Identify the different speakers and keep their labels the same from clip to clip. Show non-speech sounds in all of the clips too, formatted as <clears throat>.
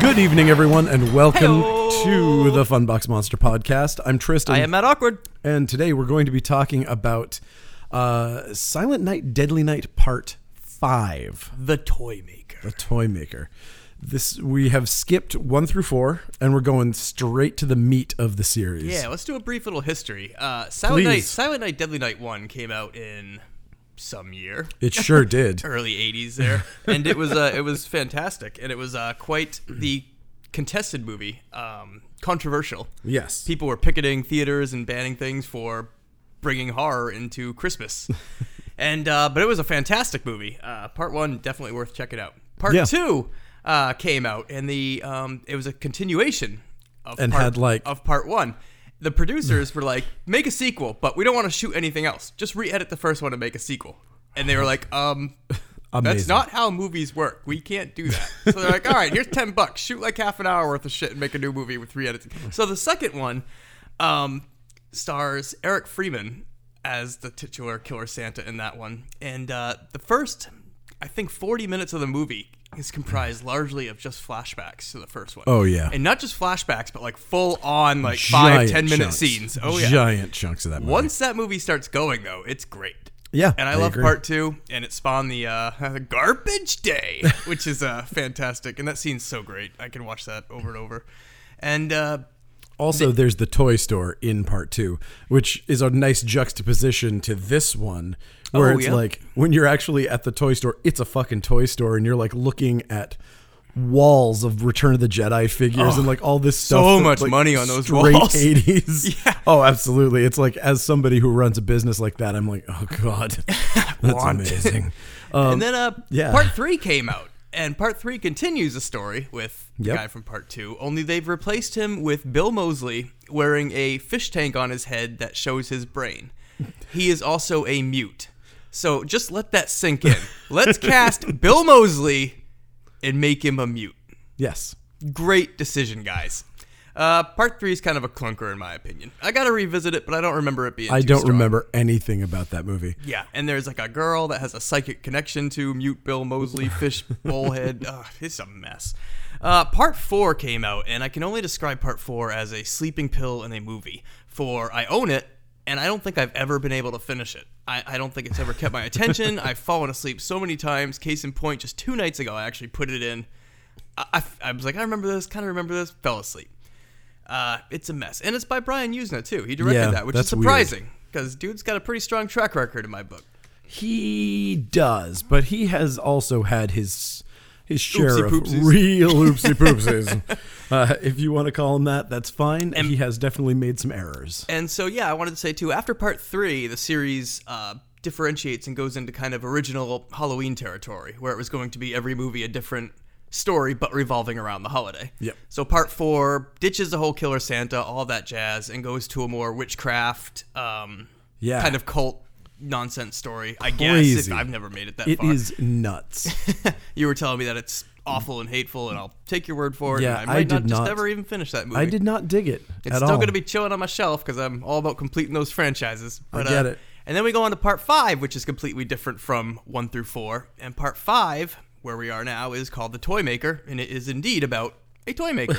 Speaker 1: Good evening, everyone, and welcome to the Funbox Monster Podcast. I'm Tristan,
Speaker 2: I am at awkward.
Speaker 1: and today we're going to be talking about uh, Silent Night, Deadly Night Part 5,
Speaker 2: The toy maker.
Speaker 1: The Toy Maker. This We have skipped 1 through 4, and we're going straight to the meat of the series.
Speaker 2: Yeah, let's do a brief little history. Uh, Silent Night,
Speaker 1: Please.
Speaker 2: Silent Night, Deadly Night One came out in some year,
Speaker 1: It
Speaker 2: <laughs>
Speaker 1: sure did.
Speaker 2: early '80s <laughs> there, and it was uh, it was fantastic, and it was uh, quite the contested movie, um, controversial.
Speaker 1: Yes.
Speaker 2: People were picketing theaters and banning things for bringing horror
Speaker 1: <laughs>
Speaker 2: into Christmas, and uh, but it was a fantastic movie. Uh, part one definitely worth checking out. Part
Speaker 1: Yeah.
Speaker 2: two uh, came out, and the um, it was a continuation of
Speaker 1: And
Speaker 2: part,
Speaker 1: had, like-
Speaker 2: of part one. The producers were like, "Make a sequel, but we don't want to shoot anything else. Just re-edit the first one and make a sequel." And they were like, "Um,
Speaker 1: Amazing.
Speaker 2: that's not how movies work. We can't do that." So they're like, "All right, here's ten bucks. Shoot like half an hour worth of shit and make a new movie with three edits." So the second one um, stars Eric Freeman as the titular killer Santa in that one, and uh, the first, I think, forty minutes of the movie is comprised largely of just flashbacks to the first one.
Speaker 1: Oh, yeah.
Speaker 2: and not just flashbacks, but like full on like five
Speaker 1: Giant
Speaker 2: ten minute
Speaker 1: chunks.
Speaker 2: scenes. Oh yeah.
Speaker 1: Giant chunks of that movie.
Speaker 2: Once that movie starts going though, it's great.
Speaker 1: Yeah,
Speaker 2: and I,
Speaker 1: I
Speaker 2: love
Speaker 1: agree.
Speaker 2: part two, and it spawned the uh, <laughs> Garbage
Speaker 1: <laughs>
Speaker 2: Day, which is uh, fantastic, and that scene's so great. I can watch that over and over. And uh,
Speaker 1: Also, there's the toy store in part two, which is a nice juxtaposition to this one, where
Speaker 2: Oh,
Speaker 1: it's
Speaker 2: yeah.
Speaker 1: like when you're actually at the toy store, it's a fucking toy store, and you're like looking at walls of Return of the Jedi figures and like all this stuff. that's,
Speaker 2: Oh, much
Speaker 1: like,
Speaker 2: money on those
Speaker 1: straight
Speaker 2: walls. <laughs>
Speaker 1: 80s.
Speaker 2: Yeah.
Speaker 1: Oh, absolutely. It's like as somebody who runs a business like that, I'm like, oh
Speaker 2: <laughs>
Speaker 1: god, that's
Speaker 2: Want. <laughs>
Speaker 1: amazing.
Speaker 2: and then uh,
Speaker 1: Um, yeah.
Speaker 2: part three came out, and part three continues the story with the
Speaker 1: Yep.
Speaker 2: guy from part two. Only they've replaced him with Bill Mosley wearing a fish tank on his head that shows his brain. He is also a mute, so just let that
Speaker 1: <laughs>
Speaker 2: sink in. Let's cast Bill Mosley and make him a mute.
Speaker 1: Yes.
Speaker 2: Great decision, guys. Uh, part three is kind of a clunker in my opinion. I gotta revisit it, but I don't remember it being.
Speaker 1: I
Speaker 2: too
Speaker 1: don't
Speaker 2: strong.
Speaker 1: remember anything about that movie.
Speaker 2: Yeah, and there's like a girl that has a psychic connection to Mute Bill Mosley, Fish Bullhead. Ugh, it's a mess. Uh, part four came out, and I can only describe part four as a sleeping pill in a movie. For I own it, and I don't think I've ever been able to finish it. I, I don't think it's ever kept my attention. I've fallen asleep so many times. Case in point, just two nights ago, I actually put it in. I, I f- I was like, I remember this, kind of remember this, fell asleep. Uh, it's a mess, and it's by Brian Usna too. He directed
Speaker 1: Yeah,
Speaker 2: that, which
Speaker 1: that's
Speaker 2: is
Speaker 1: weird.
Speaker 2: surprising because dude's got a pretty strong track record in my book.
Speaker 1: He does, but he has also had his his share of
Speaker 2: poopsies. <laughs>
Speaker 1: real oopsie poopsies. uh, if you want to call him that, that's fine. he has definitely made some errors.
Speaker 2: And so, yeah, I wanted to say too. After part three, the series uh, differentiates and goes into kind of original Halloween territory, where it was going to be every movie a different story, but revolving around the holiday.
Speaker 1: Yep.
Speaker 2: So part four ditches the whole Killer Santa, all that jazz, and goes to a more witchcraft, um,
Speaker 1: Yeah.
Speaker 2: kind of cult nonsense story. I guess
Speaker 1: Crazy.
Speaker 2: if I've never made it that
Speaker 1: It
Speaker 2: far.
Speaker 1: is nuts.
Speaker 2: <laughs> you were telling me that it's awful and hateful, and I'll take your word for it.
Speaker 1: Yeah,
Speaker 2: and
Speaker 1: I
Speaker 2: I might
Speaker 1: did
Speaker 2: just
Speaker 1: not-
Speaker 2: ever even finish that movie.
Speaker 1: I did not dig it
Speaker 2: It's
Speaker 1: at
Speaker 2: still
Speaker 1: all.
Speaker 2: going to be chilling on my shelf because I'm all about completing those franchises. But,
Speaker 1: get
Speaker 2: uh,
Speaker 1: it.
Speaker 2: And then we go on to part five, which is completely different from one through four. And part five, where we are now, is called The Toy Maker, and it is indeed about a
Speaker 1: <laughs>
Speaker 2: toy maker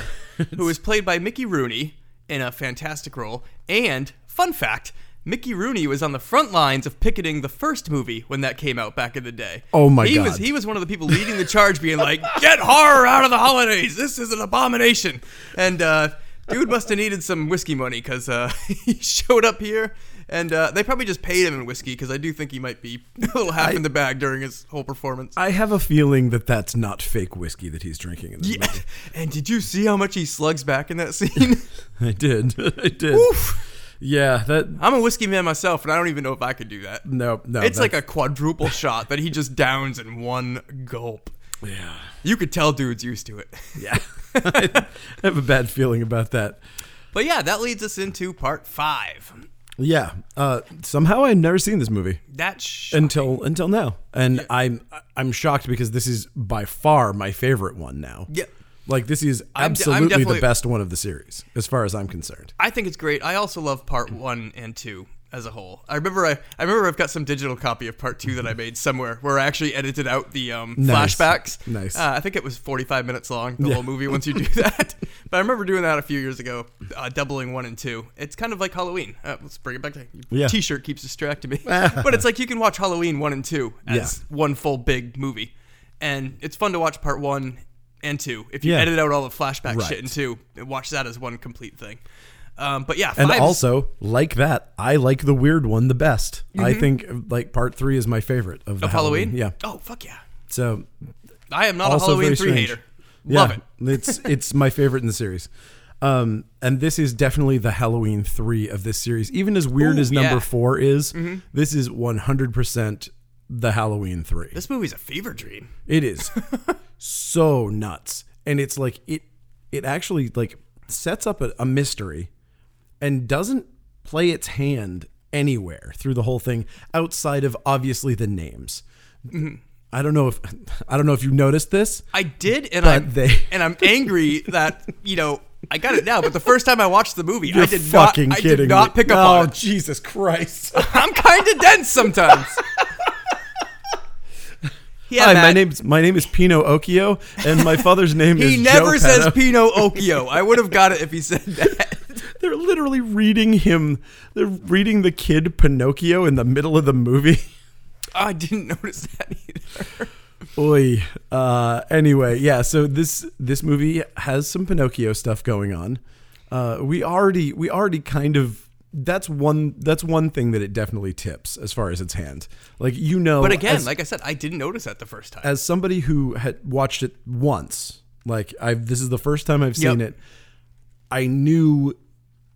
Speaker 2: who is played by Mickey Rooney in a fantastic role. And fun fact. Mickey Rooney was on the front lines of picketing the first movie when that came out back in the day.
Speaker 1: Oh my
Speaker 2: he
Speaker 1: God.
Speaker 2: Was, he was one of the people leading the charge, being like, "Get horror out of the holidays! This is an abomination." And uh, dude must have needed some whiskey money because uh, <laughs> he showed up here, and uh, they probably just paid him in whiskey because I do think he might be <laughs> a little half in the bag during his whole performance.
Speaker 1: I have a feeling that that's not fake whiskey that he's drinking. In this
Speaker 2: yeah. <laughs> And did you see how much he slugs back in that
Speaker 1: <laughs>
Speaker 2: scene?
Speaker 1: movie. I did. I did. Yeah, that
Speaker 2: I'm a whiskey man myself, and I don't even know if I could do that.
Speaker 1: no, no.
Speaker 2: It's like
Speaker 1: that's- <laughs>
Speaker 2: a quadruple shot that he just downs in one gulp.
Speaker 1: yeah.
Speaker 2: You could tell dude's used to it. <laughs>
Speaker 1: Yeah. <laughs> I have a bad feeling about that.
Speaker 2: But yeah, that leads us into part five.
Speaker 1: Yeah. Uh, somehow I've never seen this movie.
Speaker 2: That sh-
Speaker 1: until until now and i'm i'm shocked because this is by far my favorite one now
Speaker 2: Yeah.
Speaker 1: like this is
Speaker 2: I'm de- I'm
Speaker 1: absolutely the
Speaker 2: definitely-
Speaker 1: best one of the series as far as i'm concerned
Speaker 2: I think it's great. I also love part one and two. as a whole. I remember I, I remember I've got some digital copy of part two that I made somewhere where I actually edited out the um,
Speaker 1: Nice.
Speaker 2: flashbacks.
Speaker 1: Nice.
Speaker 2: Uh, I think it was 45 minutes long, the whole movie, once you
Speaker 1: <laughs>
Speaker 2: do that. but I remember doing that a few years ago, uh, doubling one and two. It's kind of like Halloween. Uh, let's bring it back to
Speaker 1: Yeah.
Speaker 2: T shirt keeps
Speaker 1: <laughs>
Speaker 2: distracting me. but it's like you can watch Halloween one and two as one full big movie. And it's fun to watch part one and two if you
Speaker 1: Yeah.
Speaker 2: edit out all the flashback
Speaker 1: Right.
Speaker 2: shit in two and watch that as one complete thing. Um, but yeah,
Speaker 1: And
Speaker 2: five is-
Speaker 1: also, like that, I like the weird one the best. I think like part three is my favorite of, the
Speaker 2: Mm-hmm. Of Halloween?
Speaker 1: Yeah.
Speaker 2: Oh fuck yeah!
Speaker 1: So
Speaker 2: I am not
Speaker 1: also
Speaker 2: a Halloween
Speaker 1: very
Speaker 2: three
Speaker 1: strange.
Speaker 2: hater.
Speaker 1: Yeah,
Speaker 2: Love it.
Speaker 1: it's it's my favorite in the series. Um, and this is definitely the Halloween three of this series. Even as weird
Speaker 2: Ooh,
Speaker 1: as number
Speaker 2: yeah. Mm-hmm.
Speaker 1: four is, this is one hundred percent the Halloween three.
Speaker 2: This movie's a fever dream.
Speaker 1: It is so nuts, and it's like it it actually like sets up a, a mystery and doesn't play its hand anywhere through the whole thing outside of obviously the names. I don't know if <laughs> I don't know if you noticed this.
Speaker 2: I did, and
Speaker 1: But
Speaker 2: I'm
Speaker 1: they-
Speaker 2: <laughs> and I'm angry that you know I got it now. But the first time I watched the movie, I
Speaker 1: You're
Speaker 2: did
Speaker 1: fucking
Speaker 2: not.
Speaker 1: kidding.
Speaker 2: I did not
Speaker 1: me.
Speaker 2: pick up on
Speaker 1: Oh,
Speaker 2: it.
Speaker 1: Jesus Christ.
Speaker 2: I'm kind of dense sometimes.
Speaker 1: <laughs>
Speaker 2: yeah,
Speaker 1: Hi, my
Speaker 2: Matt,
Speaker 1: name's my name is Pino Okio, and my
Speaker 2: <laughs>
Speaker 1: father's name is.
Speaker 2: He never
Speaker 1: Joe
Speaker 2: says
Speaker 1: Petto.
Speaker 2: Pino Occhio. I would have got it if he said that. <laughs>
Speaker 1: They're literally reading him. They're reading the kid Pinocchio in the middle of the movie. <laughs>
Speaker 2: I didn't notice that either.
Speaker 1: Oi. Uh, anyway, yeah. So this this movie has some Pinocchio stuff going on. Uh, we already we already kind of that's one that's one thing that it definitely tips as far as its hand. Like you know,
Speaker 2: But again,
Speaker 1: as-
Speaker 2: like I said, I didn't notice that the first time.
Speaker 1: as somebody who had watched it once, like I've this is the first time I've seen
Speaker 2: Yep.
Speaker 1: it, I knew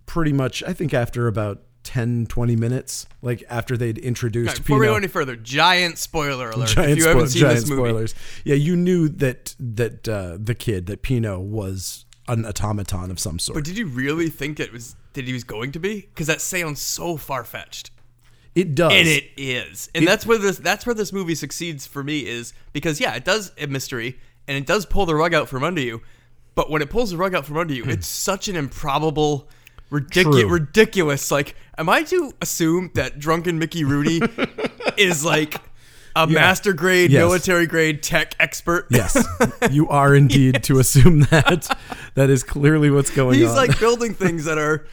Speaker 1: pretty much I think after about 10 20 minutes, like after they'd introduced
Speaker 2: Before we
Speaker 1: Pino-
Speaker 2: go any further, giant spoiler alert.
Speaker 1: giant,
Speaker 2: if you haven't
Speaker 1: spo-
Speaker 2: seen
Speaker 1: giant
Speaker 2: this movie,
Speaker 1: spoilers. Yeah, you knew that that uh, the kid that Pino was an automaton of some sort.
Speaker 2: but did you really think it was that he was going to be? Because that sounds so far fetched,
Speaker 1: it does.
Speaker 2: and it is. And that's where this that's where this movie succeeds for me is because yeah, it does a mystery and it does pull the rug out from under you. But when it pulls the rug out from under you, it's such an improbable, ridiculous,
Speaker 1: Hmm. True.
Speaker 2: ridiculous. Like, am I to assume that drunken Mickey Rooney
Speaker 1: <laughs>
Speaker 2: is like a master grade,
Speaker 1: Yes.
Speaker 2: military grade tech expert?
Speaker 1: <laughs> Yes, you are indeed to assume that. That is clearly what's going
Speaker 2: <laughs> He's
Speaker 1: on.
Speaker 2: like building things that are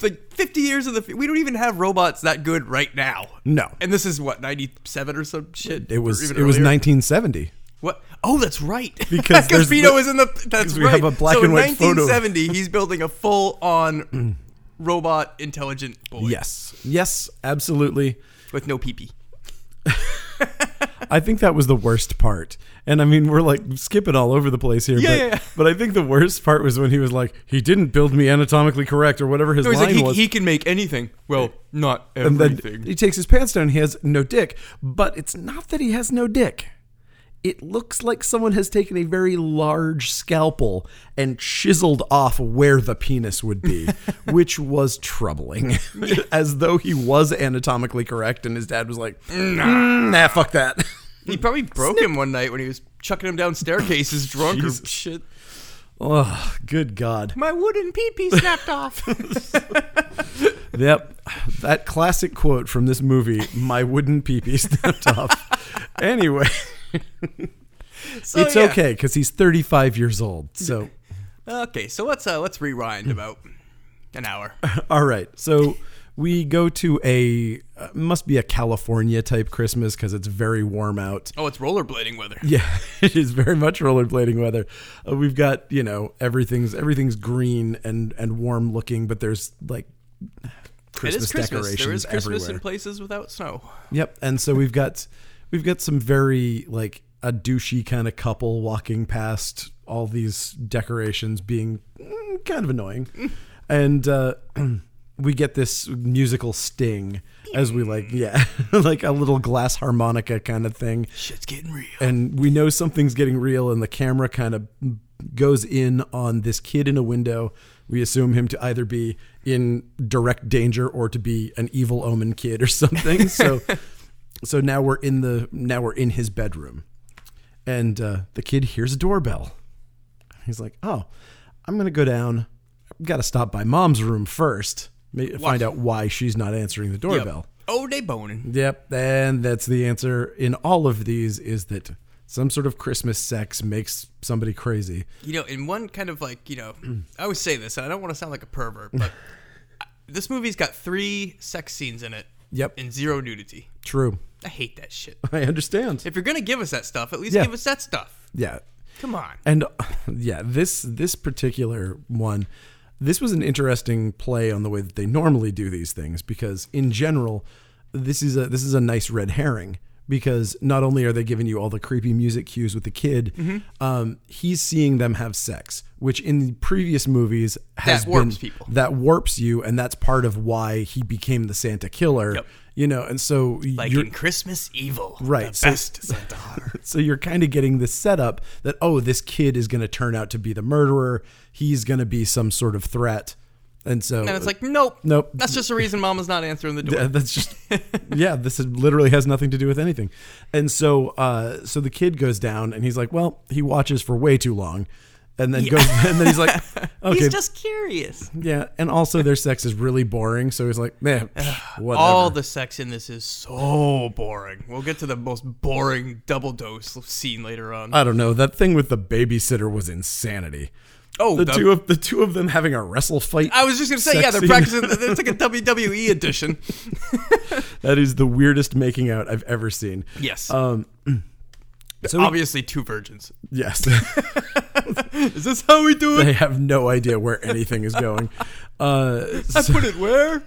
Speaker 2: like 50 years in the future. We don't even have robots that good right now.
Speaker 1: No.
Speaker 2: And this is what 97 or some shit.
Speaker 1: it was
Speaker 2: Or
Speaker 1: it
Speaker 2: even
Speaker 1: was
Speaker 2: earlier?
Speaker 1: 1970.
Speaker 2: What? Oh, that's right. <laughs>
Speaker 1: Because there's
Speaker 2: Pino
Speaker 1: the-
Speaker 2: is in the. That's
Speaker 1: we
Speaker 2: right.
Speaker 1: have a black
Speaker 2: so
Speaker 1: and white
Speaker 2: in
Speaker 1: photo. Mm.
Speaker 2: 1970, he's building
Speaker 1: <clears throat>
Speaker 2: a full-on robot intelligent boy
Speaker 1: Yes, yes, absolutely.
Speaker 2: with no pee pee.
Speaker 1: I think that was the worst part. And I mean, we're like skipping all over the place here.
Speaker 2: Yeah,
Speaker 1: but,
Speaker 2: yeah, yeah.
Speaker 1: but I think the worst part was when he was like, he didn't build me anatomically correct or whatever his
Speaker 2: No, he's
Speaker 1: line
Speaker 2: like he,
Speaker 1: was.
Speaker 2: he can make anything. Well, not
Speaker 1: and then
Speaker 2: everything.
Speaker 1: he takes his pants down. He has no dick. But it's not that he has no dick. It looks like someone has taken a very large scalpel and chiseled off where the penis would
Speaker 2: <laughs>
Speaker 1: be, which was troubling. <laughs> As though he was anatomically correct, and his dad was like, "Mm, nah fuck that. <laughs>
Speaker 2: he probably broke him one night when he was chucking him down staircases drunk or shit.
Speaker 1: oh, good God.
Speaker 2: My wooden pee pee
Speaker 1: <laughs>
Speaker 2: snapped off.
Speaker 1: Yep. That classic quote from this movie, my wooden peepee <laughs> snapped off. Anyway,
Speaker 2: So,
Speaker 1: it's
Speaker 2: Oh, yeah.
Speaker 1: okay because he's 35 years old. So,
Speaker 2: Okay, so let's uh, let's rewind
Speaker 1: Mm.
Speaker 2: about an
Speaker 1: <laughs>
Speaker 2: hour.
Speaker 1: all right. So we go to a, uh, must be a California type Christmas because it's very warm out. <laughs>
Speaker 2: Oh, it's rollerblading weather.
Speaker 1: Yeah, it is very much rollerblading weather. Uh, we've got you know everything's everything's green and and warm looking, but there's like
Speaker 2: it
Speaker 1: Christmas,
Speaker 2: is Christmas.
Speaker 1: decorations
Speaker 2: There is Christmas
Speaker 1: everywhere.
Speaker 2: in places without snow.
Speaker 1: Yep. And so we've got we've got some very like a douchey kind of couple walking past all these decorations being mm, kind of annoying. And uh <clears throat> we get this musical sting as we like yeah, <laughs> like a little glass harmonica kind of thing.
Speaker 2: Shit's getting real.
Speaker 1: <laughs> And we know something's getting real and the camera kind of goes in on this kid in a window. We assume him to either be in direct danger or to be an evil omen kid or something. So so now we're in the now we're in his bedroom and uh, the kid hears a doorbell he's like oh i'm gonna go down gotta stop by mom's room first Ma- Find out why she's not answering the
Speaker 2: Yep.
Speaker 1: doorbell.
Speaker 2: Oh, they boning.
Speaker 1: Yep, and that's the answer in all of these is that some sort of Christmas sex makes somebody crazy.
Speaker 2: You know, in one kind of like, you know, I always say this, and I don't want to sound like a pervert, but
Speaker 1: <laughs>
Speaker 2: I- this movie's got three sex scenes in it
Speaker 1: Yep,
Speaker 2: and zero nudity.
Speaker 1: true.
Speaker 2: I hate that shit.
Speaker 1: I understand.
Speaker 2: If you're gonna give us that stuff, at least
Speaker 1: Yeah.
Speaker 2: give us that stuff.
Speaker 1: Yeah.
Speaker 2: Come on.
Speaker 1: And <sighs> uh, yeah, this this particular one this was an interesting play on the way that they normally do these things because in general this is a this is a nice red herring because not only are they giving you all the creepy music cues with the kid,
Speaker 2: Mm-hmm.
Speaker 1: um, he's seeing them have sex, which in the previous movies has
Speaker 2: warps
Speaker 1: been,
Speaker 2: people.
Speaker 1: that warps you, and that's part of why he became the Santa killer.
Speaker 2: Yep.
Speaker 1: You know, and so
Speaker 2: Like
Speaker 1: you're
Speaker 2: in Christmas Evil,
Speaker 1: Right,
Speaker 2: The
Speaker 1: so-
Speaker 2: best Santa horror.
Speaker 1: <laughs> so you're kind of getting this setup that oh this kid is going to turn out to be the murderer he's going to be some sort of threat and so
Speaker 2: And
Speaker 1: <laughs>
Speaker 2: it's like, nope,
Speaker 1: Nope.
Speaker 2: That's just the reason Mama's not answering the door.
Speaker 1: uh, that's just yeah this is, literally has nothing to do with anything and so uh, so the kid goes down and he's like well he watches for way too long and then goes and then he's like okay
Speaker 2: <laughs> He's just curious.
Speaker 1: yeah and also their sex is really boring so he's like man whatever
Speaker 2: All the sex in this is so boring. We'll get to the most boring double dose scene later on.
Speaker 1: I don't know. That thing with the babysitter was insanity.
Speaker 2: oh,
Speaker 1: The
Speaker 2: the-
Speaker 1: two of the two of them having a wrestle fight.
Speaker 2: I was just gonna say,
Speaker 1: sex
Speaker 2: yeah, they're
Speaker 1: scene.
Speaker 2: practicing. It's like a WWE edition.
Speaker 1: That is the weirdest making out I've ever seen.
Speaker 2: Yes,
Speaker 1: So we-
Speaker 2: obviously two virgins.
Speaker 1: yes, <laughs>
Speaker 2: Is this how we do it?
Speaker 1: they have no idea where anything is
Speaker 2: <laughs>
Speaker 1: going. Uh,
Speaker 2: I put it where?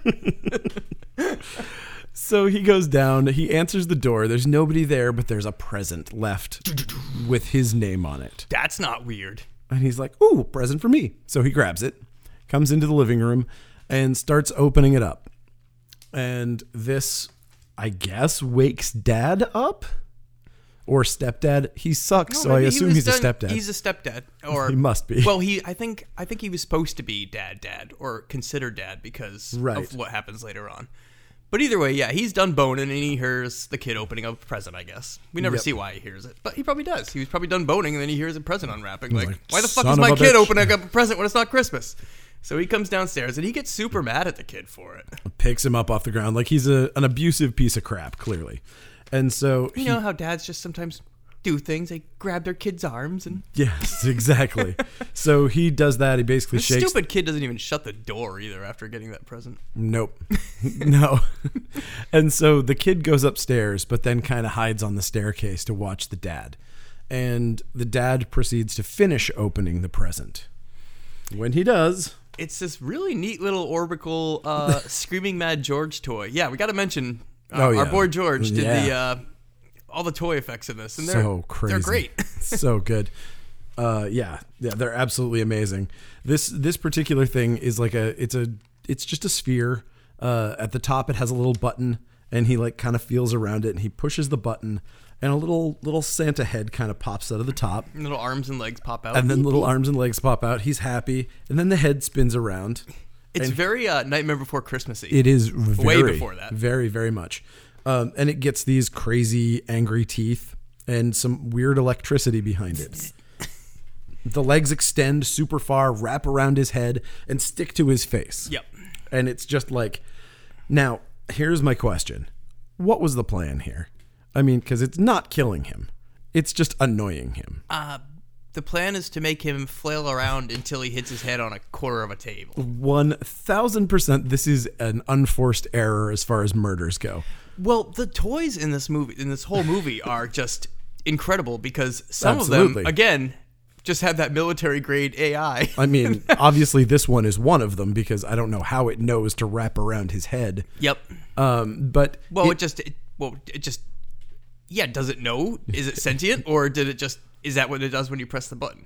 Speaker 1: so he goes down. He answers the door. There's nobody there, but there's a present left with his name on it.
Speaker 2: That's not weird.
Speaker 1: And he's like, "Ooh, present for me!" So he grabs it, comes into the living room, and starts opening it up. And this, I guess, wakes Dad up. Or stepdad, he sucks. so I
Speaker 2: Oh, Maybe he
Speaker 1: assume
Speaker 2: was
Speaker 1: he's a
Speaker 2: done-
Speaker 1: stepdad.
Speaker 2: He's a stepdad,
Speaker 1: <laughs>
Speaker 2: or
Speaker 1: he must be.
Speaker 2: Well, he. I think. I think he was supposed to be dad, dad, or considered dad because
Speaker 1: Right.
Speaker 2: of what happens later on. But either way, yeah, he's done boning and he hears the kid opening up a present. I guess we never
Speaker 1: Yep.
Speaker 2: see why he hears it, but he probably does. He was probably done boning and then he hears a present unwrapping. Like,
Speaker 1: like,
Speaker 2: why the fuck
Speaker 1: "Son
Speaker 2: is
Speaker 1: of
Speaker 2: my
Speaker 1: a
Speaker 2: kid
Speaker 1: bitch." <laughs>
Speaker 2: opening up a present when it's not Christmas? So he comes downstairs and he gets super mad at the kid for it.
Speaker 1: picks him up off the ground like he's a, an abusive piece of crap clearly and so
Speaker 2: You know how dads just sometimes do things. They grab their kid's arms and
Speaker 1: <laughs> yes exactly so he does that he basically
Speaker 2: the
Speaker 1: shakes
Speaker 2: stupid kid doesn't even shut the door either after getting that present.
Speaker 1: nope <laughs> no and so the kid goes upstairs but then kind of hides on the staircase to watch the dad and the dad proceeds to finish opening the present when he does
Speaker 2: it's this really neat little orbital
Speaker 1: <laughs>
Speaker 2: uh, screaming mad George toy. Yeah, we got to mention uh,
Speaker 1: Oh, yeah.
Speaker 2: our boy George did the
Speaker 1: Yeah.
Speaker 2: uh, all the toy effects in this, and they're
Speaker 1: so crazy.
Speaker 2: they're great. <laughs>
Speaker 1: <laughs> so good. Uh, yeah, yeah, they're absolutely amazing. This this particular thing is like a it's a it's just a sphere. Uh, at the top, it has a little button, and he like kind of feels around it, and he pushes the button, and a little little Santa head kind of pops out of the top,
Speaker 2: little arms and legs pop out.
Speaker 1: and then
Speaker 2: <laughs>
Speaker 1: little arms and legs pop out. He's happy, and then the head spins around.
Speaker 2: it's very uh, Nightmare Before Christmassy.
Speaker 1: It is very,
Speaker 2: Way before that.
Speaker 1: very, very much, um, and it gets these crazy angry teeth and some weird electricity behind
Speaker 2: <laughs>
Speaker 1: it. the legs extend super far, wrap around his head, and stick to his face.
Speaker 2: Yep.
Speaker 1: And it's just like, now here's my question: What was the plan here? I mean, because it's not killing him; it's just annoying him.
Speaker 2: Uh, the plan is to make him flail around until he hits his head on a quarter of a table.
Speaker 1: One thousand percent, this is an unforced error as far as murders go.
Speaker 2: Well, the toys in this movie, in this
Speaker 1: <laughs>
Speaker 2: whole movie, are just incredible because some of
Speaker 1: Absolutely.
Speaker 2: them, again, just have that military grade AI.
Speaker 1: I
Speaker 2: <laughs>
Speaker 1: mean, obviously, this one is one of them because I don't know how it knows to wrap around his head.
Speaker 2: yep.
Speaker 1: Um, but
Speaker 2: Well, it, just it, well, it just yeah. Does it know? Is it
Speaker 1: <laughs>
Speaker 2: sentient, or did it just? Is that what it does when you press the button?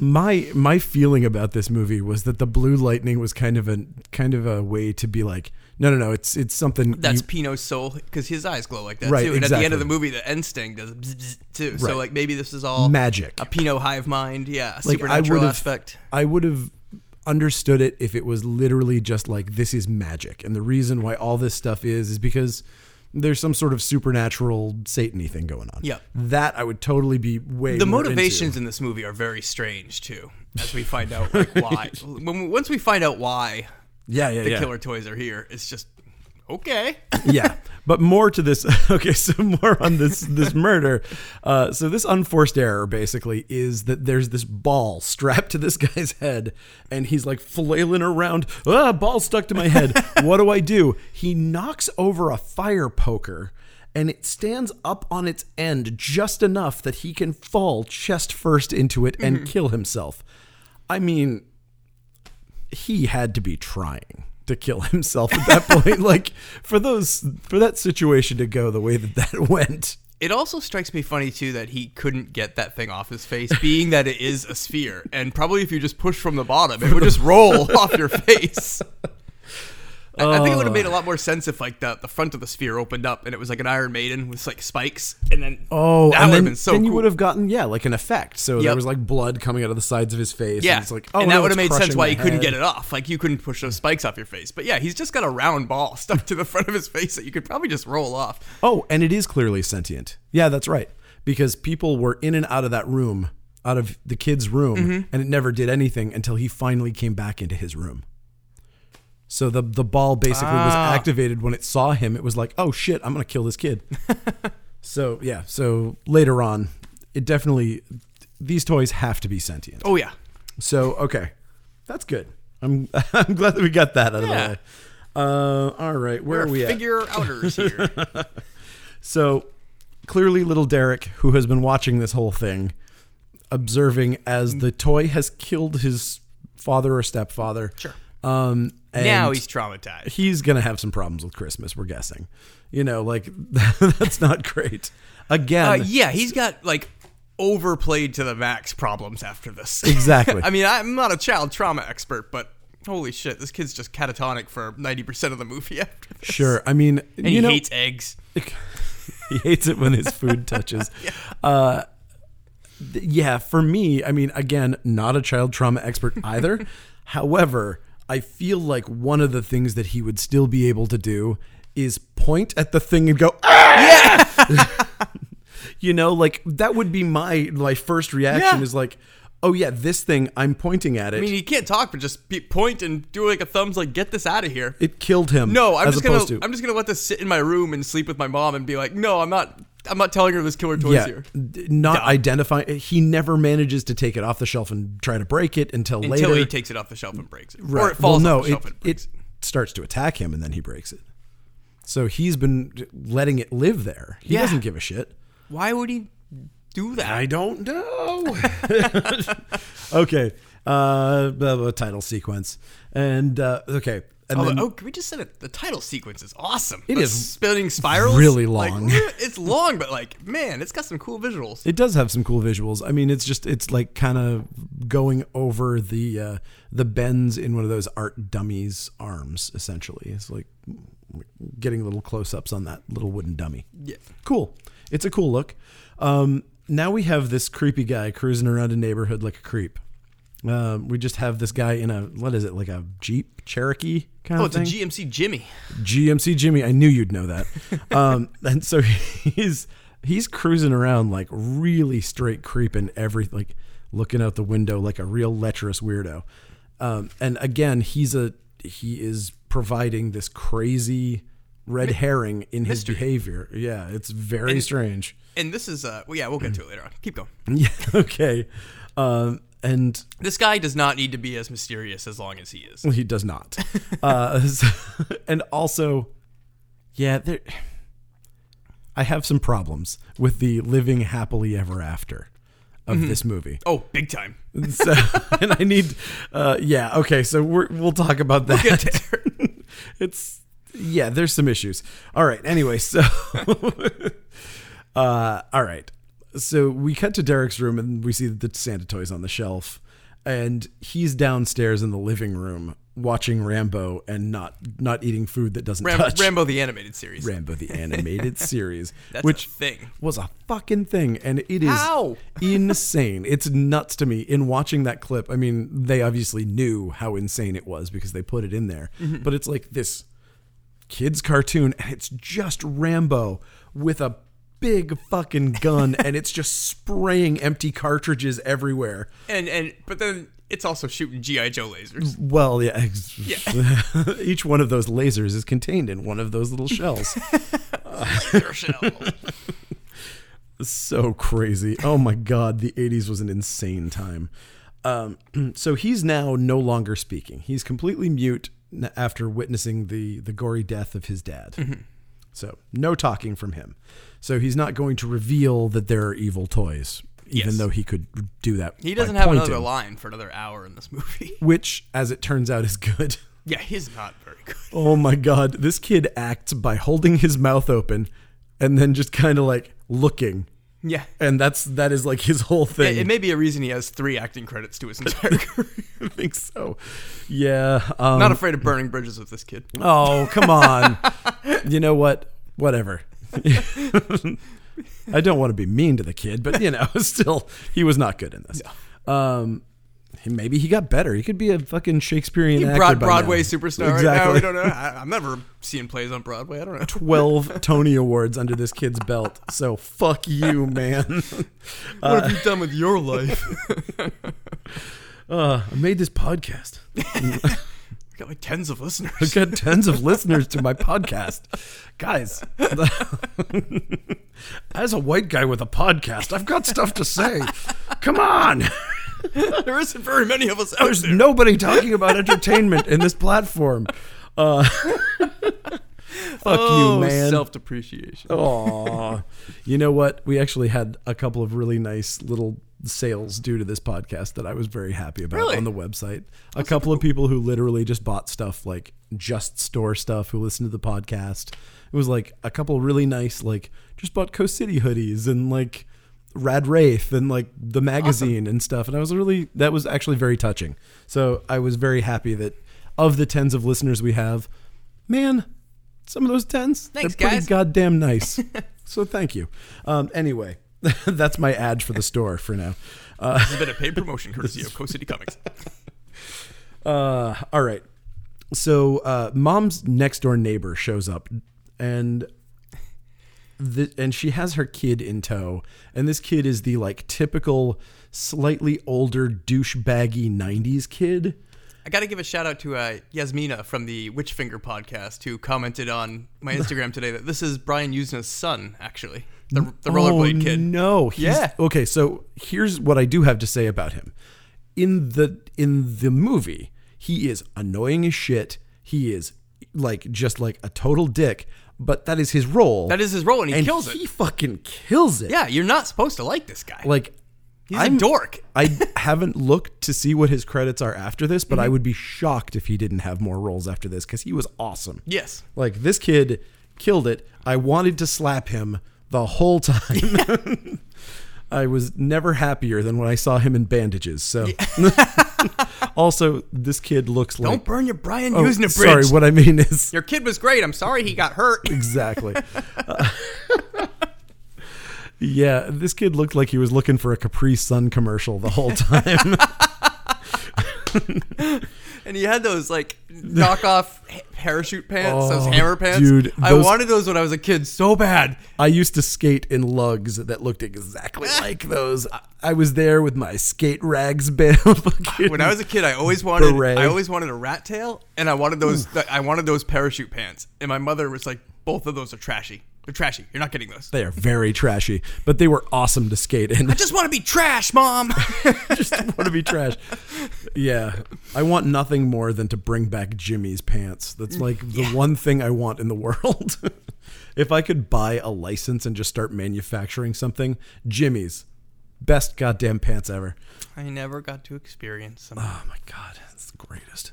Speaker 1: my my feeling about this movie was that the blue lightning was kind of a kind of a way to be like, no, no, no, it's it's something.
Speaker 2: That's
Speaker 1: you-
Speaker 2: Pino's soul because his eyes glow like that
Speaker 1: Right,
Speaker 2: too. And at the end of
Speaker 1: exactly.
Speaker 2: the movie, the end sting does bzz, bzz, too.
Speaker 1: Right.
Speaker 2: So like maybe this is all
Speaker 1: magic.
Speaker 2: A Pino hive mind, yeah, a
Speaker 1: Like, I
Speaker 2: supernatural
Speaker 1: would've-
Speaker 2: aspect.
Speaker 1: I would have understood it if it was literally just like this is magic, and the reason why all this stuff is is because there's some sort of supernatural satany thing going on.
Speaker 2: Yeah.
Speaker 1: that I would totally be way
Speaker 2: The
Speaker 1: more into.
Speaker 2: motivations in
Speaker 1: <laughs>
Speaker 2: this movie are very strange too, as we find out like why. when we, once we find out why
Speaker 1: Yeah, yeah,
Speaker 2: the
Speaker 1: yeah.
Speaker 2: killer toys are here. It's just okay.
Speaker 1: yeah but more to this <laughs> okay so more on this this murder uh, so this unforced error basically is that there's this ball strapped to this guy's head and he's like flailing around ah ball stuck to my head what do i do he knocks over a fire poker and it stands up on its end just enough that he can fall chest first into it and kill himself i mean he had to be trying to kill himself at that <laughs> point like for those for that situation to go the way that that <laughs> went
Speaker 2: It also strikes me funny too that he couldn't get that thing off his face, being that it is a sphere, and probably if you just push from the bottom, it would just roll <laughs> off your face. I, I think it would have made a lot more sense if like the, the front of the sphere opened up and it was like an Iron Maiden with like spikes, and then
Speaker 1: oh
Speaker 2: that
Speaker 1: and
Speaker 2: would have
Speaker 1: then,
Speaker 2: been so
Speaker 1: then you
Speaker 2: cool.
Speaker 1: would have gotten yeah like an effect so there
Speaker 2: Yep.
Speaker 1: was like blood coming out of the sides of his face
Speaker 2: yeah,
Speaker 1: and it's like oh
Speaker 2: and
Speaker 1: no,
Speaker 2: that would
Speaker 1: it's
Speaker 2: have made sense
Speaker 1: crushing
Speaker 2: why
Speaker 1: my
Speaker 2: he couldn't
Speaker 1: head.
Speaker 2: get it off. Like you couldn't push those spikes off your face. But yeah, he's just got a round ball <laughs> stuck to the front of his face that you could probably just roll off.
Speaker 1: oh and it is clearly sentient yeah that's right because people were in and out of that room out of the kid's room
Speaker 2: Mm-hmm.
Speaker 1: and it never did anything until he finally came back into his room so the the ball basically was
Speaker 2: Ah.
Speaker 1: activated when it saw him. It was like, oh shit, I'm gonna kill this
Speaker 2: <laughs>
Speaker 1: kid. so yeah, so later on, it definitely these toys have to be sentient.
Speaker 2: Oh yeah,
Speaker 1: So okay, that's good. I'm <laughs> I'm glad that we got that out
Speaker 2: Yeah.
Speaker 1: of the way. Uh, all right, where
Speaker 2: We're
Speaker 1: are we at?
Speaker 2: figure outers here.
Speaker 1: So clearly, little Derek, who has been watching this whole thing, observing as
Speaker 2: Mm.
Speaker 1: the toy has killed his father or stepfather.
Speaker 2: Sure.
Speaker 1: Um, <laughs> and
Speaker 2: now he's traumatized.
Speaker 1: he's gonna have some problems with Christmas. We're guessing, you know, like <laughs> that's not great. Again,
Speaker 2: Uh, yeah, he's got like overplayed to the max problems after this. <laughs>
Speaker 1: Exactly.
Speaker 2: I mean, I'm not a child trauma expert, but holy shit, this kid's just catatonic for 90% of the movie <laughs> after this.
Speaker 1: sure. I mean,
Speaker 2: And
Speaker 1: you
Speaker 2: he
Speaker 1: know,
Speaker 2: hates eggs.
Speaker 1: <laughs> he hates it when his
Speaker 2: <laughs>
Speaker 1: food touches. Uh, th- yeah, for me, I mean, again, not a child trauma
Speaker 2: <laughs>
Speaker 1: expert either. However, I feel like one of the things that he would still be able to do is point at the thing and go, ah! <laughs> you know, like that would be my my first reaction
Speaker 2: Yeah.
Speaker 1: is like, oh yeah, this thing I'm pointing at it.
Speaker 2: I mean, he can't talk, but just be- point and do like a thumbs, like get this out of here.
Speaker 1: it killed him.
Speaker 2: No, I'm
Speaker 1: as
Speaker 2: just gonna
Speaker 1: opposed to
Speaker 2: I'm just gonna let this sit in my room and sleep with my mom and be like, no, I'm not I'm not telling her this killer toy's
Speaker 1: yeah,
Speaker 2: here.
Speaker 1: d- not identify. He never manages to take it off the shelf and try to break it until,
Speaker 2: Until
Speaker 1: later.
Speaker 2: he takes it off the shelf and breaks it,
Speaker 1: Right.
Speaker 2: or it falls
Speaker 1: well, no,
Speaker 2: off the shelf
Speaker 1: it,
Speaker 2: and breaks
Speaker 1: it starts to attack him and then he breaks it. So he's been letting it live there. He
Speaker 2: Yeah.
Speaker 1: doesn't give a shit.
Speaker 2: it. Why would he do that?
Speaker 1: I don't know. <laughs> okay. Uh, blah, blah, title sequence. And uh, okay. And
Speaker 2: Oh,
Speaker 1: then,
Speaker 2: oh, can we just say that the title sequence is awesome? It
Speaker 1: is
Speaker 2: is spinning spirals.
Speaker 1: really
Speaker 2: Like,
Speaker 1: long.
Speaker 2: <laughs> it's long, but like, man, it's got some cool visuals.
Speaker 1: it does have some cool visuals. I mean, it's just it's like kind of going over the uh, the bends in one of those art dummies' arms. Essentially, it's like getting little close ups on that little wooden dummy.
Speaker 2: Yeah.
Speaker 1: cool. It's a cool look. Um, now we have this creepy guy cruising around a neighborhood like a creep. Um, we just have this guy in a what is it like a Jeep Cherokee kind
Speaker 2: Oh,
Speaker 1: of
Speaker 2: it's
Speaker 1: thing.
Speaker 2: a GMC Jimmy.
Speaker 1: GMC Jimmy. I knew you'd know that. Um, and so he's he's cruising around like really straight creeping every like looking out the window like a real lecherous weirdo. Um, and again, he's a he is providing this crazy red herring in his behavior. Yeah, it's very strange. <laughs>
Speaker 2: And this is, uh, well, yeah, we'll get to it later on. Keep going.
Speaker 1: Yeah. Okay. Um, and
Speaker 2: This guy does not need to be as mysterious as long as he is.
Speaker 1: Well, he does not. uh, <laughs> so- and also, yeah, there. I have some problems with the living happily ever after of this movie.
Speaker 2: Oh,
Speaker 1: <laughs>
Speaker 2: big time. <laughs>
Speaker 1: So, and I need, uh, yeah, okay. So we're, we'll talk about that.
Speaker 2: Get there.
Speaker 1: it's yeah there's some issues all right anyway so <laughs> uh all right so we cut to derek's room and we see the santa toys on the shelf and he's downstairs in the living room watching rambo and not not eating food that doesn't
Speaker 2: Ram-
Speaker 1: touch
Speaker 2: Rambo the animated series.
Speaker 1: rambo the
Speaker 2: <laughs>
Speaker 1: animated series
Speaker 2: That's
Speaker 1: which
Speaker 2: a thing.
Speaker 1: was a fucking thing and it is
Speaker 2: How?
Speaker 1: <laughs> insane it's nuts to me in watching that clip i mean they obviously knew how insane it was because they put it in there
Speaker 2: Mm-hmm.
Speaker 1: but it's like this kids cartoon and it's just rambo with a big
Speaker 2: <laughs>
Speaker 1: fucking gun and it's just spraying empty cartridges everywhere
Speaker 2: And and but then it's also shooting GI Joe lasers.
Speaker 1: <laughs> Well, yeah. ex- <laughs> Each one of those lasers is contained in one of those little shells.
Speaker 2: Laser shell.
Speaker 1: so crazy. Oh my god, the 80s was an insane time. Um, <clears throat> so he's now no longer speaking. He's completely mute n- after witnessing the the gory death of his dad.
Speaker 2: Mm-hmm.
Speaker 1: So no talking from him. So he's not going to reveal that there are evil toys, even
Speaker 2: Yes.
Speaker 1: though he could do that.
Speaker 2: He
Speaker 1: by
Speaker 2: doesn't have another
Speaker 1: pointing,
Speaker 2: line for another hour in this movie. <laughs>
Speaker 1: which, as it turns out, is good. <laughs>
Speaker 2: Yeah, he's not very good. <laughs>
Speaker 1: Oh my god, this kid acts by holding his mouth open and then just kind of like looking.
Speaker 2: Yeah.
Speaker 1: And that's that is like his whole thing.
Speaker 2: It may be a reason he has three acting credits to his entire <laughs> career.
Speaker 1: I <laughs> think so. Yeah. Um,
Speaker 2: Not afraid of burning bridges with this kid.
Speaker 1: <laughs> oh, come on. you know what? Whatever. <laughs> I don't want to be mean to the kid, but you know, <laughs> still, he was not good in this. Um, he- maybe he got better. He could be a fucking Shakespearean actor.
Speaker 2: Broad,
Speaker 1: by
Speaker 2: Broadway
Speaker 1: now.
Speaker 2: superstar
Speaker 1: Exactly.
Speaker 2: right now. We don't know. I, I'm never seeing plays on Broadway.
Speaker 1: <laughs>
Speaker 2: I don't know.
Speaker 1: 12 Tony Awards under this kid's belt. So fuck you,
Speaker 2: <laughs>
Speaker 1: man.
Speaker 2: What have you done
Speaker 1: <laughs>
Speaker 2: with your life?
Speaker 1: Uh, I made this podcast.
Speaker 2: We've got like tens of listeners.
Speaker 1: I've got tons of listeners to my podcast. Guys, <laughs> as a white guy with a podcast, I've got stuff to say. Come on.
Speaker 2: <laughs> there isn't very many of us out
Speaker 1: There's
Speaker 2: there.
Speaker 1: nobody talking about entertainment in this platform. Uh, <laughs> fuck
Speaker 2: Oh,
Speaker 1: you, man. Oh.
Speaker 2: Self depreciation.
Speaker 1: Aw. you know what? We actually had a couple of really nice little sales due to this podcast that I was very happy about
Speaker 2: Really?
Speaker 1: on the website. a couple of people who literally just bought stuff like just store stuff who listened to the podcast. It was like a couple of really nice like just bought Coast City hoodies and like Rad Wraith and like the magazine and stuff. And I was really that was actually very touching. So I was very happy that of the tens of listeners we have, man, some of those tens
Speaker 2: Thanks,
Speaker 1: they're pretty
Speaker 2: guys.
Speaker 1: goddamn
Speaker 2: <laughs>
Speaker 1: nice. so thank you. Um, anyway, <laughs> that's my ad for the store for now. Uh,
Speaker 2: This has been
Speaker 1: <laughs>
Speaker 2: a paid promotion courtesy of Coast City Comics.
Speaker 1: uh, all right. So uh, mom's next door neighbor shows up, and the, and she has her kid in tow, and this kid is the like typical slightly older douchebaggy '90s kid.
Speaker 2: I got to give a shout out to uh, Yasmina from the Witchfinger podcast who commented on
Speaker 1: <laughs>
Speaker 2: my Instagram today that this is Brian Usna's son, actually, the, the rollerblade
Speaker 1: oh,
Speaker 2: kid.
Speaker 1: No, he's,
Speaker 2: Yeah.
Speaker 1: Okay, so here's what I do have to say about him. In the in the movie, he is annoying as shit. He is like just like a total dick, but that is his role.
Speaker 2: That is his role, and he
Speaker 1: and
Speaker 2: kills
Speaker 1: he
Speaker 2: it.
Speaker 1: fucking kills it.
Speaker 2: Yeah, you're not supposed to like this guy.
Speaker 1: Like
Speaker 2: He's
Speaker 1: I'm-
Speaker 2: a dork.
Speaker 1: <laughs> I haven't looked to see what his credits are after this, but
Speaker 2: Mhm.
Speaker 1: I would be shocked if he didn't have more roles after this because he was awesome.
Speaker 2: Yes.
Speaker 1: Like this kid killed it. I wanted to slap him the whole time.
Speaker 2: <laughs>
Speaker 1: I was never happier than when I saw him in bandages. So <laughs> also this kid looks like
Speaker 2: Don't burn your Brian
Speaker 1: Oh,
Speaker 2: Usna
Speaker 1: Sorry,
Speaker 2: bridge.
Speaker 1: what I mean is
Speaker 2: Your kid was great. I'm sorry he got hurt.
Speaker 1: <laughs> exactly. <laughs> Uh, yeah, this kid looked like he was looking for a Capri Sun commercial the whole
Speaker 2: <laughs>
Speaker 1: time.
Speaker 2: And he had those like knockoff ha- parachute pants, those
Speaker 1: Oh,
Speaker 2: hammer pants.
Speaker 1: dude,
Speaker 2: I
Speaker 1: those-
Speaker 2: wanted those when I was a kid so bad.
Speaker 1: I used to skate in lugs that looked exactly like those. I, I was there with my skate rags <laughs> band.
Speaker 2: When I was a kid, I always wanted
Speaker 1: Beret.
Speaker 2: I always wanted a rat tail, and I wanted those I wanted those parachute pants. And my mother was like, "Both of those are trashy. They're trashy. You're not getting those."
Speaker 1: They are very trashy, but they were awesome to skate in.
Speaker 2: I just want to be trash, mom.
Speaker 1: <laughs> just want to be trash. Yeah. I want nothing more than to bring back Jimmy's pants. That's like the one thing I want in the <laughs> world. if I could buy a license and just start manufacturing something, Jimmy's best goddamn pants ever.
Speaker 2: I never got to experience them.
Speaker 1: Oh my god, that's the greatest.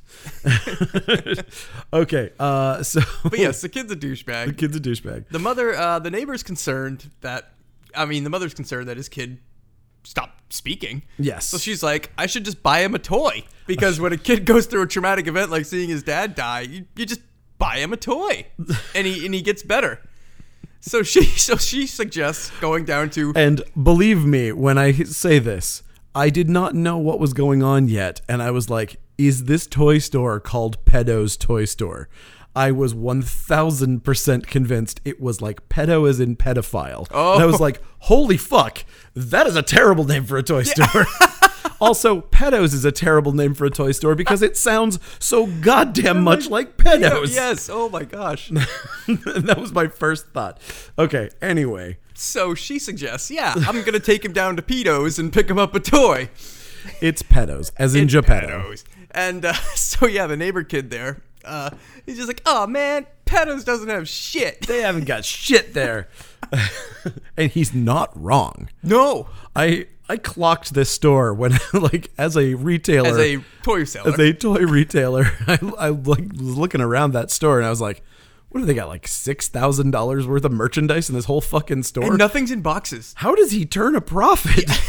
Speaker 1: <laughs> okay, uh so <laughs>
Speaker 2: But yes, the kid's a douchebag.
Speaker 1: kid's a douchebag.
Speaker 2: The mother, uh, the neighbor's concerned that, I mean, the mother's concerned that his kid stopped speaking.
Speaker 1: Yes.
Speaker 2: So she's like, I should just buy him a toy. Because when a kid <laughs> goes through a traumatic event like seeing his dad die, you, you just buy him
Speaker 1: <laughs>
Speaker 2: a toy. And he and he gets better. So she <laughs> so she suggests going down to
Speaker 1: And believe me when I say this, I did not know what was going on yet. And I was like, is this toy store called Pedo's Toy Store? I was 1000% convinced it was like pedo as in pedophile. Oh. And I was like, holy fuck, that is a terrible name for a toy store. <laughs> also, pedos is a terrible name for a toy store because it sounds so goddamn much like <laughs> pedos.
Speaker 2: <laughs> yes. Oh my gosh.
Speaker 1: <laughs> that was my first thought. Okay, anyway.
Speaker 2: So she suggests, yeah, I'm gonna take him down to Pedos and pick him up a toy.
Speaker 1: It's pedos, as in Geppetto.
Speaker 2: Pedos. And uh, <laughs> so yeah, the neighbor kid there, uh, he's just like, oh man, Pedos doesn't have shit.
Speaker 1: They haven't got shit there. <laughs> and he's not wrong.
Speaker 2: No,
Speaker 1: I I clocked this store when <laughs> like as a retailer
Speaker 2: as a toy seller.
Speaker 1: as a toy retailer, <laughs> I, I like was looking around that store and I was like, what do they got? Like six thousand dollars worth of merchandise in this whole fucking store?
Speaker 2: and nothing's in boxes.
Speaker 1: How does he turn a profit? <laughs>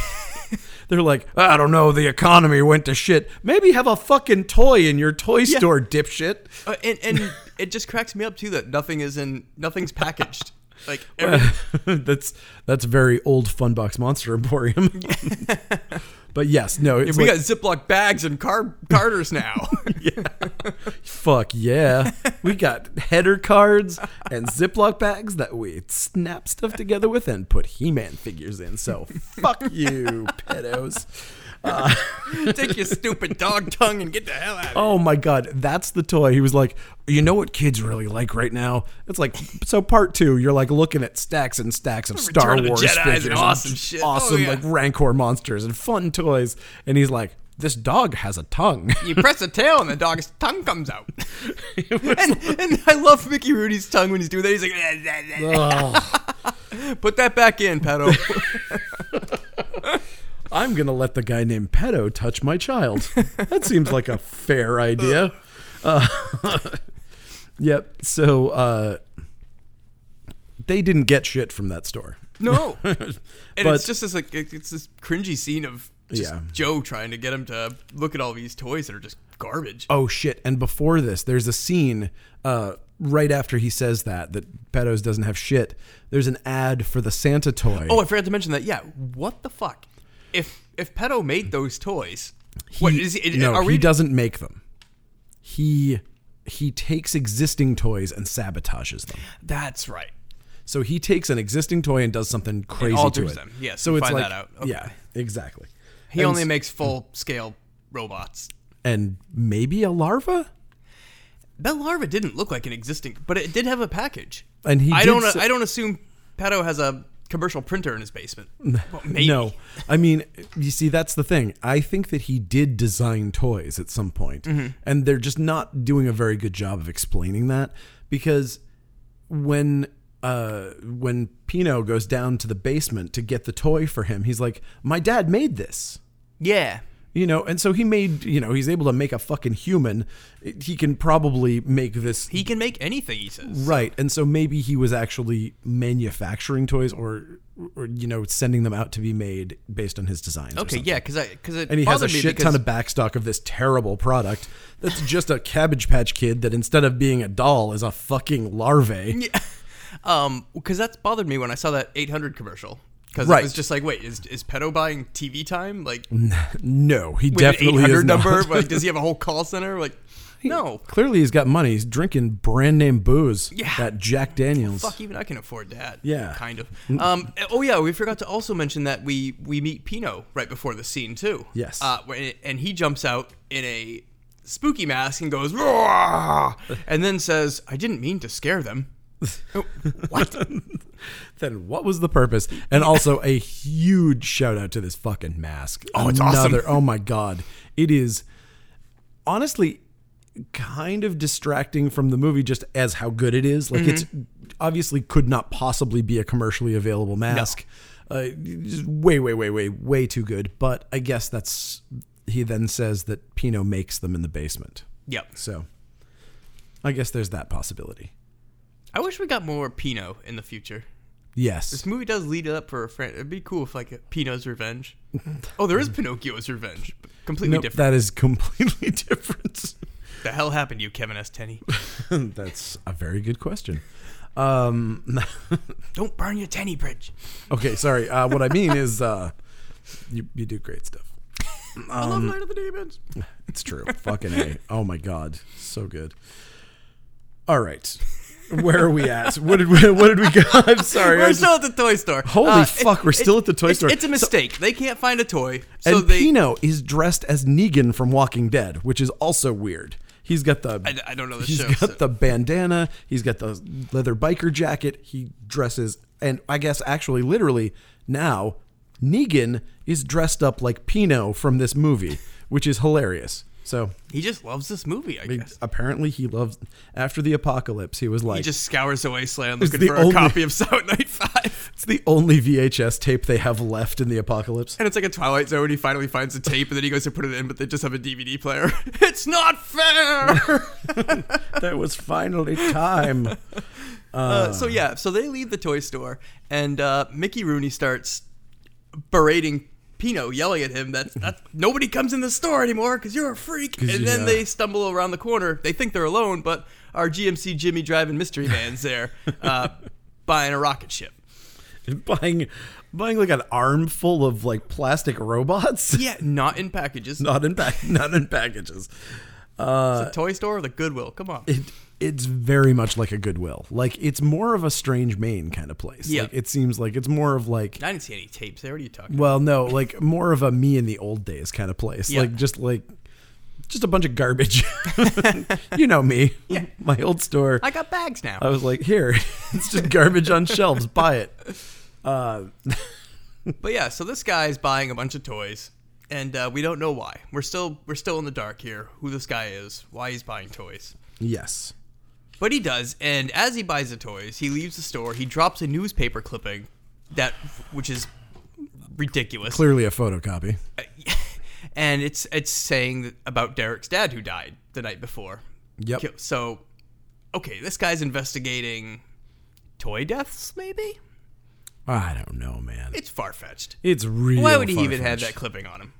Speaker 2: <laughs>
Speaker 1: They're like, I don't know, the economy went to shit. Maybe have a fucking toy in your toy store, dipshit.
Speaker 2: Uh, and and it just cracks me up too that nothing is in nothing's packaged. Like
Speaker 1: <laughs>
Speaker 2: every,
Speaker 1: that's that's very old Funbox Monster
Speaker 2: <laughs>
Speaker 1: Emporium. but yes, no, it's
Speaker 2: we
Speaker 1: like,
Speaker 2: got Ziploc bags and car
Speaker 1: <laughs>
Speaker 2: carters now. <laughs>
Speaker 1: fuck yeah. we got header cards and Ziploc bags that we snap stuff together with and put He-Man figures in. So fuck
Speaker 2: <laughs>
Speaker 1: you, pedos. Uh,
Speaker 2: Take your stupid dog tongue and get the hell out of
Speaker 1: Oh my god, that's the toy. He was like, you know what kids really like right now? It's like so part two. You're like looking at stacks and stacks of Star
Speaker 2: Return of the
Speaker 1: Wars
Speaker 2: Jedis and
Speaker 1: figures,
Speaker 2: awesome shit. Oh,
Speaker 1: awesome
Speaker 2: yeah.
Speaker 1: like Rancor monsters and fun toys. And he's like, this dog has a tongue. <laughs>
Speaker 2: it. You press a tail and the dog's tongue comes out. <laughs> and, and I love Mickey Rooney's tongue when he's doing that. He's like,
Speaker 1: Ugh.
Speaker 2: put that back
Speaker 1: <laughs>
Speaker 2: in, Pato.
Speaker 1: I'm gonna let the guy named Pedo touch my child.
Speaker 2: <laughs>
Speaker 1: That seems like a fair idea. Uh, <laughs> yep. So uh, they didn't get shit from that store.
Speaker 2: <laughs> no, and
Speaker 1: But-
Speaker 2: it's just this like it- it's this cringy scene of just
Speaker 1: Yeah.
Speaker 2: Joe trying to get him to look at all these toys that are just garbage.
Speaker 1: oh shit and before this there's a scene uh, right after he says that that pedos doesn't have shit there's an ad for the santa toy
Speaker 2: Oh, I forgot to mention that. Yeah, what the fuck? If if Pedo made those toys, what
Speaker 1: He-
Speaker 2: is it?
Speaker 1: no
Speaker 2: are
Speaker 1: he
Speaker 2: we?
Speaker 1: doesn't make them he he takes existing toys and sabotages them
Speaker 2: that's right.
Speaker 1: so he takes an existing toy and does something crazy to
Speaker 2: alters
Speaker 1: it
Speaker 2: them. Yes,
Speaker 1: so
Speaker 2: we
Speaker 1: it's
Speaker 2: find
Speaker 1: like
Speaker 2: that out. Okay.
Speaker 1: yeah exactly
Speaker 2: He
Speaker 1: And
Speaker 2: only
Speaker 1: s- Mm.
Speaker 2: makes full scale robots.
Speaker 1: and maybe a larva
Speaker 2: That larva didn't look like an existing, but it did have a package.
Speaker 1: and he
Speaker 2: I
Speaker 1: did
Speaker 2: don't.
Speaker 1: s-
Speaker 2: I don't assume Pedo has a commercial printer in his basement. Well, maybe.
Speaker 1: No, I mean, you see, that's the thing. I think that he did design toys at some point,
Speaker 2: Mm-hmm.
Speaker 1: and they're just not doing a very good job of explaining that because when uh, when Pino goes down to the basement to get the toy for him, he's like, "My dad made this."
Speaker 2: Yeah.
Speaker 1: You know, and so he made, you know, he's able to make a fucking human. He can probably make this
Speaker 2: He can make anything. He says.
Speaker 1: Right. And so maybe he was actually manufacturing toys or, or you know, sending them out to be made based on his designs. or
Speaker 2: Okay.
Speaker 1: something.
Speaker 2: Yeah. Because I. Because it
Speaker 1: And he has a
Speaker 2: bothered me
Speaker 1: shit
Speaker 2: because-
Speaker 1: ton of backstock of this terrible product that's just a Cabbage Patch kid that instead of being a doll is a fucking larvae.
Speaker 2: <laughs> Yeah. Um, because that's bothered me when I saw that 800 commercial. Because
Speaker 1: Right.
Speaker 2: it was just like, wait, is is Pedo buying TV time? Like
Speaker 1: No, he
Speaker 2: with an
Speaker 1: definitely
Speaker 2: 800
Speaker 1: is not.
Speaker 2: number? Like, does he have a whole call center? Like, no.
Speaker 1: <laughs> Clearly, he's got money. He's drinking brand name booze.
Speaker 2: Yeah.
Speaker 1: That Jack Daniels.
Speaker 2: Fuck, even I can afford that.
Speaker 1: Yeah. Mm.
Speaker 2: kind of. Um, oh yeah, we forgot to also mention that we we meet Pino right before the scene too.
Speaker 1: Yes.
Speaker 2: uh, when- and he jumps out in a spooky mask and goes, "Roar!"
Speaker 1: <laughs>
Speaker 2: and then says, "I didn't mean to scare them." Oh, what?
Speaker 1: <laughs> Then what was the purpose? And also a huge shout out to this fucking mask. Oh,
Speaker 2: it's awesome.
Speaker 1: Oh my god, it is honestly kind of distracting from the movie just as how good it is. Like it's
Speaker 2: Mm-hmm.
Speaker 1: obviously could not possibly be a commercially available mask. Uh, just way, way, way, way, way too good. But I guess that's he then says that Pino makes them in the basement.
Speaker 2: yep.
Speaker 1: So I guess there's that possibility.
Speaker 2: I wish we got more Pino in the future.
Speaker 1: Yes.
Speaker 2: This movie does lead up for a friend. It'd be cool if like Pino's Revenge.
Speaker 1: <laughs>
Speaker 2: Oh, there is Pinocchio's Revenge. but Completely
Speaker 1: Nope,
Speaker 2: different.
Speaker 1: that is completely <laughs> different.
Speaker 2: the hell happened to you, Kevin S.
Speaker 1: <laughs>
Speaker 2: Tenney?
Speaker 1: That's a very good question. Um,
Speaker 2: Don't burn your Tenney bridge.
Speaker 1: okay, sorry. Uh, what I mean is, uh, you you do great stuff.
Speaker 2: I
Speaker 1: Um,
Speaker 2: love Night of the Demons.
Speaker 1: It's true. Fucking a. Oh my god, so good. All right. Where are we at? What did we, what did we go? <laughs> I'm sorry. I
Speaker 2: We're
Speaker 1: just-
Speaker 2: still at the toy store. Uh,
Speaker 1: Holy fuck, we're still at the toy
Speaker 2: it's-
Speaker 1: store.
Speaker 2: It's a
Speaker 1: So-
Speaker 2: mistake. they can't find a toy, so
Speaker 1: and
Speaker 2: they.
Speaker 1: Pino is dressed as Negan from Walking Dead, which is also weird. He's got the
Speaker 2: I, I don't know the
Speaker 1: he's
Speaker 2: show.
Speaker 1: got
Speaker 2: so-
Speaker 1: the bandana. He's got the leather biker jacket. He dresses, and I guess actually, literally now, Negan is dressed up like Pino from this movie, which is hilarious. So
Speaker 2: he just loves this movie, I
Speaker 1: he-
Speaker 2: guess.
Speaker 1: apparently, he loves. After the apocalypse, he was like,
Speaker 2: He just scours the wasteland looking
Speaker 1: the
Speaker 2: for
Speaker 1: only-
Speaker 2: a copy of Silent Night <laughs> 5.
Speaker 1: "It's the only VHS tape they have left in the
Speaker 2: <laughs>
Speaker 1: apocalypse."
Speaker 2: And it's like a Twilight Zone. He finally finds a tape and then he goes to put it in, but they just have a DVD player. <laughs> it's not
Speaker 1: <laughs>
Speaker 2: fair!
Speaker 1: that was finally time.
Speaker 2: Uh, so yeah, so they leave the toy store, and uh, Mickey Rooney starts berating Pino, yelling at
Speaker 1: <laughs>
Speaker 2: him that that's, nobody comes in the store anymore because you're a freak. And then
Speaker 1: yeah.
Speaker 2: they stumble around the corner. They think they're alone, but our GMC Jimmy
Speaker 1: <laughs>
Speaker 2: driving mystery man's there, uh, buying a rocket ship.
Speaker 1: <laughs> buying, buying like an armful of like plastic robots.
Speaker 2: Yeah, not in
Speaker 1: <laughs>
Speaker 2: packages.
Speaker 1: not in pack, not in packages.
Speaker 2: it's a toy store with a Goodwill. Come on.
Speaker 1: Uh, It it's very much like a Goodwill. Like it's more of a strange Maine kind of place.
Speaker 2: Yeah.
Speaker 1: Like it seems like it's more of like
Speaker 2: I didn't see any tapes there. What are you talking?
Speaker 1: well, no, like more of a me in the old days kind of place.
Speaker 2: Yeah.
Speaker 1: Like just like just a bunch of garbage. <laughs> you know me. My old store.
Speaker 2: I got bags now.
Speaker 1: I was like, here, <laughs> it's just garbage on shelves. Buy it. Uh,
Speaker 2: But yeah, so this guy's buying a bunch of toys, and uh, we don't know why. We're still we're still in the dark here. Who this guy is, why he's buying toys.
Speaker 1: yes.
Speaker 2: But he does, and as he buys the toys, he leaves the store. He drops a newspaper clipping, that which is ridiculous.
Speaker 1: Clearly a photocopy.
Speaker 2: <laughs> and it's it's saying that- about Derek's dad who died the night before.
Speaker 1: Yep.
Speaker 2: Ki- So, okay, this guy's investigating toy deaths. Maybe
Speaker 1: I don't know, man.
Speaker 2: it's far fetched.
Speaker 1: It's really
Speaker 2: Why would he even have that clipping on him?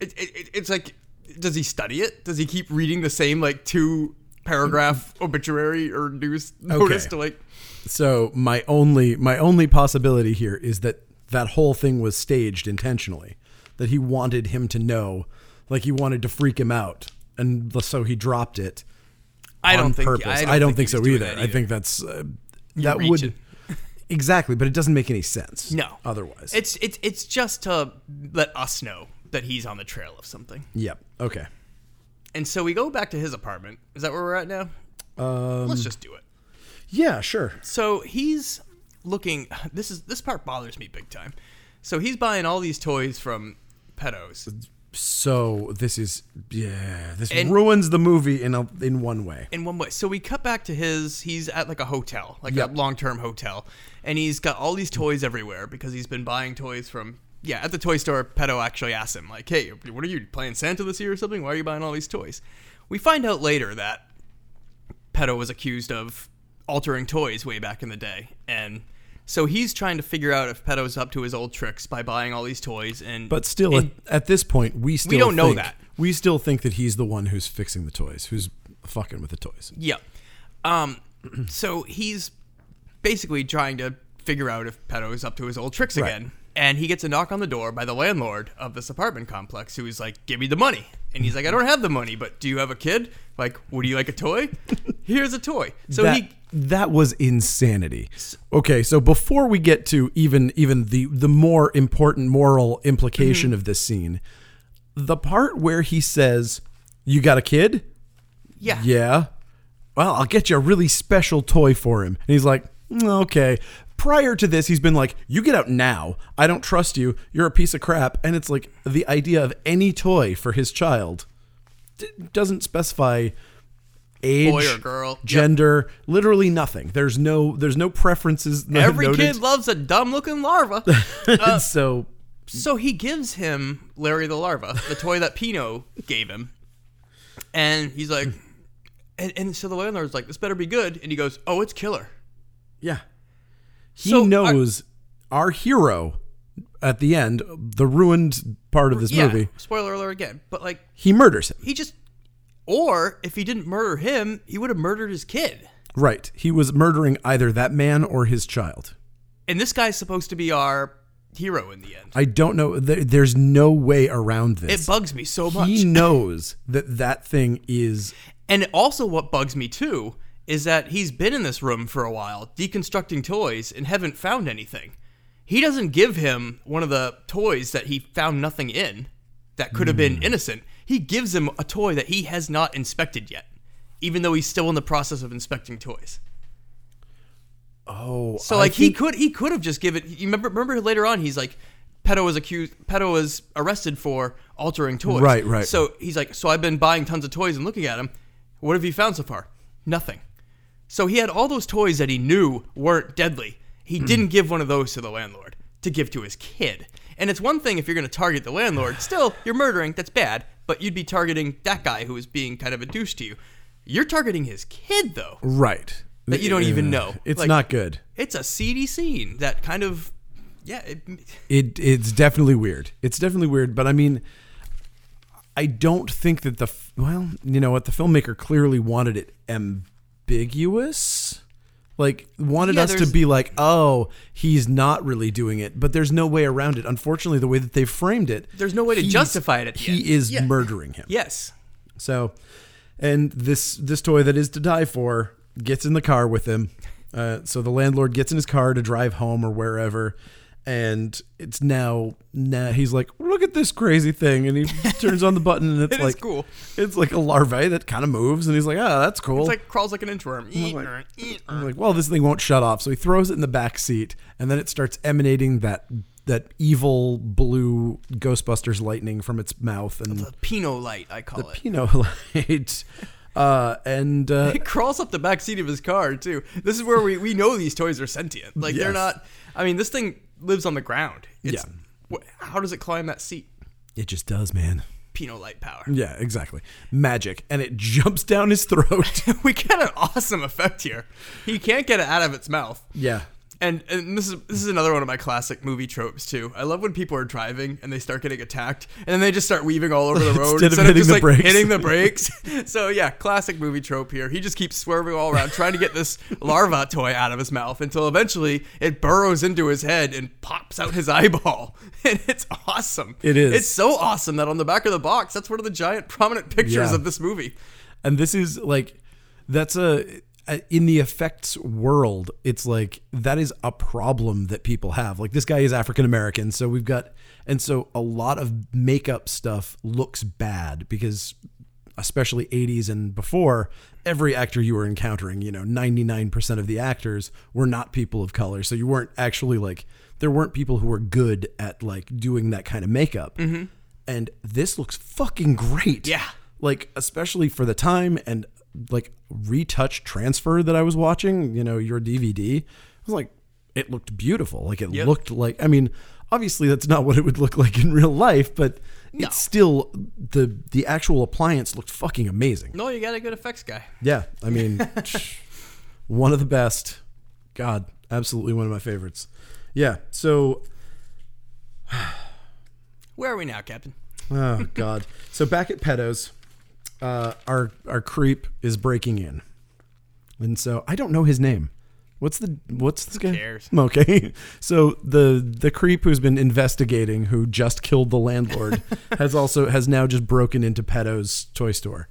Speaker 2: It, it, it, it's like, does he study it? Does he keep reading the same like two paragraph
Speaker 1: Mm-hmm.
Speaker 2: obituary or news notice to like?
Speaker 1: So my only my only possibility here is that that whole thing was staged intentionally. That he wanted him to know, like he wanted to freak him out, and so he dropped it
Speaker 2: I
Speaker 1: on
Speaker 2: don't think.
Speaker 1: purpose.
Speaker 2: I don't, think he
Speaker 1: so
Speaker 2: was doing
Speaker 1: either.
Speaker 2: that
Speaker 1: I think that's uh, that
Speaker 2: reaching.
Speaker 1: would <laughs> exactly, but it doesn't make any sense.
Speaker 2: no.
Speaker 1: otherwise,
Speaker 2: it's it's it's just to let us know that he's on the trail of something.
Speaker 1: yep. Okay,
Speaker 2: And so we go back to his apartment. Is that where we're at now? Um, Let's just do it.
Speaker 1: yeah, sure.
Speaker 2: So he's looking. <sighs> This is this part bothers me big time. So he's buying all these toys from pedos.
Speaker 1: So this is yeah, this
Speaker 2: And-
Speaker 1: ruins the movie in a, in one way.
Speaker 2: in one way. So we cut back to his. He's at like a hotel, like
Speaker 1: Yep.
Speaker 2: a long-term hotel, and he's got all these toys everywhere because he's been buying toys from. Yeah, at the toy store, Pedo actually asks him, like, "Hey, what are you playing Santa this year or something? Why are you buying all these toys?" We find out later that Pedo was accused of altering toys way back in the day, and so he's trying to figure out if Pedo's up to his old tricks by buying all these toys. And
Speaker 1: But still,
Speaker 2: and-
Speaker 1: at, at this point, we still
Speaker 2: don't know
Speaker 1: think-
Speaker 2: that.
Speaker 1: we still think that he's the one who's fixing the toys, who's fucking with the toys.
Speaker 2: Yeah. Um, <clears throat> so he's basically trying to figure out if Pedo is up to his old tricks again. And he gets a knock on the door by the landlord of this apartment complex who is like, Give me the money. And he's like, I don't have the money, but do you have a kid? Like, would you like
Speaker 1: <laughs>
Speaker 2: a toy? Here's a toy. So
Speaker 1: that,
Speaker 2: he.
Speaker 1: that was insanity. Okay, so before we get to even even the the more important moral
Speaker 2: Mm-hmm.
Speaker 1: implication of this scene, the part where he says, "You got a kid?
Speaker 2: Yeah.
Speaker 1: Yeah. <laughs> Well, I'll get you a really special toy for him." And he's like, "Mm, "Okay." Prior to this, he's been like, "You get out now. I don't trust you. You're a piece of crap." And it's like the idea of any toy for his child d- doesn't specify age,
Speaker 2: Boy or girl. Yep.
Speaker 1: gender, literally nothing. There's no there's no preferences. <laughs> No
Speaker 2: Every
Speaker 1: noted.
Speaker 2: kid uh, loves a dumb
Speaker 1: <laughs>
Speaker 2: looking larva.
Speaker 1: And so
Speaker 2: so he gives him Larry the Larva, the toy that Pino gave him. And he's like, and, and so the landlord's like, this better be good. And he goes, oh, it's killer.
Speaker 1: yeah, he
Speaker 2: So, uh, are-
Speaker 1: knows our hero at the end, the ruined part of this movie.
Speaker 2: Spoiler alert again. But like
Speaker 1: He murders him.
Speaker 2: he just or if he didn't murder him, he would have murdered his kid.
Speaker 1: Right. He was murdering either that man or his child.
Speaker 2: And this guy's supposed to be our hero in the end.
Speaker 1: I don't know. There, there's no way around
Speaker 2: It
Speaker 1: this.
Speaker 2: bugs me so much.
Speaker 1: he knows that that thing is
Speaker 2: and also what bugs me too is that he's been in this room for a while, deconstructing toys, and haven't found anything. He doesn't give him one of the toys that he found nothing in that could have
Speaker 1: Hmm.
Speaker 2: been innocent. He gives him a toy that he has not inspected yet, even though he's still in the process of inspecting toys.
Speaker 1: Oh,
Speaker 2: So
Speaker 1: I
Speaker 2: like he
Speaker 1: think-
Speaker 2: could he could have just given you remember remember later on he's like Peto was accused Peto was arrested for altering toys.
Speaker 1: Right, right.
Speaker 2: So he's like so I've been buying tons of toys and looking at them. What have you found so far? Nothing. So he had all those toys that he knew weren't deadly. He
Speaker 1: Hmm.
Speaker 2: didn't give one of those to the landlord to give to his kid. And it's one thing if you're going to target the landlord, still you're murdering, that's bad, but you'd be targeting that guy who is being kind of a douche to you. You're targeting his kid though.
Speaker 1: right
Speaker 2: That you don't even know.
Speaker 1: It's
Speaker 2: Like-
Speaker 1: not good.
Speaker 2: it's a seedy scene that kind of yeah it,
Speaker 1: It it's definitely weird. It's definitely weird, but I mean I don't think that the f- well, you know what, the filmmaker clearly wanted it ambiguous. Like wanted
Speaker 2: Yeah,
Speaker 1: us to
Speaker 2: there's-
Speaker 1: be like, "Oh, he's not really doing it," but there's no way around it. Unfortunately, the way that they framed it,
Speaker 2: There's no way to
Speaker 1: he-
Speaker 2: justify it at the
Speaker 1: he
Speaker 2: end.
Speaker 1: is
Speaker 2: Yeah.
Speaker 1: murdering him.
Speaker 2: yes
Speaker 1: So, and this this toy that is to die for gets in the car with him. Uh, so the landlord gets in his car to drive home or wherever, and it's now now he's like, look at this crazy thing,
Speaker 2: <laughs>
Speaker 1: and he turns on the button and it's
Speaker 2: It is
Speaker 1: like
Speaker 2: cool.
Speaker 1: It's like a larvae that kind of moves, and he's like, oh, that's cool.
Speaker 2: it's like crawls like an inchworm
Speaker 1: like- I'm like, well, this thing won't shut off. So he throws it in the back seat, and then it starts emanating that that evil blue Ghostbusters lightning from its mouth, and
Speaker 2: the pino light i call it
Speaker 1: you know, <laughs> light. Uh, and uh,
Speaker 2: it crawls up the back seat of his car too this is where we, we know these toys are sentient like they're
Speaker 1: Yes.
Speaker 2: not i mean this thing lives on the ground it's,
Speaker 1: Yeah.
Speaker 2: wh- how does it climb that seat
Speaker 1: it just does, man.
Speaker 2: pino light power
Speaker 1: Yeah, exactly. Magic, and it jumps down his <laughs> throat.
Speaker 2: <laughs> we get an awesome effect here he can't get it out of its mouth
Speaker 1: yeah,
Speaker 2: And, and this is this is another one of my classic movie tropes too. I love when people are driving and they start getting attacked, and then they just start weaving all over the
Speaker 1: <laughs>
Speaker 2: road
Speaker 1: Instead of hitting
Speaker 2: just
Speaker 1: the
Speaker 2: like
Speaker 1: brakes.
Speaker 2: hitting
Speaker 1: <laughs>
Speaker 2: the brakes. <laughs> so yeah, classic movie trope here. He just keeps swerving all around trying to get
Speaker 1: <laughs>
Speaker 2: this larva toy out of his mouth until eventually it burrows into his head and pops out his <laughs> eyeball, and it's awesome.
Speaker 1: It is.
Speaker 2: It's so awesome that on the back of the box, that's one of the giant prominent pictures
Speaker 1: Yeah.
Speaker 2: of this movie.
Speaker 1: and this is like, that's a a- in the effects world. It's like that is a problem that people have. Like this guy is African American, so we've got, and so a lot of makeup stuff looks bad because. Especially 80s and before, every actor you were encountering, you know, 99% of the actors were not people of color. So you weren't actually like, there weren't people who were good at like doing that kind of makeup. And this looks fucking great.
Speaker 2: Yeah.
Speaker 1: Like, especially for the time and like retouch transfer that I was watching, you know, your DVD. I was like, it looked beautiful. Like, it looked like, I mean, obviously that's not what it would look like in real life, but it's still the the actual appliance looked fucking amazing.
Speaker 2: No, you got a good effects guy.
Speaker 1: Yeah. I mean, one of the best. God, absolutely one of my favorites. Yeah. So
Speaker 2: Where are we now, Captain?
Speaker 1: Oh God! So back at Pedo's, uh, our our creep is breaking in, and so I don't know his name. What's the what's this guy?
Speaker 2: cares?
Speaker 1: <laughs> Okay, so the the creep who's been investigating, who just killed the landlord, has also has now just broken into Pedo's toy store.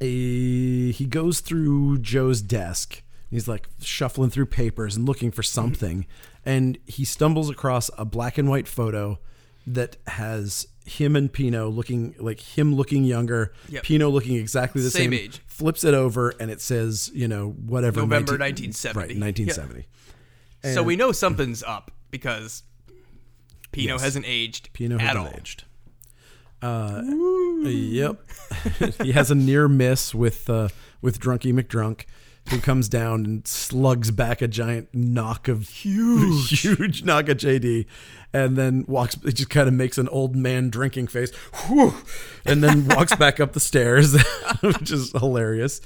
Speaker 1: a, he goes through Joe's desk. He's like shuffling through papers and looking for something, and he stumbles across a black and white photo that has him and Pino looking like him looking younger,
Speaker 2: Yep.
Speaker 1: Pino looking exactly the same,
Speaker 2: Same age.
Speaker 1: Flips it over and it says, you know, whatever
Speaker 2: November
Speaker 1: 19 right,
Speaker 2: 1970.
Speaker 1: 1970.
Speaker 2: So we know something's up because Pino hasn't aged
Speaker 1: Pino
Speaker 2: at
Speaker 1: had
Speaker 2: all.
Speaker 1: aged. Uh, yep, <laughs> he has a near miss with uh, with Drunky McDrunk, who comes down and slugs back a giant knock of huge, <laughs> huge knock at JD, and then walks. It just kind of makes an old man drinking face, whew, and then walks back up the stairs, <laughs> which is hilarious.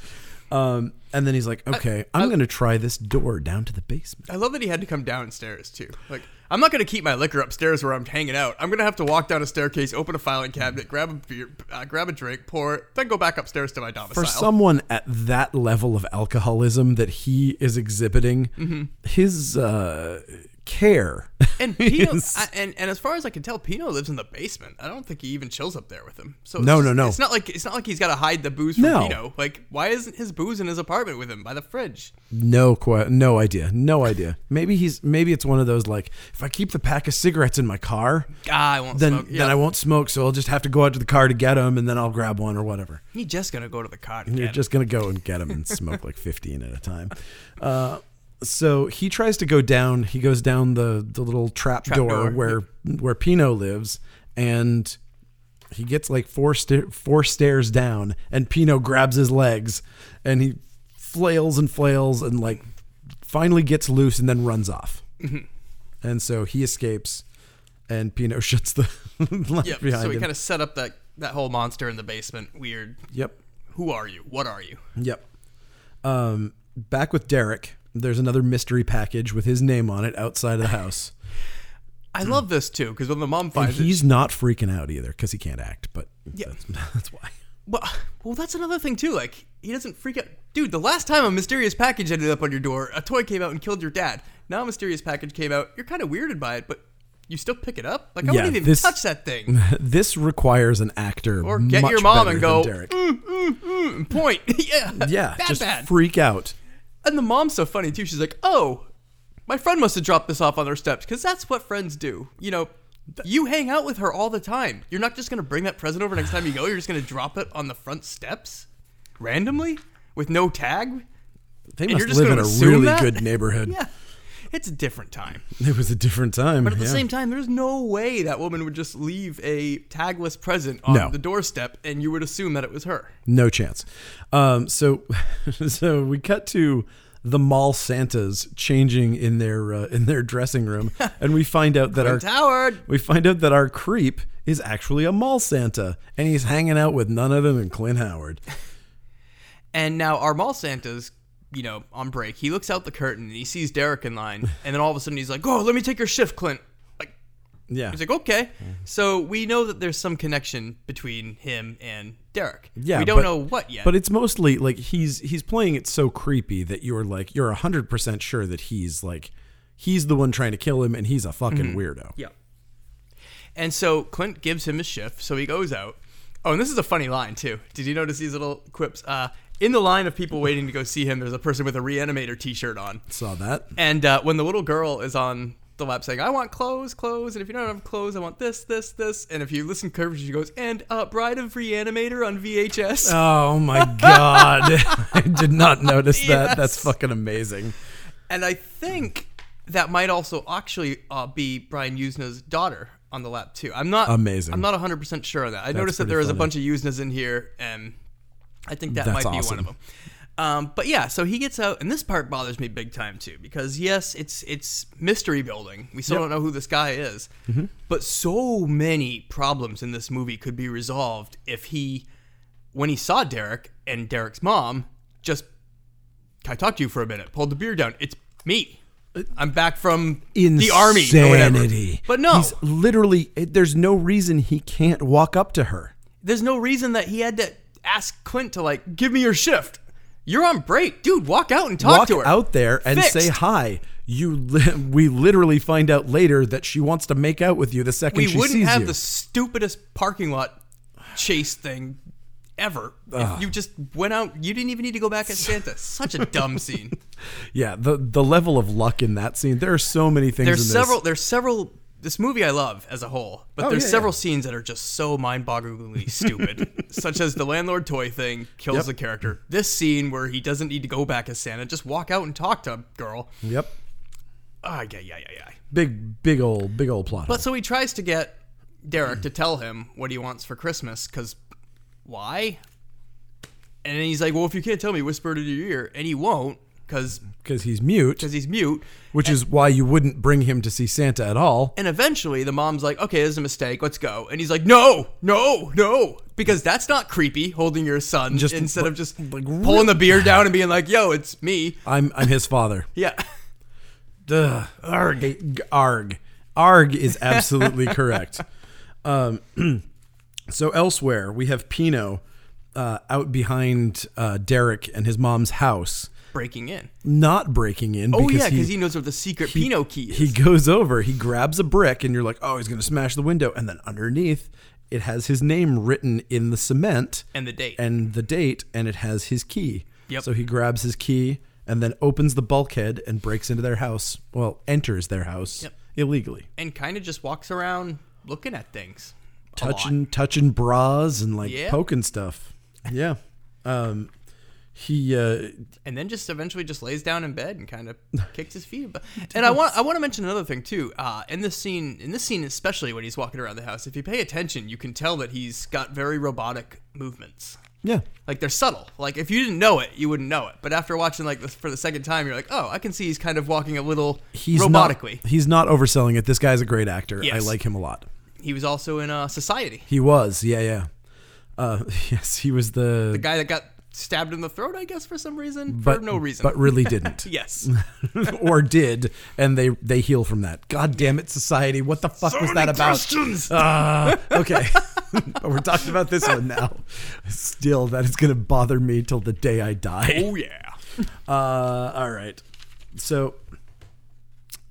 Speaker 1: Um, and then he's like, "Okay, I'm going to try this door down to the basement."
Speaker 2: I love that he had to come downstairs too. Like, I'm not gonna keep my liquor upstairs where I'm hanging out. I'm gonna have to walk down a staircase, open a filing cabinet, grab a beer, uh, grab a drink, pour it, then go back upstairs to my domicile.
Speaker 1: for someone at that
Speaker 2: Mm-hmm.
Speaker 1: level of alcoholism that he is exhibiting, his uh, care.
Speaker 2: And Pino,
Speaker 1: Yes.
Speaker 2: I, and and as far as I can tell, Pino lives in the basement. I don't think he even chills up there with him. So it's
Speaker 1: No,
Speaker 2: just-
Speaker 1: no, no.
Speaker 2: It's not like it's not like he's got to hide the booze from
Speaker 1: No.
Speaker 2: Pino. Like, why isn't his booze in his apartment with him by the fridge?
Speaker 1: No, que- no idea, no idea. Maybe he's maybe it's one of those like if I keep the pack of cigarettes in my car,
Speaker 2: Ah, I won't
Speaker 1: then
Speaker 2: smoke.
Speaker 1: then
Speaker 2: yeah.
Speaker 1: I won't smoke, so I'll just have to go out to the car to get them, and then I'll grab one or whatever.
Speaker 2: You're just gonna go to the car. To
Speaker 1: You're
Speaker 2: get it.
Speaker 1: just gonna go and get them
Speaker 2: <laughs>
Speaker 1: and smoke like 15 at a time. Uh, so he tries to go down. He goes down the the little trap, door,
Speaker 2: door,
Speaker 1: where where Pino lives, and he gets like four sta- four stairs down, and Pino grabs his legs, and he flails and flails and like finally gets loose and then runs off.
Speaker 2: Mm-hmm.
Speaker 1: And so he escapes, and Pino <laughs> shuts the lamp
Speaker 2: Yep.
Speaker 1: behind
Speaker 2: So we
Speaker 1: him.
Speaker 2: kind of set up that that whole monster in the basement. Weird.
Speaker 1: yep.
Speaker 2: Who are you? What are you?
Speaker 1: Yep. Um, back with Derek. There's another mystery package with his name on it outside of the
Speaker 2: <laughs>
Speaker 1: house.
Speaker 2: I love this too because when the mom
Speaker 1: Hmm. And
Speaker 2: finds it,
Speaker 1: he's not freaking out either because he can't act, but
Speaker 2: Yeah.
Speaker 1: that's, <laughs> that's why.
Speaker 2: Well, <sighs> well, that's another thing too. Like he doesn't freak out, dude. The last time a mysterious package ended up on your door, a toy came out and killed your dad. Now a mysterious package came out. You're kind of weirded by it, but you still pick it up. Like I
Speaker 1: Yeah,
Speaker 2: wouldn't even
Speaker 1: this-
Speaker 2: touch
Speaker 1: <laughs>
Speaker 2: that thing.
Speaker 1: This requires an actor.
Speaker 2: Or get
Speaker 1: much
Speaker 2: your mom
Speaker 1: better than
Speaker 2: and go,
Speaker 1: Derek.
Speaker 2: Point. <laughs> yeah.
Speaker 1: yeah,
Speaker 2: Bad,
Speaker 1: just
Speaker 2: bad.
Speaker 1: freak out.
Speaker 2: and the mom's so funny too. She's like, "Oh, my friend must have dropped this off on their steps because that's what friends do. You know." You hang out with her all the time. You're not just gonna bring that present over next time you go. You're just gonna drop it on the front steps, randomly, with no tag.
Speaker 1: They
Speaker 2: you're
Speaker 1: must
Speaker 2: just
Speaker 1: live in
Speaker 2: gonna
Speaker 1: a
Speaker 2: assume
Speaker 1: really
Speaker 2: that?
Speaker 1: good neighborhood.
Speaker 2: Yeah, it's a different time.
Speaker 1: <laughs> It was a different time.
Speaker 2: But at
Speaker 1: yeah.
Speaker 2: the same time, there's no way that woman would just leave a tagless present on
Speaker 1: No.
Speaker 2: the doorstep, and you would assume that it was her.
Speaker 1: No chance. Um, so, <laughs> so we cut to the mall Santas changing in their uh, in their dressing
Speaker 2: <laughs>
Speaker 1: room, and we find out that our
Speaker 2: Prince Howard.
Speaker 1: we find out that our creep is actually a mall Santa, and he's hanging out with none other than Clint
Speaker 2: <laughs>
Speaker 1: Howard.
Speaker 2: And now our mall Santa's, you know, on break. He looks out the curtain and he sees Derek
Speaker 1: <laughs>
Speaker 2: in line, and then all of a sudden he's like, "Oh, let me take your shift, Clint." Like
Speaker 1: Yeah,
Speaker 2: he's like, "Okay."
Speaker 1: Mm-hmm.
Speaker 2: So we know that there's some connection between him and Derek.
Speaker 1: Yeah,
Speaker 2: we don't
Speaker 1: but-
Speaker 2: know what yet.
Speaker 1: but it's mostly like he's he's playing it so creepy that you're like you're hundred percent sure that he's like he's the one trying to kill him, and he's a fucking weirdo.
Speaker 2: Mm-hmm. Yeah. And so Clint gives him his shift, so he goes out. Oh, and this is a funny line too. Did you notice these little quips? Uh, in the line of people waiting to go see him, there's a person with a reanimator T-shirt on,
Speaker 1: Saw that.
Speaker 2: and uh, when the little girl is on the lap saying, "I want clothes, clothes," and if you don't have clothes, I want this, this, this, and if you listen carefully, she goes, "And uh, Bride of Reanimator on VHS."
Speaker 1: Oh my
Speaker 2: <laughs>
Speaker 1: god! <laughs> I did not notice that. That's
Speaker 2: Yes.
Speaker 1: fucking amazing.
Speaker 2: And I think that might also actually uh, be Brian Usna's daughter on the lap too. I'm not
Speaker 1: Amazing.
Speaker 2: I'm not 100 percent sure on that. I noticed that
Speaker 1: pretty
Speaker 2: there was a
Speaker 1: funny.
Speaker 2: bunch of Usnas in here, and I think that
Speaker 1: That's
Speaker 2: might be
Speaker 1: awesome.
Speaker 2: one of them. Um, but yeah, so he gets out, and this part bothers me big time too because yes, it's it's mystery building. We still don't know who this guy is,
Speaker 1: Mm-hmm.
Speaker 2: but so many problems in this movie could be resolved if he, when he saw Derek and Derek's mom, just can I talk to you for a minute? Pulled the beer down. It's me. I'm back from the army or whatever.
Speaker 1: Insanity.
Speaker 2: But no,
Speaker 1: He's literally it- there's no reason he can't walk up to her.
Speaker 2: there's no reason that he had to ask Clint to like give me your shift. You're on break, dude. Walk out and talk
Speaker 1: walk
Speaker 2: to her.
Speaker 1: out there and say
Speaker 2: Fixed.
Speaker 1: hi. You li- <laughs> we literally find out later that she wants to make out with you the second
Speaker 2: we
Speaker 1: she
Speaker 2: wouldn't
Speaker 1: sees
Speaker 2: have
Speaker 1: you.
Speaker 2: the stupidest parking lot chase thing ever. If you just went out. You didn't even need to go back at Santa. Such a dumb scene.
Speaker 1: yeah, the the level of luck in that scene. There are so many things. in
Speaker 2: There's
Speaker 1: this.
Speaker 2: several. There's several. This movie I love as a whole, but
Speaker 1: Oh,
Speaker 2: there's
Speaker 1: yeah,
Speaker 2: several
Speaker 1: yeah.
Speaker 2: scenes that are just
Speaker 1: <laughs>
Speaker 2: so mind-bogglingly stupid, such as the landlord toy thing kills
Speaker 1: Yep.
Speaker 2: the character. This scene where he doesn't need to go back as Santa, just walk out and talk to a girl.
Speaker 1: Yep.
Speaker 2: Ah, yeah, yeah, yeah, yeah.
Speaker 1: Big big old big old plot.
Speaker 2: But
Speaker 1: hole.
Speaker 2: so he tries to get Derek to tell him what he wants for Christmas, because why? And then he's like, "Well, if you can't tell me, whisper it in your ear," and he won't, because
Speaker 1: because he's mute,
Speaker 2: because he's mute.
Speaker 1: which is why you wouldn't bring him to see Santa at all.
Speaker 2: And eventually the mom's like, okay, this is a mistake. Let's go. And he's like, no, no, no. Because that's not creepy holding your son
Speaker 1: Just-
Speaker 2: instead of just
Speaker 1: like,
Speaker 2: pulling the beer down
Speaker 1: <sighs>
Speaker 2: and being like, yo, it's me.
Speaker 1: I'm I'm his father.
Speaker 2: Yeah. <laughs>
Speaker 1: Ugh. Arg. Arg. Arg is
Speaker 2: <laughs>
Speaker 1: <clears throat> absolutely correct. Um, so elsewhere, we have Pino uh, out behind uh, Derek and his mom's house,
Speaker 2: breaking in.
Speaker 1: not breaking in.
Speaker 2: Oh
Speaker 1: because
Speaker 2: yeah, because he, knows where the secret Pinot key is.
Speaker 1: he goes over, he grabs a brick, and you're like, oh, he's going to smash the window. And then underneath, it has his name written in the cement
Speaker 2: and the date.
Speaker 1: and the date, and it has his key.
Speaker 2: Yep.
Speaker 1: So he grabs his key and then opens the bulkhead and breaks into their house. Well, enters their house illegally,
Speaker 2: and kind of just walks around looking at things. a lot.
Speaker 1: touching touching bras and like
Speaker 2: Yeah.
Speaker 1: poking stuff. Yeah. Um, he uh,
Speaker 2: and then just eventually just lays down in bed and
Speaker 1: <laughs>
Speaker 2: kind of kicks his feet. But and I want I want to mention another thing too. Uh, in this scene, in this scene especially when he's walking around the house, if you pay attention, you can tell that he's got very robotic movements.
Speaker 1: yeah.
Speaker 2: Like they're subtle. Like if you didn't know it, you wouldn't know it. But after watching like this for the second time, you're like, oh, I can see he's kind of walking a little
Speaker 1: He's
Speaker 2: robotically.
Speaker 1: Not, he's not overselling it. This guy's a great actor. I
Speaker 2: Yes.
Speaker 1: like him a lot.
Speaker 2: He was also in uh, Society,
Speaker 1: He was, yeah, yeah. Uh, <laughs> yes, he was the,
Speaker 2: the guy that got stabbed in the throat, I guess, for some reason,
Speaker 1: but
Speaker 2: for no reason.
Speaker 1: but really didn't, <laughs>
Speaker 2: <laughs> yes,
Speaker 1: or did, and they they heal from that. God damn it, society! What the fuck was that about?
Speaker 2: Questions.
Speaker 1: Uh, <laughs> okay, <laughs> but we're talking about this one now. Still, that is going to bother me till the day I die.
Speaker 2: oh yeah.
Speaker 1: <laughs> Uh, all right, so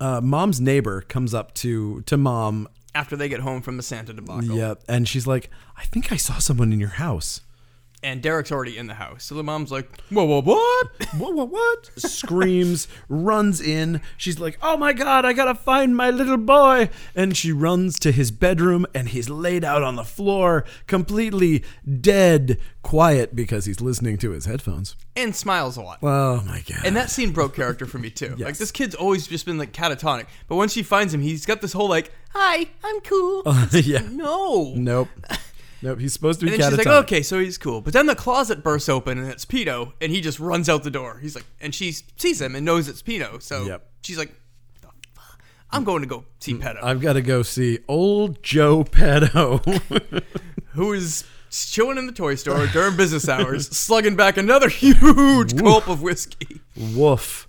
Speaker 1: uh, mom's neighbor comes up to to mom
Speaker 2: After they get home from the Santa debacle.
Speaker 1: Yep. And she's like, I think I saw someone in your house.
Speaker 2: and Derek's already in the house. So the mom's like, "Whoa, whoa, what?"
Speaker 1: What, what, what? Screams, <laughs> runs in. She's like, Oh my God, I gotta find my little boy. And she runs to his bedroom and he's laid out on the floor, completely dead, quiet because he's listening to his headphones.
Speaker 2: and smiles a lot.
Speaker 1: Oh my God.
Speaker 2: And that scene broke character for me
Speaker 1: <laughs>
Speaker 2: too. Like this kid's always just been like catatonic, but once she finds him, he's got this whole like, "Hi, I'm cool."
Speaker 1: Uh-huh. <laughs> yeah.
Speaker 2: no.
Speaker 1: Nope. Nope. He's supposed to be
Speaker 2: And then she's
Speaker 1: Mm, catatonic.
Speaker 2: like, "Okay, so he's cool." But then the closet bursts open and it's Pito, and he just runs out the door. He's like, and she sees him and knows it's Pito, so
Speaker 1: Yep. Mm,
Speaker 2: she's like, "The fuck? "I'm going to go see Pedo,
Speaker 1: I've got to go see old Joe Petto. <laughs>
Speaker 2: who is." Chilling in the toy store
Speaker 1: <laughs>
Speaker 2: during business hours, slugging back another <laughs> huge gulp of whiskey.
Speaker 1: Woof.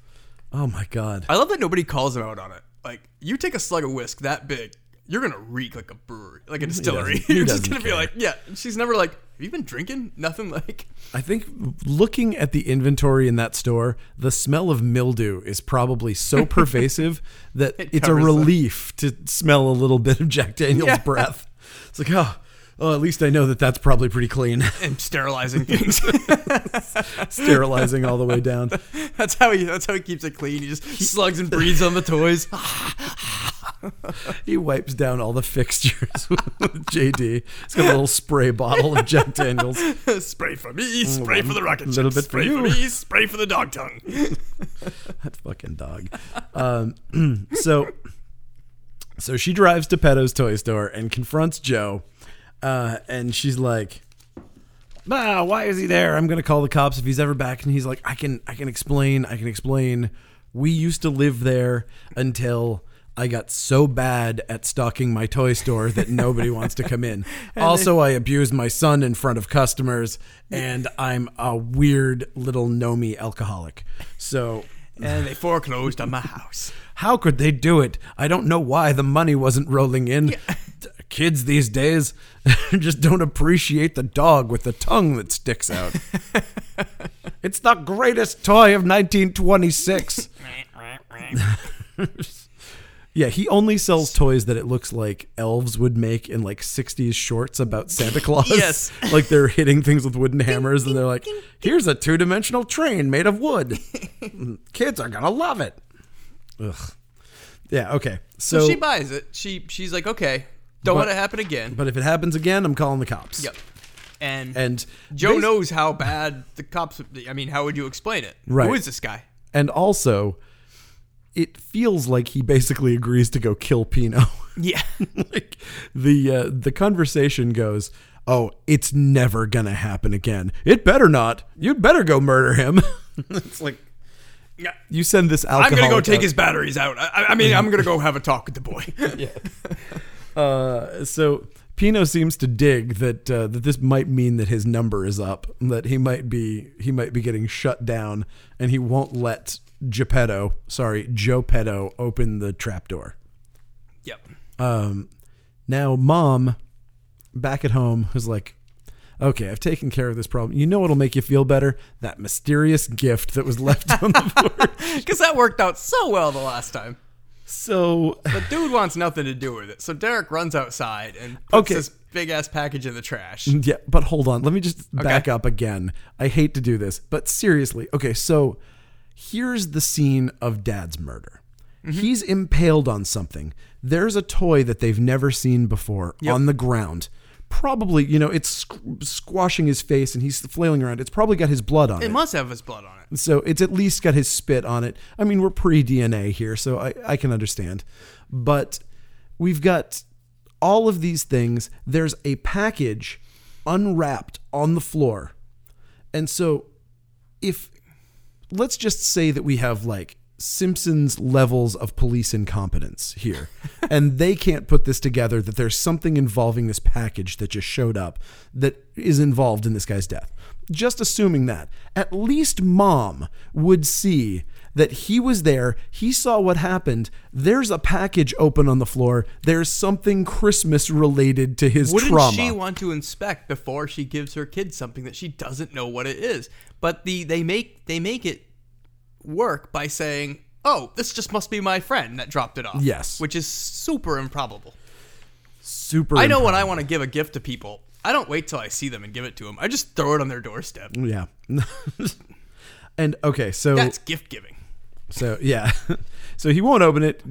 Speaker 1: Oh my God.
Speaker 2: I love that nobody calls him out on it. Like, you take a slug of whisk that big, you're gonna reek like a brewery, like a <laughs> distillery.
Speaker 1: doesn't- he
Speaker 2: you're just
Speaker 1: doesn't
Speaker 2: gonna be
Speaker 1: care.
Speaker 2: like, yeah. She's never like, have you been drinking?
Speaker 1: <laughs>
Speaker 2: Nothing like.
Speaker 1: I think looking at the inventory in that store, the smell of mildew is probably
Speaker 2: <laughs>
Speaker 1: so pervasive that it's a
Speaker 2: covers it.
Speaker 1: relief to smell a little bit of Jack Daniel's
Speaker 2: Yeah.
Speaker 1: breath. It's like, oh, oh, at least I know that that's probably pretty clean, <laughs>
Speaker 2: And sterilizing things. <laughs>
Speaker 1: sterilizing all the way down.
Speaker 2: that's how he. That's how he keeps it clean. He just slugs and breathes on
Speaker 1: <laughs>
Speaker 2: the toys. <laughs>
Speaker 1: He wipes down all the fixtures <laughs> with JD. He's got a little spray bottle of Jack Daniel's.
Speaker 2: spray for me. Spray for the rocket.
Speaker 1: Mm, Little
Speaker 2: ship,
Speaker 1: bit for
Speaker 2: spray
Speaker 1: you.
Speaker 2: me. Spray for the
Speaker 1: <laughs>
Speaker 2: dog tongue.
Speaker 1: That fucking dog. Um, <clears throat> so, so she drives to Petto's toy store and confronts Joe, uh, and she's like, "Ah, why is he there? I'm gonna call the cops if he's ever back." And he's like, "I can, I can explain. I can explain. We used to live there until." I got so bad at stalking my toy store that nobody wants to come in. Also, I abused my son in front of customers, and I'm a weird little gnomy alcoholic. So
Speaker 2: and they foreclosed on
Speaker 1: <laughs>
Speaker 2: my house.
Speaker 1: how could they do it? I don't know why the money wasn't rolling in. Kids these days <laughs> just don't appreciate the dog with the tongue that sticks
Speaker 2: <laughs>
Speaker 1: out. it's the greatest toy of 1926. yeah, he only sells toys that it looks like elves would make in like 60s shorts about Santa Claus.
Speaker 2: Yes.
Speaker 1: <laughs> like they're hitting things with wooden hammers and they're like, here's a two dimensional train made of
Speaker 2: <laughs>
Speaker 1: wood. Mm, Kids are going to love it. Ugh. Yeah, okay. So,
Speaker 2: So she buys it. She she's like, okay, don't
Speaker 1: But-
Speaker 2: let it happen again.
Speaker 1: but if it happens again, I'm calling the cops.
Speaker 2: Yep. And
Speaker 1: And
Speaker 2: Joe
Speaker 1: bas-
Speaker 2: knows how bad the cops. I mean, how would you explain it?
Speaker 1: Right.
Speaker 2: Who is this guy?
Speaker 1: And also, it feels like he basically agrees to go kill Pino. <laughs>
Speaker 2: Yeah.
Speaker 1: like the uh, the conversation goes, "Oh, it's never gonna happen again. It better not. You'd better go murder him." <laughs> it's like you send this alcoholic.
Speaker 2: I'm gonna go take
Speaker 1: out-
Speaker 2: his batteries out. I, I- I mean, I'm gonna go have a talk with the <laughs> boy.
Speaker 1: Uh, so Pino seems to dig that uh, that this might mean that his number is up, that he might be he might be getting shut down, and he won't let Geppetto, sorry, Joe Petto, open the trapdoor.
Speaker 2: yep.
Speaker 1: Um, now, mom, back at home, was like, okay, I've taken care of this problem. You know what'll make you feel better? That mysterious gift that was left on the board.
Speaker 2: Because that worked out so well the last time.
Speaker 1: So
Speaker 2: The dude wants nothing to do with it. So Derek runs outside and puts
Speaker 1: Okay.
Speaker 2: this big ass package in the trash.
Speaker 1: Yeah, but hold on. Let me just back up again. I hate to do this, but seriously. Okay, so here's the scene of dad's murder. He's impaled on something. There's a toy that they've never seen before on the ground. Probably, you know, it's squ- squashing his face and he's flailing around. It's probably got his blood on it.
Speaker 2: It must have his blood on it.
Speaker 1: So it's at least got his spit on it. I mean, we're pre DNA here, so I, I can understand. But we've got all of these things. There's a package unwrapped on the floor. And so if let's just say that we have like Simpsons levels of police incompetence
Speaker 2: <laughs>
Speaker 1: here, and they can't put this together that there's something involving this package that just showed up that is involved in this guy's death. Just assuming that, at least mom would see that he was there, he saw what happened. There's a package open on the floor, there's something Christmas related to his
Speaker 2: Wouldn't
Speaker 1: trauma.
Speaker 2: she want to inspect before she gives her kid something that she doesn't know what it is? But the they make they make it work by saying, "Oh, this just must be my friend that dropped it off."
Speaker 1: Yes.
Speaker 2: which is super improbable.
Speaker 1: Super.
Speaker 2: I know when I want to give a gift to people, I don't wait till I see them and give it to them. I just throw it on their doorstep.
Speaker 1: Yeah. <laughs> and okay, so
Speaker 2: That's gift giving.
Speaker 1: So yeah, <laughs> so he won't open it,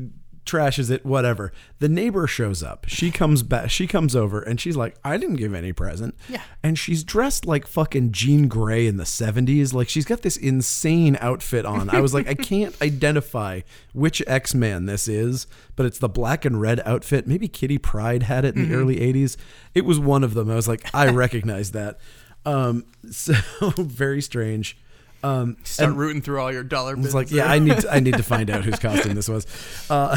Speaker 1: trashes it, whatever. The neighbor shows up. She comes back. She comes over and she's like, "I didn't give any present."
Speaker 2: Yeah.
Speaker 1: and she's dressed like fucking Jean Grey in the '70s. Like she's got this insane outfit on. I was like, I can't identify which X Man this is, but it's the black and red outfit. Maybe Kitty Pride had it in the early '80s. It was one of them. I was like, I recognize that. Um, <laughs> so very strange. Um,
Speaker 2: Start rooting through all your dollar bins.
Speaker 1: it's <laughs> like, yeah, I need to, I need to find out whose costume this was. Uh,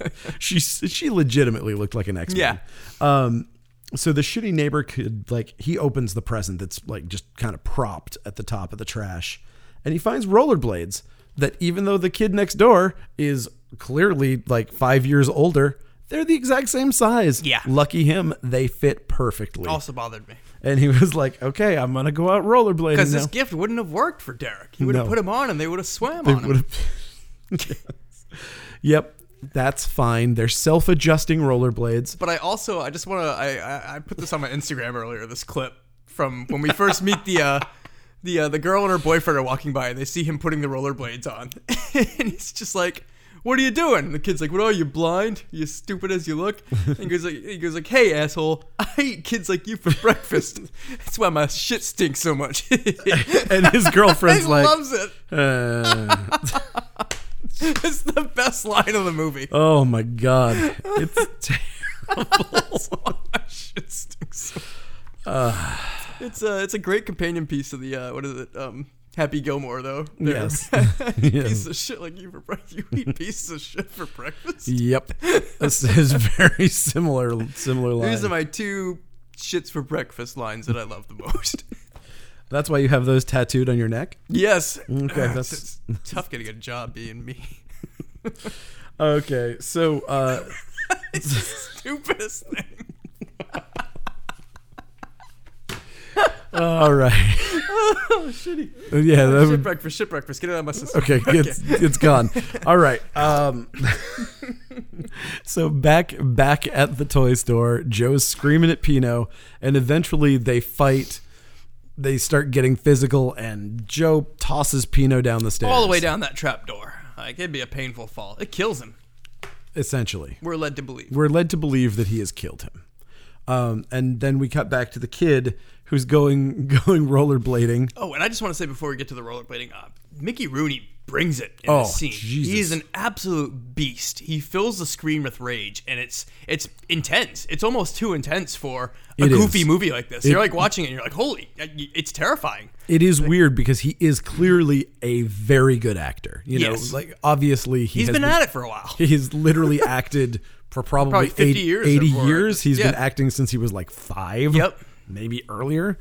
Speaker 1: <laughs> she she legitimately looked like an X
Speaker 2: Yeah.
Speaker 1: Man. Um, so the shitty neighbor could like he opens the present that's like just kind of propped at the top of the trash, and he finds rollerblades that even though the kid next door is clearly like five years older. They're the exact same size.
Speaker 2: Yeah.
Speaker 1: Lucky him, they fit perfectly.
Speaker 2: also bothered me.
Speaker 1: And he was like, "Okay, I'm gonna go out rollerblading."
Speaker 2: Because this
Speaker 1: now."
Speaker 2: gift wouldn't have worked for Derek. He would have
Speaker 1: No.
Speaker 2: put him on and they would have swam on him.
Speaker 1: would have. yep, that's fine. They're self-adjusting rollerblades.
Speaker 2: But I also I just want to I, I I put this on my Instagram earlier. This clip from when we first meet the uh, the uh, the girl and her boyfriend are walking by and they see him putting the rollerblades on, <laughs> and he's just like. What are you doing? And the kid's like, "What are you blind? You stupid as you look." And he goes like, "He goes like, hey asshole, <laughs> I eat kids like you for breakfast. That's why my shit stinks so much." <laughs> he
Speaker 1: And
Speaker 2: <laughs>
Speaker 1: his girlfriend's like,
Speaker 2: loves it.
Speaker 1: uh,
Speaker 2: <laughs> It's the best line of the movie.
Speaker 1: "Oh my god, it's ter-
Speaker 2: <laughs> That's why my shit stinks so much. it's a uh, it's a great companion piece to the uh, what is it? Um, Happy Gilmore though. They're
Speaker 1: yes,
Speaker 2: <laughs>
Speaker 1: <laughs>
Speaker 2: Piece
Speaker 1: yes,
Speaker 2: of shit like you for breakfast. You eat pieces of shit for breakfast.
Speaker 1: yep." This is very similar, similar
Speaker 2: These are
Speaker 1: line.
Speaker 2: my two shits for breakfast lines that I love the most. <laughs>
Speaker 1: That's why you have those tattooed on your neck.
Speaker 2: yes.
Speaker 1: Okay,
Speaker 2: Ah,
Speaker 1: that's-
Speaker 2: <laughs> it's tough getting a job being me. <laughs>
Speaker 1: Okay, so uh,
Speaker 2: It's the stupidest
Speaker 1: <laughs>
Speaker 2: thing.
Speaker 1: all right,
Speaker 2: <laughs> Oh, shitty.
Speaker 1: yeah, that
Speaker 2: Shit
Speaker 1: would,
Speaker 2: breakfast. Shit breakfast. Get it out of my system.
Speaker 1: <laughs>
Speaker 2: <laughs>
Speaker 1: okay, it's it's gone. All right. Um, <laughs> so back back at the toy store, Joe's screaming at Pino, and eventually they fight. They start getting physical, and Joe tosses Pino down the stairs
Speaker 2: All the way down that trap door. Like it'd be a painful fall. It kills him.
Speaker 1: Essentially,
Speaker 2: We're led to believe.
Speaker 1: we're led to believe that he has killed him. Um, and then we cut back to the kid who's going <laughs> going rollerblading.
Speaker 2: Oh, and I just want to say before we get to the rollerblading, uh, Mickey Rooney brings it in
Speaker 1: Oh,
Speaker 2: this scene.
Speaker 1: Jesus.
Speaker 2: He's an absolute beast. He fills the screen with rage, and it's it's intense. It's almost too intense for a
Speaker 1: It
Speaker 2: goofy
Speaker 1: is.
Speaker 2: movie like this. you're like watching it, and you're like, holy, uh, y- it's terrifying.
Speaker 1: It is weird because he is clearly a very good actor. You
Speaker 2: Yes.
Speaker 1: know, like obviously he
Speaker 2: He's
Speaker 1: has
Speaker 2: been at it for a while.
Speaker 1: He's
Speaker 2: <laughs>
Speaker 1: literally acted for probably,
Speaker 2: Probably 50
Speaker 1: 80,
Speaker 2: years
Speaker 1: 80
Speaker 2: or more.
Speaker 1: years. He's been
Speaker 2: Yeah.
Speaker 1: acting since he was like five.
Speaker 2: Yep.
Speaker 1: Maybe earlier.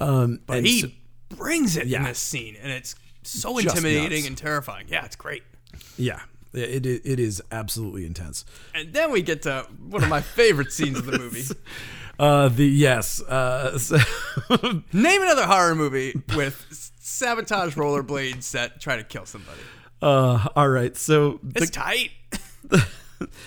Speaker 1: Um, and
Speaker 2: He
Speaker 1: so-
Speaker 2: brings it in this scene, and it's so
Speaker 1: Just
Speaker 2: intimidating
Speaker 1: nuts.
Speaker 2: and terrifying. Yeah, it's great.
Speaker 1: yeah, it, it, it is absolutely intense. <laughs>
Speaker 2: And then we get to one of my favorite scenes of the movie.
Speaker 1: Uh, the yes. Uh, <laughs> so
Speaker 2: Name another horror movie with s- sabotage rollerblades that try to kill somebody.
Speaker 1: uh, all right. So <laughs>
Speaker 2: It's tight.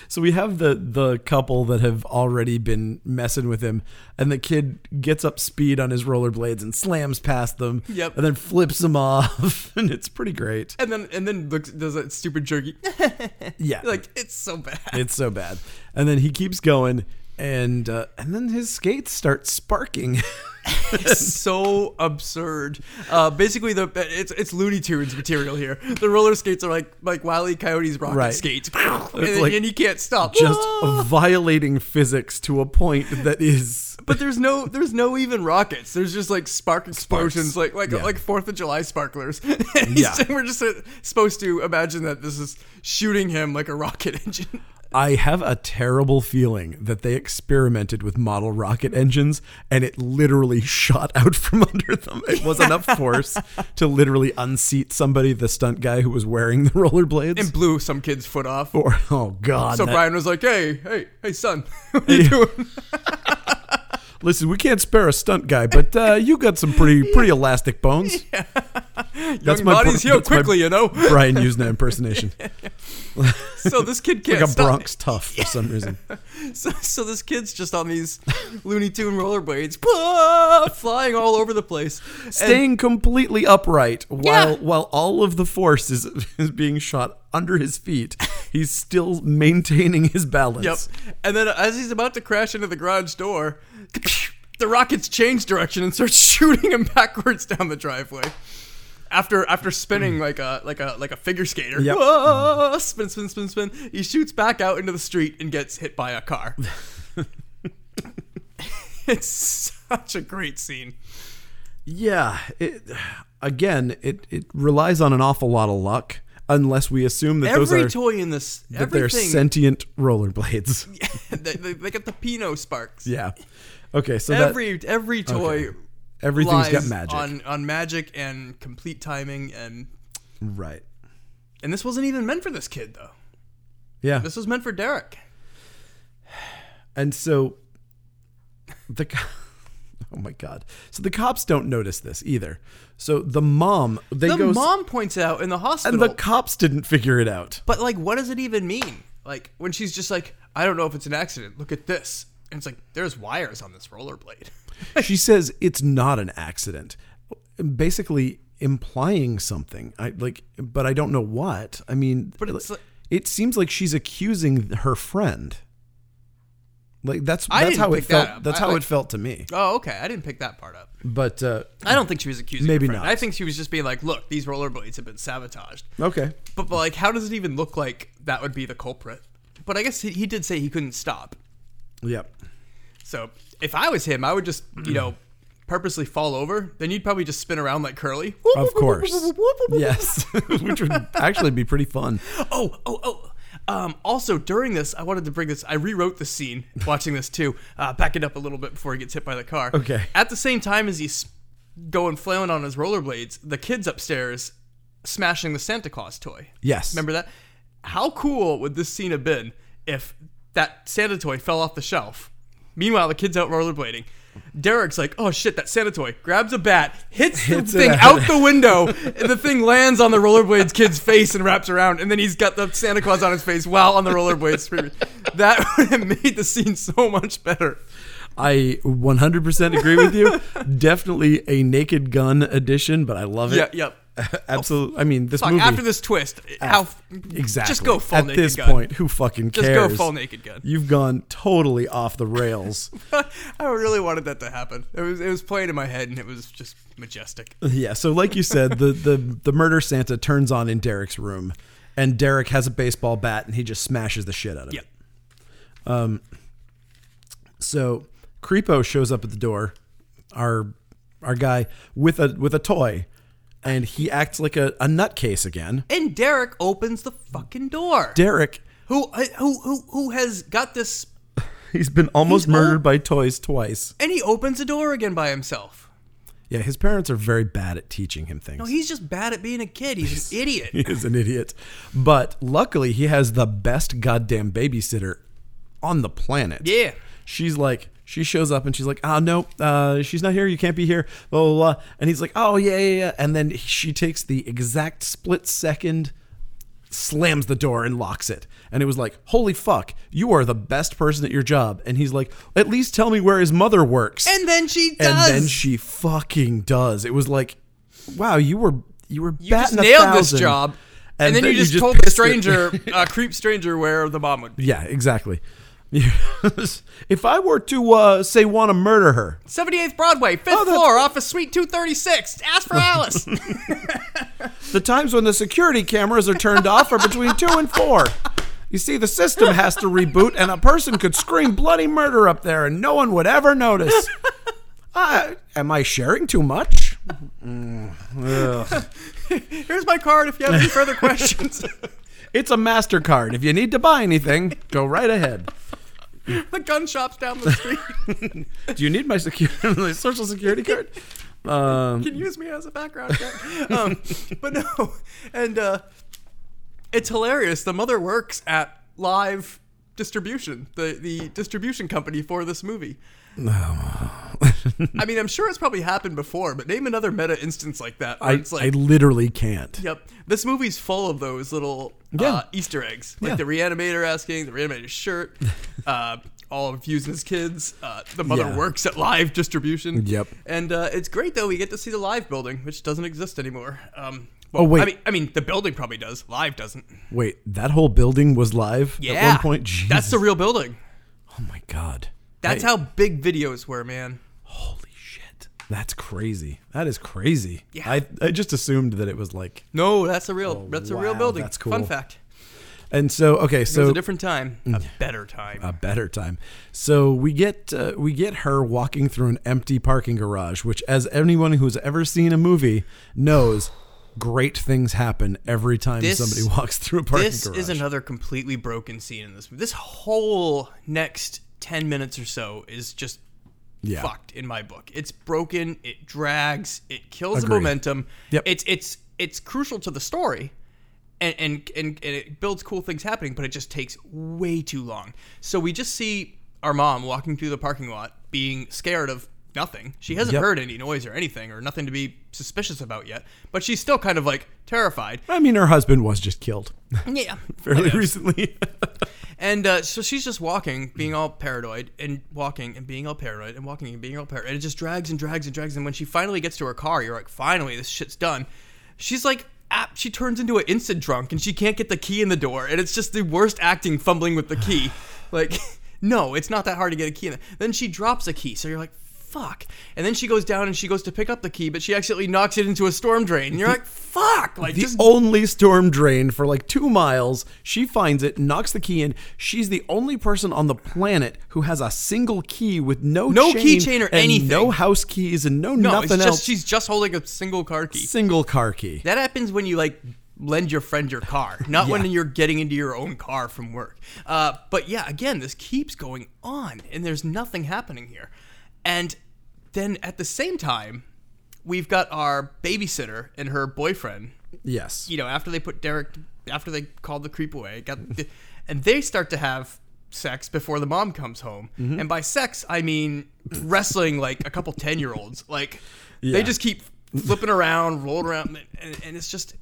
Speaker 1: so we have the the couple that have already been messing with him, and the kid gets up speed on his rollerblades and slams past them.
Speaker 2: Yep.
Speaker 1: And then flips them <laughs> off, and it's pretty great.
Speaker 2: <laughs> And then and then looks, does that stupid jerky. <laughs>
Speaker 1: Yeah.
Speaker 2: like it's
Speaker 1: <laughs>
Speaker 2: so bad.
Speaker 1: it's so bad. And then he keeps going, and uh, and then his skates start sparking. <laughs>
Speaker 2: It's <laughs> so absurd. Uh, basically, the it's it's Looney Tunes material here. The roller skates are like like Wile E. Coyote's rocket
Speaker 1: Right. <laughs>
Speaker 2: skates, and, then-
Speaker 1: like
Speaker 2: and you can't stop.
Speaker 1: just
Speaker 2: Whoa!
Speaker 1: violating physics to a point that is
Speaker 2: <gasps> But there's no there's no even rockets. There's just like spark explosions, like like
Speaker 1: Yeah.
Speaker 2: like Fourth of July sparklers. <laughs>
Speaker 1: Yeah.
Speaker 2: yeah. we're just uh, supposed to imagine that this is shooting him like a rocket <laughs> engine.
Speaker 1: I have a terrible feeling that they experimented with model rocket engines and it literally shot out from <laughs> under them. It was enough force to literally unseat somebody, the stunt guy who was wearing the rollerblades.
Speaker 2: and blew some kid's foot off.
Speaker 1: or, oh god.
Speaker 2: So
Speaker 1: that-
Speaker 2: Brian was like, "Hey, hey, hey, son, <laughs> what are you doing?"
Speaker 1: listen, we can't spare a stunt guy, but uh, you got some pretty pretty elastic
Speaker 2: <laughs>
Speaker 1: bones. That's
Speaker 2: Young
Speaker 1: my
Speaker 2: bodies
Speaker 1: pro-
Speaker 2: heal
Speaker 1: that's my-
Speaker 2: quickly,
Speaker 1: <laughs>
Speaker 2: you know.
Speaker 1: Brian used that impersonation.
Speaker 2: So this kid can't
Speaker 1: Like a
Speaker 2: stop.
Speaker 1: Bronx tough for some reason.
Speaker 2: <laughs> So, so this kid's just on these Looney Tune rollerblades, ah, flying all over the place. And-
Speaker 1: staying completely upright while
Speaker 2: Yeah.
Speaker 1: while all of the force is, is being shot under his feet. He's still maintaining his balance.
Speaker 2: yep. And then as he's about to crash into the garage door, the rockets change direction and start <laughs> shooting him backwards down the driveway. After after spinning like a like a like a figure skater,
Speaker 1: Yep.
Speaker 2: Ah, spin spin spin spin, he shoots back out into the street and gets hit by
Speaker 1: <laughs>
Speaker 2: a car. it's such a great scene.
Speaker 1: Yeah. It, again, it it relies on an awful lot of luck unless we assume that those
Speaker 2: Every
Speaker 1: are
Speaker 2: toy in this,
Speaker 1: that they're
Speaker 2: everything
Speaker 1: sentient rollerblades.
Speaker 2: <laughs> they, they, they got the Pinot sparks.
Speaker 1: Yeah. Okay, so that
Speaker 2: Every every toy
Speaker 1: everything's got
Speaker 2: lies
Speaker 1: magic.
Speaker 2: on on magic and complete timing and
Speaker 1: right.
Speaker 2: and this wasn't even meant for this kid though.
Speaker 1: Yeah.
Speaker 2: This was meant for Derek.
Speaker 1: And so the co- <laughs> Oh my god. So the cops don't notice this either. So the mom they
Speaker 2: The
Speaker 1: go s-
Speaker 2: mom points out in the hospital.
Speaker 1: And the cops didn't figure it out.
Speaker 2: but like what does it even mean? Like when she's just like I don't know if it's an accident. Look at this. And it's like there's wires on this rollerblade. <laughs>
Speaker 1: she says it's not an accident, basically implying something. I like, but I don't know what. I mean,
Speaker 2: But it's like-
Speaker 1: it seems like she's accusing her friend. Like that's
Speaker 2: I
Speaker 1: that's
Speaker 2: didn't
Speaker 1: how it
Speaker 2: pick that
Speaker 1: felt.
Speaker 2: up.
Speaker 1: That's
Speaker 2: I-
Speaker 1: how
Speaker 2: like-
Speaker 1: it felt to me.
Speaker 2: Oh, okay. I didn't pick that part up.
Speaker 1: But uh,
Speaker 2: I don't think she was accusing. her
Speaker 1: Maybe
Speaker 2: friend.
Speaker 1: not.
Speaker 2: I think she was just being like, "Look, these rollerblades have been sabotaged."
Speaker 1: okay,
Speaker 2: But, but like, how does it even look like that would be the culprit? But I guess he, he did say he couldn't stop.
Speaker 1: yep.
Speaker 2: So if I was him, I would just you know purposely fall over. Then you'd probably just spin around like Curly.
Speaker 1: <laughs> Of
Speaker 2: <laughs>
Speaker 1: course. Yes, <laughs> which would actually be pretty fun.
Speaker 2: Oh oh oh. Um, also, during this, I wanted to bring this. I rewrote the scene watching this too. Uh, back it up a little bit before he gets hit by the car.
Speaker 1: Okay.
Speaker 2: At the same time as he's going flailing on his rollerblades, the kid's upstairs smashing the Santa Claus toy.
Speaker 1: Yes.
Speaker 2: Remember that? How cool would this scene have been if that Santa toy fell off the shelf? Meanwhile, the kid's out rollerblading. Derek's like, oh shit, that Santa toy. Grabs a bat, hits,
Speaker 1: Hits
Speaker 2: the
Speaker 1: it
Speaker 2: thing
Speaker 1: out.
Speaker 2: out. the window, and the thing lands on the rollerblades kid's face and wraps around, and then he's got the Santa Claus on his face while on the rollerblades. screaming. That <laughs> would have made the scene so much better.
Speaker 1: I 100% agree with you. Definitely a Naked Gun edition, but I love it.
Speaker 2: Yeah, yep.
Speaker 1: <laughs> Absolutely. I mean, this
Speaker 2: Fuck,
Speaker 1: movie
Speaker 2: after this twist, how
Speaker 1: Exactly.
Speaker 2: Just go full
Speaker 1: At
Speaker 2: naked
Speaker 1: this
Speaker 2: gun.
Speaker 1: point, who fucking
Speaker 2: Just
Speaker 1: cares?
Speaker 2: go full naked gun.
Speaker 1: You've gone totally off the rails. <laughs>
Speaker 2: <laughs> I really wanted that to happen. It was it was playing in my head, and it was just
Speaker 1: <laughs>
Speaker 2: majestic.
Speaker 1: yeah. So, like you said, the, the the murder Santa turns on in Derek's room, and Derek has a baseball bat, and he just smashes the shit out of
Speaker 2: Yep.
Speaker 1: it. So, Creepo shows up at the door, our our guy with a with a toy, and he acts like a, a nutcase again.
Speaker 2: And Derek opens the fucking door.
Speaker 1: Derek,
Speaker 2: who who who who has got this?
Speaker 1: he's been almost
Speaker 2: He's old.
Speaker 1: murdered by toys twice.
Speaker 2: And he opens the door again by himself.
Speaker 1: Yeah, his parents are very bad at teaching him things.
Speaker 2: No, he's just bad at being a kid.
Speaker 1: <laughs>
Speaker 2: He's an
Speaker 1: he
Speaker 2: idiot.
Speaker 1: is an idiot. But luckily, he has the best goddamn babysitter on the planet.
Speaker 2: Yeah.
Speaker 1: She's like, She shows up and she's like, "Ah, no, uh, she's not here. You can't be here." Blah blah blah. And he's like, "Oh yeah, yeah, yeah." And then she takes the exact split second, slams the door and locks it. And it was like, "Holy fuck, you are the best person at your job." And he's like, "At least tell me where his mother works."
Speaker 2: And then she
Speaker 1: And
Speaker 2: does.
Speaker 1: then she fucking does. It was like, "Wow, you were you were
Speaker 2: you just
Speaker 1: batting a
Speaker 2: nailed this
Speaker 1: thousand."
Speaker 2: job. And, then, you just, told
Speaker 1: pissed
Speaker 2: the
Speaker 1: it.
Speaker 2: stranger, uh, creep stranger, where the bomb would be.
Speaker 1: <laughs> Yeah, exactly. <laughs> if I were to uh, say want to murder her,
Speaker 2: 78th Broadway, 5th
Speaker 1: Oh, that's-
Speaker 2: floor, office suite 236.
Speaker 1: <laughs>
Speaker 2: Ask for Alice.
Speaker 1: the times when the security cameras are turned off are between two and four. You see, the system has to reboot, and a person could scream bloody murder up there, and no one would ever notice. <laughs> Uh, am I sharing too much?
Speaker 2: Here's my card if you have
Speaker 1: <laughs>
Speaker 2: any further questions. <laughs>
Speaker 1: It's a MasterCard. If you need to buy anything, go right ahead.
Speaker 2: the gun shop's down the street.
Speaker 1: Do you need my, secu- <laughs> my social security card? Um,
Speaker 2: can use me as a background check. <laughs> Um, but no, and uh, it's hilarious. The mother works at Live Distribution, the the distribution company for this movie. I mean, I'm sure it's probably happened before, but name another meta instance like that. Where
Speaker 1: I,
Speaker 2: it's
Speaker 1: I
Speaker 2: like,
Speaker 1: literally can't.
Speaker 2: yep, this movie's full of those little
Speaker 1: Yeah.
Speaker 2: uh, Easter eggs, like
Speaker 1: Yeah.
Speaker 2: the reanimator asking, the
Speaker 1: <laughs>
Speaker 2: reanimator's shirt. uh, all of Hughes and his kids. Uh, the mother
Speaker 1: Yeah.
Speaker 2: works at live distribution.
Speaker 1: Yep.
Speaker 2: And uh, it's great though. We get to see the live building, which doesn't exist anymore. Um,
Speaker 1: Oh, wait.
Speaker 2: I mean, I mean, the building probably does. Live doesn't.
Speaker 1: Wait, that whole building was live
Speaker 2: Yeah.
Speaker 1: at one point? Jesus.
Speaker 2: That's the real building.
Speaker 1: Oh my god.
Speaker 2: That's how big videos were, man.
Speaker 1: Holy shit. That's crazy. That is crazy.
Speaker 2: Yeah.
Speaker 1: I, I just assumed that it was like.
Speaker 2: No, that's a real. that's a real
Speaker 1: Oh, wow,
Speaker 2: building.
Speaker 1: that's
Speaker 2: Fun
Speaker 1: cool.
Speaker 2: fact.
Speaker 1: And so okay,
Speaker 2: It was
Speaker 1: so Mm.
Speaker 2: a different time, a better time.
Speaker 1: a better time. So we get uh, we get her walking through an empty parking garage, which as anyone who's ever seen a movie knows, great things happen every time
Speaker 2: This-
Speaker 1: somebody <laughs> walks through a parking
Speaker 2: this
Speaker 1: garage.
Speaker 2: is another completely broken scene in this movie. This whole next ten minutes or so is just
Speaker 1: yeah.
Speaker 2: fucked in my book. It's broken. It drags. It kills the
Speaker 1: Agree.
Speaker 2: momentum.
Speaker 1: Yep.
Speaker 2: It's it's it's crucial to the story, and and, and and it builds cool things happening, but it just takes way too long. So we just see our mom walking through the parking lot, being scared of nothing. She hasn't
Speaker 1: Yep.
Speaker 2: heard any noise or anything, or nothing to be suspicious about yet. But she's still kind of like terrified.
Speaker 1: I mean, her husband was just killed
Speaker 2: yeah.
Speaker 1: <laughs> fairly recently.
Speaker 2: And uh, so she's just walking, being all paranoid, and walking and being all paranoid, and walking and being all paranoid. And it just drags and drags and drags. And when she finally gets to her car, you're like, finally, this shit's done. She's like, ah, she turns into an instant drunk, and she can't get the key in the door. And it's just the worst acting fumbling with
Speaker 1: <sighs>
Speaker 2: the key. like, <laughs> no, it's not that hard to get a key in there. Then she drops a key. So you're like, fuck. And then she goes down and she goes to pick up the key, but she accidentally knocks it into a storm drain. And you're like, fuck.
Speaker 1: <laughs>
Speaker 2: Like,
Speaker 1: the
Speaker 2: just
Speaker 1: only storm drain for like two miles. She finds it, knocks the key in. She's the only person on the planet who has a single key with no
Speaker 2: No key
Speaker 1: chain
Speaker 2: chain or
Speaker 1: and
Speaker 2: anything.
Speaker 1: no house keys and no,
Speaker 2: no,
Speaker 1: nothing
Speaker 2: it's just,
Speaker 1: else.
Speaker 2: she's just holding a single car key.
Speaker 1: single car key.
Speaker 2: That happens when you like lend your friend your car, not when
Speaker 1: Yeah.
Speaker 2: you're getting into your own car from work. Uh, but yeah, again, this keeps going on, and there's nothing happening here. And then at the same time, we've got our babysitter and her boyfriend.
Speaker 1: Yes.
Speaker 2: You know, after they put Derek, after they called the creep away, got, and they start to have sex before the mom comes home. And by sex, I mean wrestling like a couple ten year olds. Like
Speaker 1: Yeah.
Speaker 2: they just keep flipping around, rolling around, and, and it's just,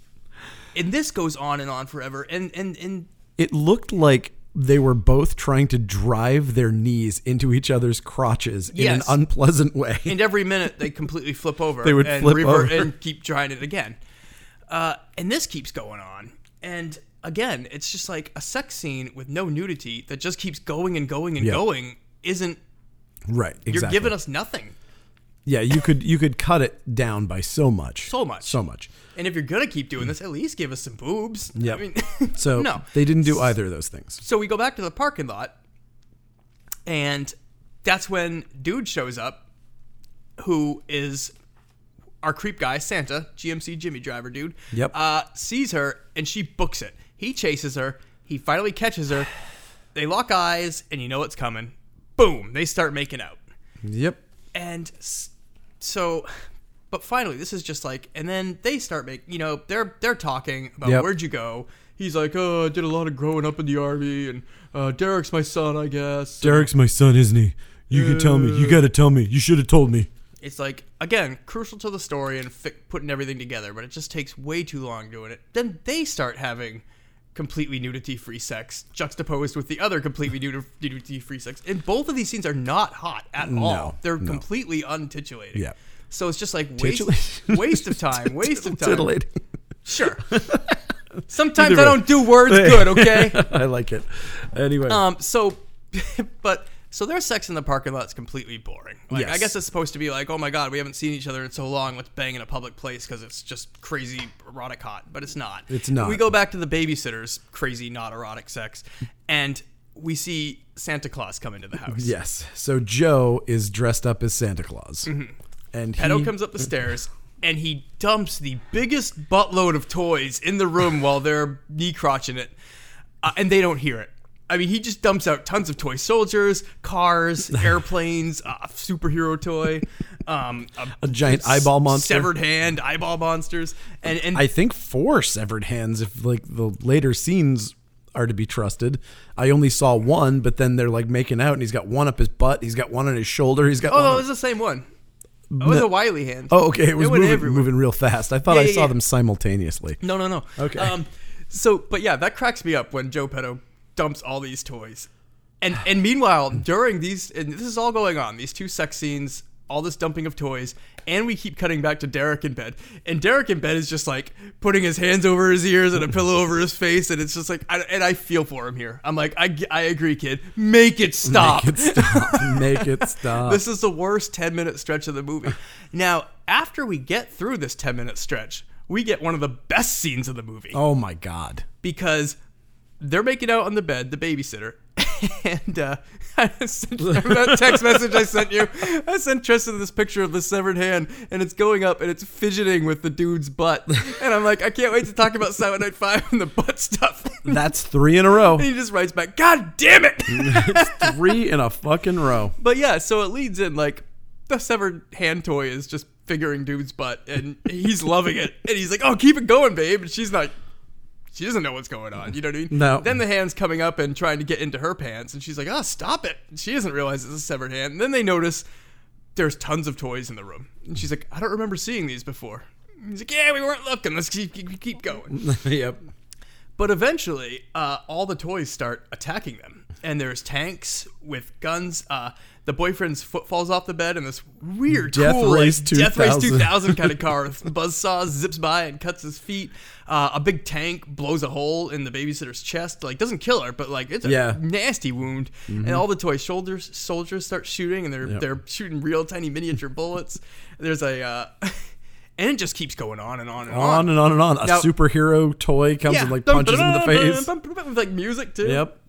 Speaker 2: and this goes on and on forever. And and and
Speaker 1: It looked like they were both trying to drive their knees into each other's crotches in an
Speaker 2: Yes.
Speaker 1: unpleasant way.
Speaker 2: and every minute they completely flip over.
Speaker 1: They would
Speaker 2: and
Speaker 1: flip
Speaker 2: revert
Speaker 1: over.
Speaker 2: and keep trying it again. Uh, and this keeps going on. And again, it's just like a sex scene with no nudity that just keeps going and going and
Speaker 1: Yeah.
Speaker 2: going. Isn't
Speaker 1: <laughs> right. Exactly.
Speaker 2: you're giving us nothing.
Speaker 1: yeah, you could you could cut it down by so much.
Speaker 2: So much.
Speaker 1: So much.
Speaker 2: And if you're gonna keep doing this, at least give us some boobs.
Speaker 1: Yep.
Speaker 2: I
Speaker 1: <laughs>
Speaker 2: mean,
Speaker 1: So
Speaker 2: <laughs> no.
Speaker 1: they didn't do either of those things.
Speaker 2: So we go back to the parking lot, and that's when dude shows up, who is our creep guy, Santa, GMC Jimmy driver dude.
Speaker 1: Yep.
Speaker 2: Uh, sees her and she books it. He chases her. He finally catches her. They lock eyes, and you know what's coming. Boom! They start making out.
Speaker 1: Yep.
Speaker 2: And s- so, but finally, this is just like, and then they start making, you know, they're they're talking about
Speaker 1: Yep.
Speaker 2: where'd you go. He's like, oh, I did a lot of growing up in the army, and uh, Derek's my son, I guess.
Speaker 1: Derek's my son, isn't he? You can tell me.
Speaker 2: Uh,
Speaker 1: You gotta tell me. You should have told me.
Speaker 2: It's like again crucial to the story and fi- putting everything together, but it just takes way too long doing it. Then they start having completely nudity-free sex juxtaposed with the other
Speaker 1: <laughs>
Speaker 2: completely nudi- nudity-free sex, and both of these scenes are not hot at all. They're
Speaker 1: no.
Speaker 2: completely untitulating.
Speaker 1: Yeah.
Speaker 2: So it's just like waste,
Speaker 1: Titulating.
Speaker 2: waste of time,
Speaker 1: <laughs>
Speaker 2: waste of time.
Speaker 1: Titillating. <laughs>
Speaker 2: Sure. Sometimes
Speaker 1: Either
Speaker 2: I
Speaker 1: way.
Speaker 2: don't do words good,
Speaker 1: <laughs>
Speaker 2: okay?
Speaker 1: I like it. Anyway,
Speaker 2: Um, so, <laughs> but so their sex in the parking lot is completely boring. Like, I
Speaker 1: Yes.
Speaker 2: guess it's supposed to be like, oh my god, we haven't seen each other in so long. Let's bang in a public place because it's just crazy erotic hot. But it's not.
Speaker 1: It's not.
Speaker 2: We go back to the babysitters, crazy not erotic sex, and we see Santa Claus come into the house.
Speaker 1: yes. So Joe is dressed up as Santa Claus,
Speaker 2: Mm-hmm.
Speaker 1: and he,
Speaker 2: Edo comes up the stairs. And he dumps the biggest buttload of toys in the room while they're knee crotching it, uh, and they don't hear it. I mean, he just dumps out tons of toy soldiers,
Speaker 1: <laughs>
Speaker 2: cars, airplanes, a superhero toy, um,
Speaker 1: a giant eyeball monster.
Speaker 2: severed hand, eyeball monsters, and and
Speaker 1: I think four severed hands, if like the later scenes are to be trusted. I only saw one, but then they're like making out, and he's got one up his butt, he's got one on his shoulder, he's got. one.
Speaker 2: oh, no, it
Speaker 1: on-
Speaker 2: was the same one. It was a wily hand.
Speaker 1: oh, okay, it was
Speaker 2: went
Speaker 1: moving,
Speaker 2: everywhere.
Speaker 1: moving real fast. I thought I
Speaker 2: yeah,
Speaker 1: saw
Speaker 2: yeah.
Speaker 1: them
Speaker 2: <laughs>
Speaker 1: simultaneously.
Speaker 2: No, no, no.
Speaker 1: Okay.
Speaker 2: Um, so, but yeah, that cracks me up when Joe Petto dumps all these toys, and and meanwhile, during these, and this is all going on, these two sex scenes, all this dumping of toys, and we keep cutting back to Derek in bed, and Derek in bed is just like putting his hands over his ears and a pillow over his face, and it's just like, I, and I feel for him here. I'm like, I, g- I agree, kid, make it stop.
Speaker 1: Make it stop. Make it stop.
Speaker 2: This is the worst 10 minute stretch of the movie. Now, after we get through this 10 minute stretch, we get one of the best scenes of the movie
Speaker 1: oh my god.
Speaker 2: because they're making out on the bed, the babysitter. <laughs> And uh, <laughs> I sent, remember that text message I sent you, I sent Tristan this picture of the severed hand, and it's going up and it's fidgeting with the dude's butt. And I'm like, I can't wait to talk about Silent Night 5 and the butt stuff. <laughs> and
Speaker 1: That's three in a
Speaker 2: <laughs>
Speaker 1: row.
Speaker 2: he just writes back, God damn it!
Speaker 1: three in a fucking
Speaker 2: <laughs>
Speaker 1: row.
Speaker 2: But yeah, so it leads in like the severed hand toy is just figuring dude's butt, and he's loving it, and he's like, "Oh, keep it going, babe," and she's like. She doesn't know what's going on. You know what I mean?
Speaker 1: No.
Speaker 2: Then the hand's coming up and trying to get into her pants, and she's like, "Oh, stop it!" And she doesn't realize it's a severed hand. And then they notice there's tons of toys in the room, and she's like, "I don't remember seeing these before." And he's like, "Yeah, we weren't looking. Let's keep keep, keep going."
Speaker 1: yep.
Speaker 2: But eventually, uh, all the toys start attacking them, and there's tanks with guns. Uh, the boyfriend's foot falls off the bed, and this weird,
Speaker 1: Death
Speaker 2: cool,
Speaker 1: Race
Speaker 2: like, Death Race
Speaker 1: 2000. <laughs>
Speaker 2: 2000 kind of car with buzzsaws zips by and cuts his feet. Uh, a big tank blows a hole in the babysitter's chest, like doesn't kill her, but like it's a
Speaker 1: Yeah. Mm-hmm.
Speaker 2: nasty wound. And all the toy soldiers soldiers start shooting, and they're they're shooting real tiny miniature bullets. There's a uh, <laughs> and it just keeps going on and on and on.
Speaker 1: On and on and on. A
Speaker 2: Now-
Speaker 1: superhero toy comes and like punches him in the face.
Speaker 2: With like music too.
Speaker 1: Yep.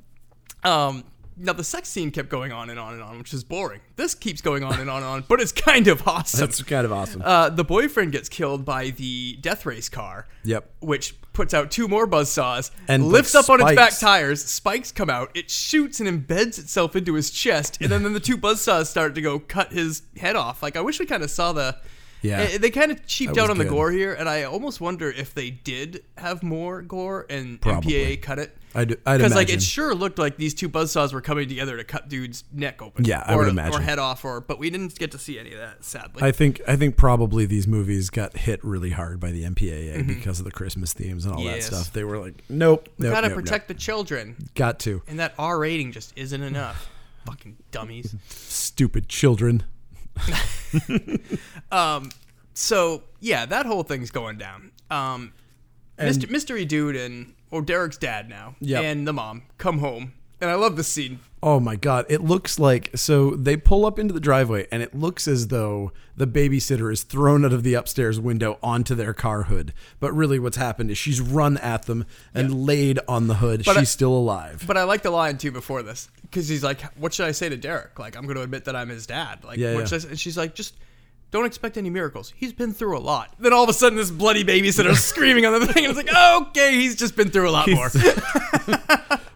Speaker 2: Um, now the sex scene kept going on and on and on, which is boring. This keeps going on and on and on, but it's kind of <laughs> awesome.
Speaker 1: That's kind of awesome.
Speaker 2: Uh, the boyfriend gets killed by the death race car.
Speaker 1: Yep.
Speaker 2: Which puts out two more buzzsaws
Speaker 1: And,
Speaker 2: and
Speaker 1: like,
Speaker 2: lifts up on its back
Speaker 1: spikes.
Speaker 2: tires. Spikes come out. It shoots and embeds itself into his chest, and then, then the two buzzsaws start to go cut his head off. Like I wish we kind of saw the.
Speaker 1: Yeah.
Speaker 2: Eh, They kind of cheaped
Speaker 1: That was
Speaker 2: out on the
Speaker 1: good.
Speaker 2: gore here, and I almost wonder if they did have more gore and
Speaker 1: Probably.
Speaker 2: MPAA cut it.
Speaker 1: I'd, I'd
Speaker 2: Because
Speaker 1: imagine.
Speaker 2: like it sure looked like these two buzzsaws were coming together to cut dude's neck open.
Speaker 1: Yeah, I
Speaker 2: or,
Speaker 1: would imagine.
Speaker 2: Or head off, or but we didn't get to see any of that sadly.
Speaker 1: I think I think probably these movies got hit really hard by the MPAA because of the Christmas themes and all
Speaker 2: Mm-hmm. Yes.
Speaker 1: that stuff. They were like, nope, nope,
Speaker 2: gotta
Speaker 1: nope,
Speaker 2: protect the children,
Speaker 1: nope. got to
Speaker 2: and that R rating just
Speaker 1: <sighs>
Speaker 2: isn't enough. Fucking dummies.
Speaker 1: stupid children.
Speaker 2: So yeah, that whole thing's going down. Um, Mr. Mystery Dude and or Derek's dad now,
Speaker 1: Yep.
Speaker 2: and the mom come home, and I love this scene.
Speaker 1: Oh my god, it looks like so they pull up into the driveway and it looks as though the babysitter is thrown out of the upstairs window onto their car hood. But really what's happened is she's run at them and laid on the hood. she's
Speaker 2: I-
Speaker 1: still alive.
Speaker 2: But I like the line too before this because he's like, "What should I say to Derek? Like, I'm going to admit that I'm his dad. Like,
Speaker 1: Yeah,
Speaker 2: what
Speaker 1: yeah.
Speaker 2: should I say?" and she's like, just don't expect any miracles. He's been through a lot. Then all of a sudden, this bloody babysitter's
Speaker 1: <laughs>
Speaker 2: screaming on the thing, and it's like, okay, he's just been through a lot more.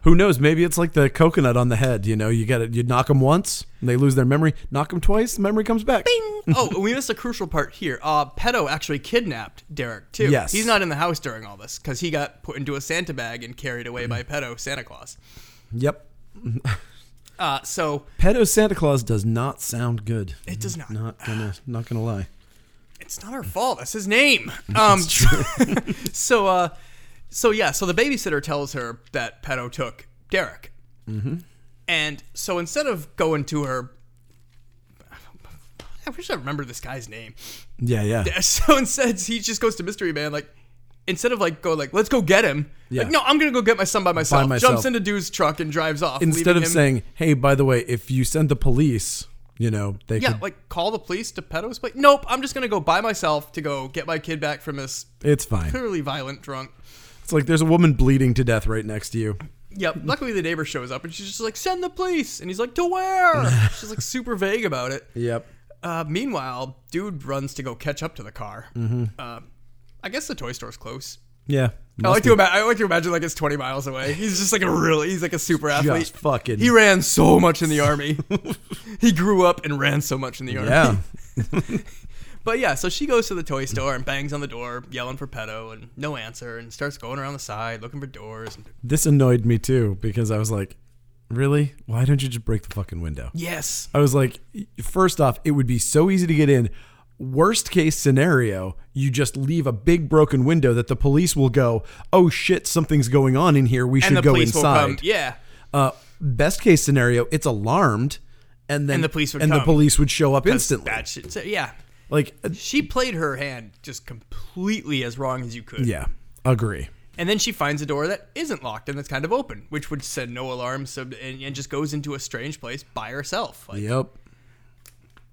Speaker 1: Who knows, maybe it's like the coconut on the head, you know, you got to you knock them once and they lose their memory, knock them twice, the memory comes back.
Speaker 2: oh, and we missed a crucial part here. Uh, Pedo actually kidnapped Derek too.
Speaker 1: Yes.
Speaker 2: he's not in the house during all this because he got put into a Santa bag and carried away by Pedo Santa Claus.
Speaker 1: Yep.
Speaker 2: Uh, so
Speaker 1: Pedo Santa Claus does not sound good.
Speaker 2: it does not.
Speaker 1: Not <sighs> gonna, not gonna lie.
Speaker 2: It's not our fault. That's his name. Um, <laughs> so, uh, so yeah. So the babysitter tells her that pedo took Derek, mm-hmm. and so instead of going to her, I wish I remember this guy's name.
Speaker 1: Yeah, yeah.
Speaker 2: <laughs> So instead, he just goes to Mystery Man. Like instead of like go like let's go get him.
Speaker 1: Yeah.
Speaker 2: Like no, I'm gonna go get my son by myself.
Speaker 1: myself.
Speaker 2: Jumps into dude's truck and drives off.
Speaker 1: Instead of
Speaker 2: leaving him-
Speaker 1: saying, "Hey, by the way, if you send the police, you know they
Speaker 2: Yeah,
Speaker 1: could."
Speaker 2: like call the police to pedo's place. Nope, I'm just gonna go by myself to go get my kid back from this
Speaker 1: It's fine.
Speaker 2: clearly violent drunk.
Speaker 1: It's like there's a woman bleeding to death right next to you. <laughs>
Speaker 2: Yep. Luckily, the neighbor shows up and she's just like, "Send the police," and he's like,
Speaker 1: <laughs>
Speaker 2: "To where?" she's like super vague about it.
Speaker 1: Yep.
Speaker 2: Uh, meanwhile, dude runs to go catch up to the car. Mm-hmm. Uh, I guess the toy store's close.
Speaker 1: Yeah.
Speaker 2: I like to ima- I like to imagine like it's twenty miles away. He's just like a really he's like a super athlete.
Speaker 1: Just fucking-
Speaker 2: He ran so much
Speaker 1: <laughs>
Speaker 2: in the army. he grew up and ran so much in the army. <laughs>
Speaker 1: Yeah.
Speaker 2: But yeah, so she goes to the toy store and bangs on the door, yelling for pedo, and no answer, and starts going around the side looking for doors. And
Speaker 1: This annoyed me too because I was like, "Really? Why don't you just break the fucking window?"
Speaker 2: yes,
Speaker 1: I was like, first off, it would be so easy to get in. Worst case scenario, you just leave a big broken window that the police will go, "Oh shit, something's going on in here. We
Speaker 2: and the
Speaker 1: should go
Speaker 2: police
Speaker 1: inside."
Speaker 2: will come. Yeah.
Speaker 1: Uh, best case scenario, it's alarmed, and then
Speaker 2: And the police would
Speaker 1: and the
Speaker 2: come.
Speaker 1: police would show up instantly.
Speaker 2: That shit. So, yeah.
Speaker 1: Like, uh,
Speaker 2: She played her hand just completely as wrong as you could.
Speaker 1: yeah, agree.
Speaker 2: And then she finds a door that isn't locked and that's kind of open, which would send no alarm so, and, and just goes into a strange place by herself. Like,
Speaker 1: Yep.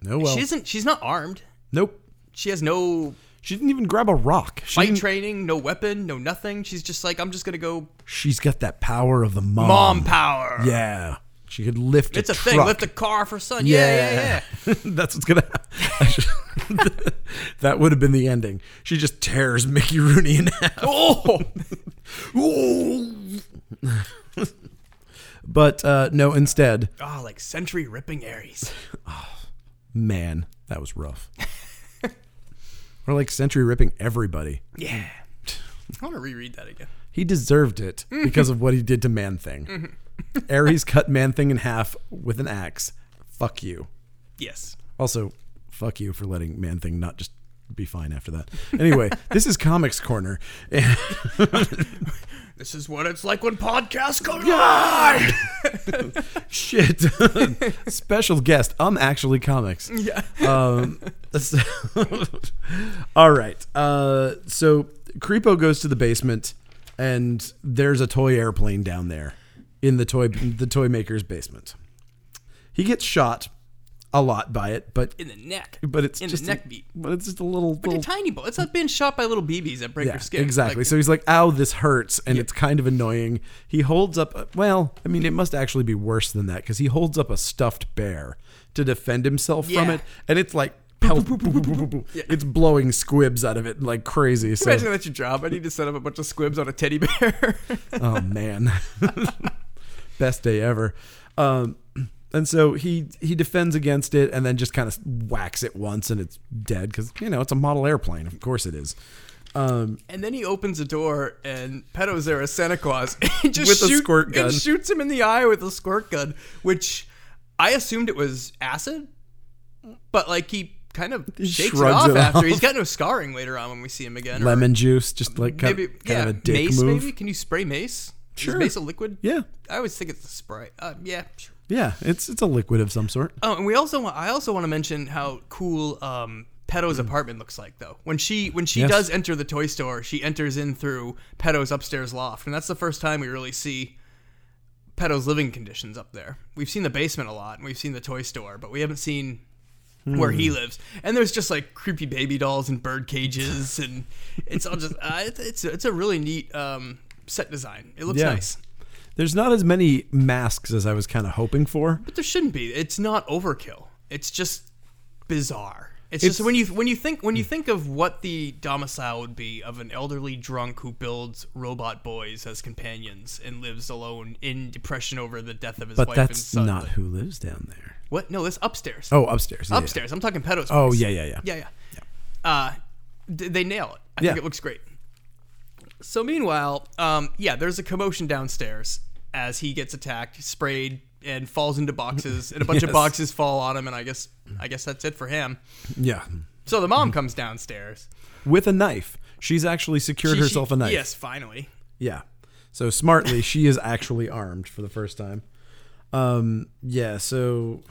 Speaker 1: No well.
Speaker 2: She isn't. She's not armed.
Speaker 1: nope.
Speaker 2: She has no
Speaker 1: She didn't even grab a rock. She
Speaker 2: fight
Speaker 1: didn't-
Speaker 2: training, no weapon, no nothing. She's just like, I'm just gonna go
Speaker 1: she's got that power of the mom.
Speaker 2: mom power.
Speaker 1: Yeah. She could lift
Speaker 2: it's a
Speaker 1: truck.
Speaker 2: thing. Lift a car for son. Yeah, yeah, yeah.
Speaker 1: <laughs> That's what's gonna happen. that would have been the ending. She just tears Mickey Rooney in half.
Speaker 2: <laughs> oh,
Speaker 1: Ooh. <laughs> but uh, no, instead,
Speaker 2: Ah, like century ripping Aries.
Speaker 1: man, that was
Speaker 2: <laughs>
Speaker 1: rough. Or like century ripping everybody.
Speaker 2: Yeah. I want to reread that again.
Speaker 1: He deserved it because of what he did to Man Thing. Ares cut Man Thing in half with an axe. Fuck you.
Speaker 2: Yes.
Speaker 1: Also, fuck you for letting Man Thing not just be fine after that. Anyway, this is Comics Corner.
Speaker 2: This is what it's like when podcasts come
Speaker 1: <laughs> Shit. Special guest. I'm actually
Speaker 2: <laughs>
Speaker 1: comics. Yeah. um, <laughs> so- all right. Uh, so Creepo goes to the basement, and there's a toy airplane down there in the toy the toy maker's basement. He gets shot a lot by it, but
Speaker 2: in the neck.
Speaker 1: but it's
Speaker 2: in
Speaker 1: just
Speaker 2: the neck
Speaker 1: a,
Speaker 2: beat.
Speaker 1: But it's just a little
Speaker 2: Like
Speaker 1: little
Speaker 2: a tiny ball. It's not being shot by little BBs that break
Speaker 1: yeah,
Speaker 2: your skin.
Speaker 1: exactly.
Speaker 2: Like,
Speaker 1: so he's like, "Ow, this hurts," and it's kind of annoying. He holds up. Well, I mean, it must actually be worse than that because he holds up a stuffed bear to defend himself from
Speaker 2: Yeah.
Speaker 1: it, and it's like. pelt- It's blowing squibs out of it like crazy. So,
Speaker 2: imagine that's your job. I need to set up a bunch of squibs on a teddy bear. <laughs>
Speaker 1: oh man, <laughs> best day ever. Um, and so he he defends against it, and then just kind of whacks it once, and it's dead because you know it's a model airplane. Of course it is. Um,
Speaker 2: and then he opens a door, and Pedo's there as Santa Claus, <laughs> and just
Speaker 1: With a
Speaker 2: shoot-
Speaker 1: squirt gun.
Speaker 2: and shoots him in the eye with a squirt gun, which I assumed it was acid, but like he kind of shakes it
Speaker 1: shrugs
Speaker 2: off
Speaker 1: it
Speaker 2: after.
Speaker 1: off.
Speaker 2: He's got no scarring later on when we see him again. or
Speaker 1: lemon juice, just like kind,
Speaker 2: maybe
Speaker 1: kind
Speaker 2: yeah,
Speaker 1: of a dick
Speaker 2: mace.
Speaker 1: move.
Speaker 2: Maybe can you spray mace?
Speaker 1: Sure.
Speaker 2: Is mace a liquid?
Speaker 1: Yeah,
Speaker 2: I always think it's a spray. Uh, yeah, sure.
Speaker 1: yeah. It's it's a liquid of some sort.
Speaker 2: Oh, and we also want, I also want to mention how cool um, Peto's apartment looks like though. When she when she
Speaker 1: Mm. Yes.
Speaker 2: does enter the toy store, she enters in through Peto's upstairs loft, and that's the first time we really see Peto's living conditions up there. We've seen the basement a lot, and we've seen the toy store, but we haven't seen where he
Speaker 1: Hmm.
Speaker 2: lives. And there's just like creepy baby dolls and bird cages, and it's all just uh, it's it's a, it's a really neat um, set design. It looks
Speaker 1: Yeah.
Speaker 2: nice.
Speaker 1: There's not as many masks as I was kind of hoping for.
Speaker 2: But there shouldn't be. It's not overkill. It's just bizarre. It's,
Speaker 1: It's-
Speaker 2: just when you when you think when you think of what the domicile would be of an elderly drunk who builds robot boys as companions and lives alone in depression over the death of his
Speaker 1: But
Speaker 2: wife and
Speaker 1: that's
Speaker 2: son.
Speaker 1: not who lives down there.
Speaker 2: what? No, that's upstairs.
Speaker 1: Oh, upstairs. yeah, yeah.
Speaker 2: upstairs. I'm talking pedos.
Speaker 1: Oh yeah, yeah, yeah.
Speaker 2: Yeah, yeah. Uh, th- they nail it. I
Speaker 1: Yeah.
Speaker 2: think it looks great. So meanwhile, um, yeah, there's a commotion downstairs as he gets attacked, sprayed, and falls into boxes, and a bunch
Speaker 1: <laughs>
Speaker 2: of
Speaker 1: Yes.
Speaker 2: boxes fall on him, and I guess I guess that's it for him.
Speaker 1: Yeah.
Speaker 2: So the
Speaker 1: Mm-hmm.
Speaker 2: mom comes downstairs.
Speaker 1: With a knife. She's actually secured
Speaker 2: She- she-
Speaker 1: herself a knife.
Speaker 2: Yes, finally.
Speaker 1: Yeah. So smartly, she is actually armed for the first time. Um, yeah. So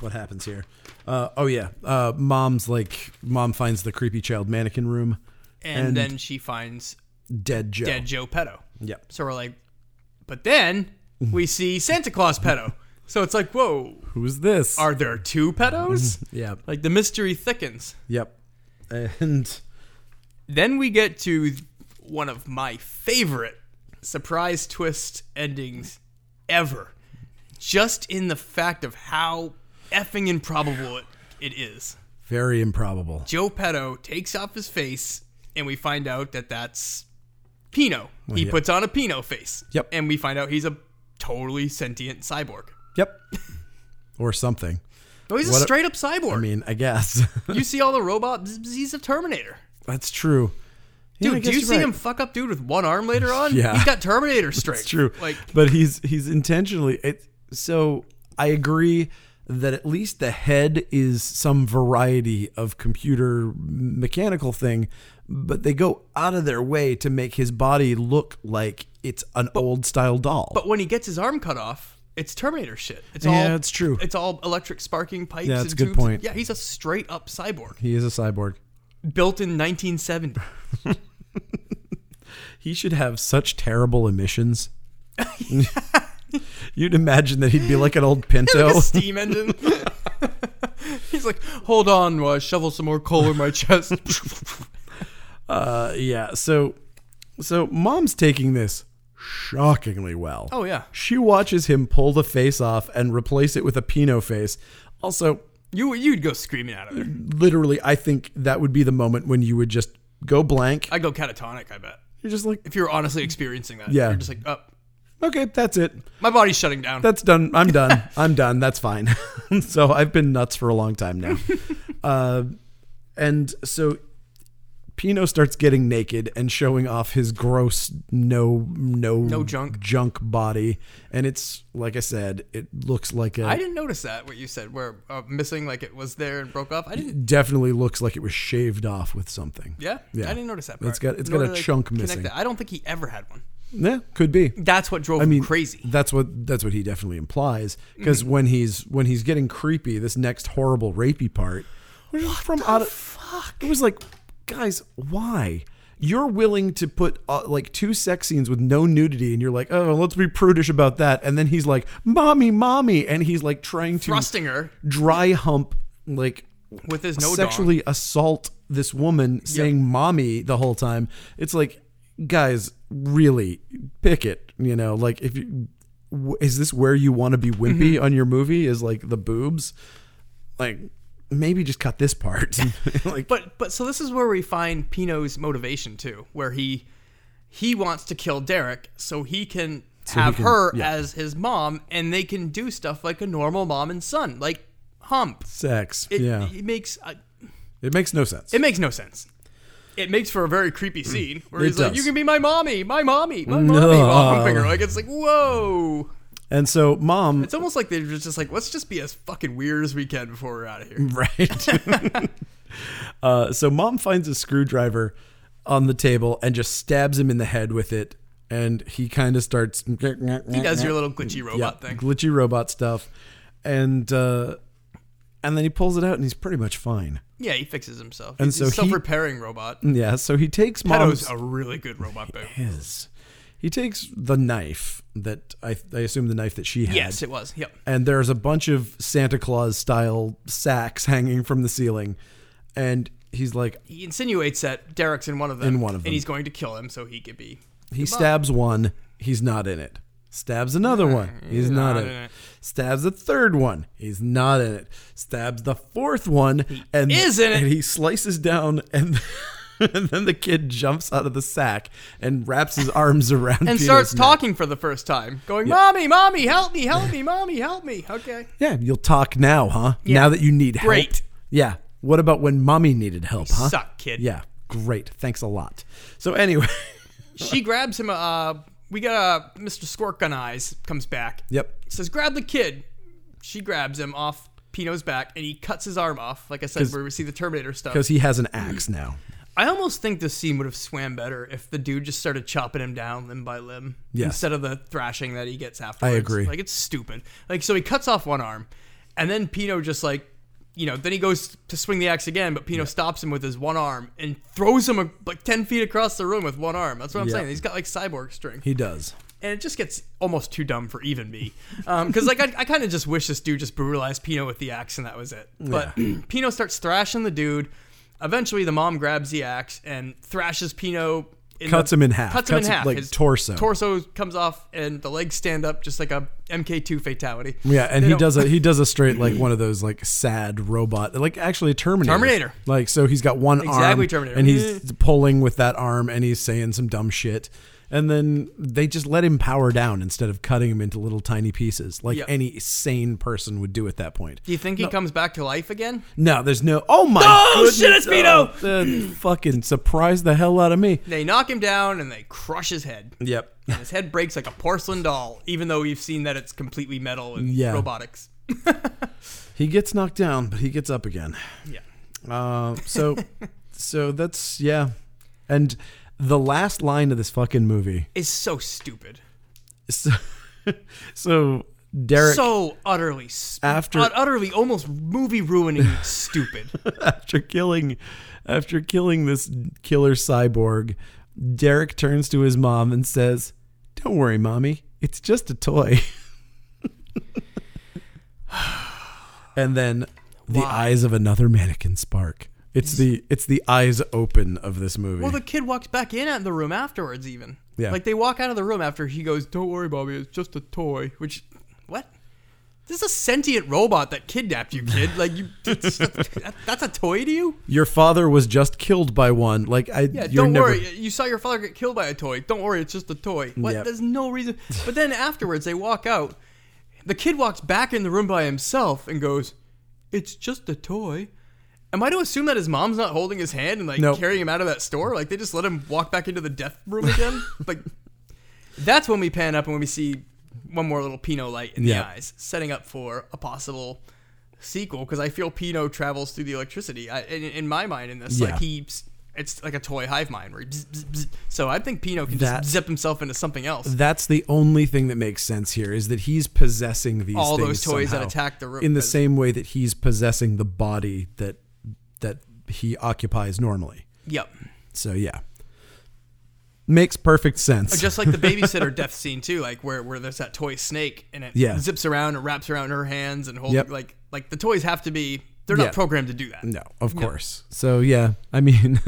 Speaker 1: what happens here? Uh, oh yeah. Uh, mom's like mom finds the creepy child mannequin room.
Speaker 2: And,
Speaker 1: And- Oh.
Speaker 2: then she finds
Speaker 1: Dead Joe.
Speaker 2: dead Joe Petto.
Speaker 1: Yep.
Speaker 2: So we're like, but then
Speaker 1: Mm-hmm.
Speaker 2: we see Santa Claus Petto. So it's like, whoa,
Speaker 1: Who's this?
Speaker 2: are there two pedos?
Speaker 1: yep.
Speaker 2: like the mystery thickens.
Speaker 1: Yep. And
Speaker 2: Then we get to one of my favorite surprise twist endings ever. Just in the fact of how effing improbable it, it is.
Speaker 1: very improbable.
Speaker 2: Joe Petto takes off his face, and we find out that that's Pino. he
Speaker 1: yeah.
Speaker 2: puts on a Pino face.
Speaker 1: Yep.
Speaker 2: And we find out he's a totally sentient cyborg.
Speaker 1: Yep. or something.
Speaker 2: No, he's
Speaker 1: What
Speaker 2: a
Speaker 1: a-
Speaker 2: straight up cyborg.
Speaker 1: I mean, I guess <laughs>
Speaker 2: you see all the robots, he's a Terminator.
Speaker 1: that's true. Yeah, I
Speaker 2: Dude, do
Speaker 1: guess
Speaker 2: you
Speaker 1: you're
Speaker 2: see
Speaker 1: right.
Speaker 2: him fuck up dude with one arm later
Speaker 1: <laughs>
Speaker 2: on?
Speaker 1: Yeah.
Speaker 2: He's got Terminator strength.
Speaker 1: It's true.
Speaker 2: Like
Speaker 1: but he's he's intentionally it. So I agree that at least the head is some variety of computer mechanical thing, but they go out of their way to make his body look like it's an old style doll.
Speaker 2: But when he gets his arm cut off, it's Terminator shit. It's all
Speaker 1: Yeah, it's true.
Speaker 2: It's all electric sparking pipes.
Speaker 1: Yeah,
Speaker 2: and
Speaker 1: that's a good
Speaker 2: tubes.
Speaker 1: point.
Speaker 2: Yeah, he's a straight up cyborg
Speaker 1: he is a cyborg.
Speaker 2: built in
Speaker 1: <laughs>
Speaker 2: 1970.
Speaker 1: He should have such terrible emissions. <laughs> You'd imagine that he'd be like an old Pinto.
Speaker 2: Like a steam
Speaker 1: <laughs>
Speaker 2: engine. <laughs> he's like, hold on, while I shovel some more coal in
Speaker 1: <laughs>
Speaker 2: my chest.
Speaker 1: Uh, yeah. So, so mom's taking this shockingly well.
Speaker 2: oh yeah,
Speaker 1: She watches him pull the face off and replace it with a Pinot face. Also,
Speaker 2: you you'd go screaming out of there.
Speaker 1: literally, I think that would be the moment when you would just go blank.
Speaker 2: I'd go catatonic. I bet
Speaker 1: You're just like,
Speaker 2: if you're honestly experiencing that,
Speaker 1: Yeah.
Speaker 2: you're just like, oh,
Speaker 1: okay, that's it.
Speaker 2: my body's shutting down.
Speaker 1: That's done. I'm done. <laughs> I'm done. That's fine. <laughs> so I've been nuts for a long time
Speaker 2: <laughs>
Speaker 1: now. uh, and so Pino starts getting naked and showing off his gross no no no
Speaker 2: junk.
Speaker 1: junk body, and it's like I said, it looks like a
Speaker 2: I didn't notice that what you said, where uh, missing like it was there and broke off. I didn't.
Speaker 1: definitely looks like it was shaved off with something.
Speaker 2: Yeah,
Speaker 1: Yeah.
Speaker 2: I didn't notice that. Part.
Speaker 1: It's got- it's
Speaker 2: Nor
Speaker 1: got a
Speaker 2: did I
Speaker 1: chunk
Speaker 2: connect
Speaker 1: missing.
Speaker 2: that. I don't think he ever had one.
Speaker 1: Yeah, could be.
Speaker 2: That's what drove
Speaker 1: I mean,
Speaker 2: him crazy. Mm-hmm.
Speaker 1: That's what that's what he definitely implies. Because when he's when he's getting creepy, this next horrible rapey part, which is from out of fuck, it was like, guys, why? You're willing to put uh, like two sex scenes with no nudity, and you're like, oh, let's be prudish about that. And then he's like, mommy, mommy, and he's like trying to
Speaker 2: Thrusting her
Speaker 1: dry hump like
Speaker 2: with his no dong.
Speaker 1: sexually assault this woman saying mommy the whole time. It's like, guys, really pick it. You know, like if you, w- is this where you want to be wimpy
Speaker 2: Mm-hmm.
Speaker 1: on your movie is like the boobs? Like maybe just cut this
Speaker 2: <laughs>
Speaker 1: part. <laughs> like,
Speaker 2: But but so this is where we find Pino's motivation too, where he he wants to kill Derek so he can have
Speaker 1: can-
Speaker 2: her
Speaker 1: yeah.
Speaker 2: as his mom, and they can do stuff like a normal mom and son, like hump.
Speaker 1: sex.
Speaker 2: It,
Speaker 1: yeah.
Speaker 2: it makes uh,
Speaker 1: It makes no sense.
Speaker 2: it makes no sense. It makes for a very creepy scene where
Speaker 1: Mm. It
Speaker 2: he's like,
Speaker 1: does.
Speaker 2: "You can be my mommy, my mommy, my mommy," while humping her. Like it's like, whoa.
Speaker 1: and so mom <laughs>
Speaker 2: It's almost like they're just like, let's just be as fucking weird as we can before we're out of here.
Speaker 1: Right. <laughs> uh, so mom finds a screwdriver on the table and just stabs him in the head with it. And he kind of starts. He
Speaker 2: Does
Speaker 1: does
Speaker 2: your little glitchy robot thing.
Speaker 1: glitchy robot stuff, and uh, and then he pulls it out and he's pretty much fine.
Speaker 2: Yeah, he fixes himself.
Speaker 1: And
Speaker 2: He's
Speaker 1: so
Speaker 2: a
Speaker 1: he-
Speaker 2: self-repairing robot.
Speaker 1: Yeah. So he takes mom's
Speaker 2: Peto's a really good robot boo.
Speaker 1: his. He takes the knife that I, I assume the knife that she had.
Speaker 2: Yes, it was. Yep.
Speaker 1: and there's a bunch of Santa Claus style sacks hanging from the ceiling, and he's like,
Speaker 2: He insinuates that Derek's in one of them.
Speaker 1: In one of them.
Speaker 2: And he's going to kill him so he could be.
Speaker 1: He stabs one, he's not in it. Stabs another one, he's not, in, it. Stabs a third one, he's not in it. Stabs the fourth one, and
Speaker 2: is in it.
Speaker 1: And he slices down, and <laughs> and then the kid jumps out of the sack and wraps his arms around
Speaker 2: And
Speaker 1: Peter's
Speaker 2: starts
Speaker 1: neck.
Speaker 2: talking for the first time, going, "Mommy, mommy, help me, help me, mommy, help me." Okay.
Speaker 1: Yeah, you'll talk now, huh? Now that you need help.
Speaker 2: Great.
Speaker 1: Yeah. What about when mommy needed help, huh?
Speaker 2: Suck, kid.
Speaker 1: Yeah. Great. Thanks a lot. So anyway, <laughs>
Speaker 2: She grabs him. Uh, we got uh, Mr. Squirk on Eyes comes back.
Speaker 1: Yep.
Speaker 2: Says, grab the kid. She grabs him off Pino's back and he cuts his arm off. Like I said, where we see the Terminator stuff.
Speaker 1: Because he has an axe now.
Speaker 2: I almost think this scene would have swam better if the dude just started chopping him down limb by limb
Speaker 1: Yes.
Speaker 2: instead of the thrashing that he gets afterwards.
Speaker 1: agree.
Speaker 2: Like it's stupid. Like so he cuts off one arm, and then Pino just like, you know, then he goes to swing the axe again, but Pino stops him with his one arm and throws him uh, like ten feet across the room with one arm. That's what I'm
Speaker 1: Yeah.
Speaker 2: saying. He's got like cyborg strength
Speaker 1: He does.
Speaker 2: and it just gets almost too dumb for even me. Because like I, I kind of just wish this dude just brutalized Pino with the axe and that was it. But <clears throat> Pino starts thrashing the dude. Eventually, the mom grabs the axe and thrashes Pino. In
Speaker 1: Cuts him in half.
Speaker 2: Cuts him in
Speaker 1: Cuts,
Speaker 2: half.
Speaker 1: like, torso.
Speaker 2: Torso comes off, and the legs stand up just like a MK2 fatality.
Speaker 1: Yeah, and
Speaker 2: They
Speaker 1: he
Speaker 2: don't-
Speaker 1: does a he does a straight
Speaker 2: <clears throat>
Speaker 1: like one of those like sad robot like actually Terminator.
Speaker 2: Terminator.
Speaker 1: Like so he's got one arm
Speaker 2: Exactly Terminator. Mm.
Speaker 1: and he's pulling with that arm and he's saying some dumb shit. And then they just let him power down instead of cutting him into little tiny pieces like
Speaker 2: Yep.
Speaker 1: any sane person would do at that point.
Speaker 2: Do you think he comes back to life again?
Speaker 1: No, there's no Oh my
Speaker 2: Oh, shit,
Speaker 1: goodness.
Speaker 2: it's Vito!
Speaker 1: that fucking surprised the hell out of me.
Speaker 2: They knock him down and they crush his head.
Speaker 1: Yep.
Speaker 2: And his head breaks like a porcelain doll, even though we've seen that it's completely metal and
Speaker 1: Yeah.
Speaker 2: robotics.
Speaker 1: He gets knocked down, but he gets up again.
Speaker 2: Yeah.
Speaker 1: Uh, so so that's yeah. And the last line of this fucking movie.
Speaker 2: It's so stupid.
Speaker 1: So, <laughs> so Derek
Speaker 2: so utterly s-
Speaker 1: After-
Speaker 2: ut- utterly almost movie ruining stupid <laughs>
Speaker 1: after killing after killing this killer cyborg, Derek turns to his mom and says, "Don't worry, mommy. It's just a toy." <laughs> and then the
Speaker 2: Why?
Speaker 1: eyes of another mannequin spark. It's the it's the eyes open of this movie.
Speaker 2: well the kid walks back in at the room afterwards even
Speaker 1: Yeah.
Speaker 2: like they walk out of the room after he goes don't worry bobby it's just a toy which what this is a sentient robot that kidnapped you kid like you <laughs> that's, that's a toy to you
Speaker 1: Your father was just killed by one. Like I,
Speaker 2: Yeah,
Speaker 1: you're
Speaker 2: don't
Speaker 1: never,
Speaker 2: worry. You saw your father get killed by a toy. Don't worry, it's just a toy. What?
Speaker 1: Yep.
Speaker 2: There's no
Speaker 1: <laughs>
Speaker 2: reason. But then afterwards, they walk out. The kid walks back in the room by himself and goes, "It's just a toy." Am I to assume that his mom's not holding his hand and like
Speaker 1: No.
Speaker 2: carrying him out of that store? Like they just let him walk back into the death room
Speaker 1: <laughs>
Speaker 2: again? like that's when we pan up and when we see one more little Pino light in
Speaker 1: Yeah.
Speaker 2: the eyes, setting up for a possible sequel. Because I feel Pino travels through the electricity. I, in, in my mind, in this,
Speaker 1: Yeah.
Speaker 2: like he, it's like a toy hive mind. Where he bzz, bzz, bzz. So I think Pino can
Speaker 1: That-
Speaker 2: just zip himself into something else.
Speaker 1: That's the only thing that makes sense here is that he's possessing these
Speaker 2: All those
Speaker 1: things
Speaker 2: toys that
Speaker 1: somehow,
Speaker 2: attack the room-
Speaker 1: in the same way that he's possessing the body that that he occupies normally.
Speaker 2: Yep.
Speaker 1: So yeah, makes perfect sense.
Speaker 2: Oh, Just like the babysitter death scene too, like where, where there's that toy snake and it
Speaker 1: Yeah.
Speaker 2: zips around and wraps around her hands and holds
Speaker 1: Yep.
Speaker 2: like like the toys have to be they're
Speaker 1: Yeah.
Speaker 2: not programmed to do that.
Speaker 1: no, of course. So yeah, I mean,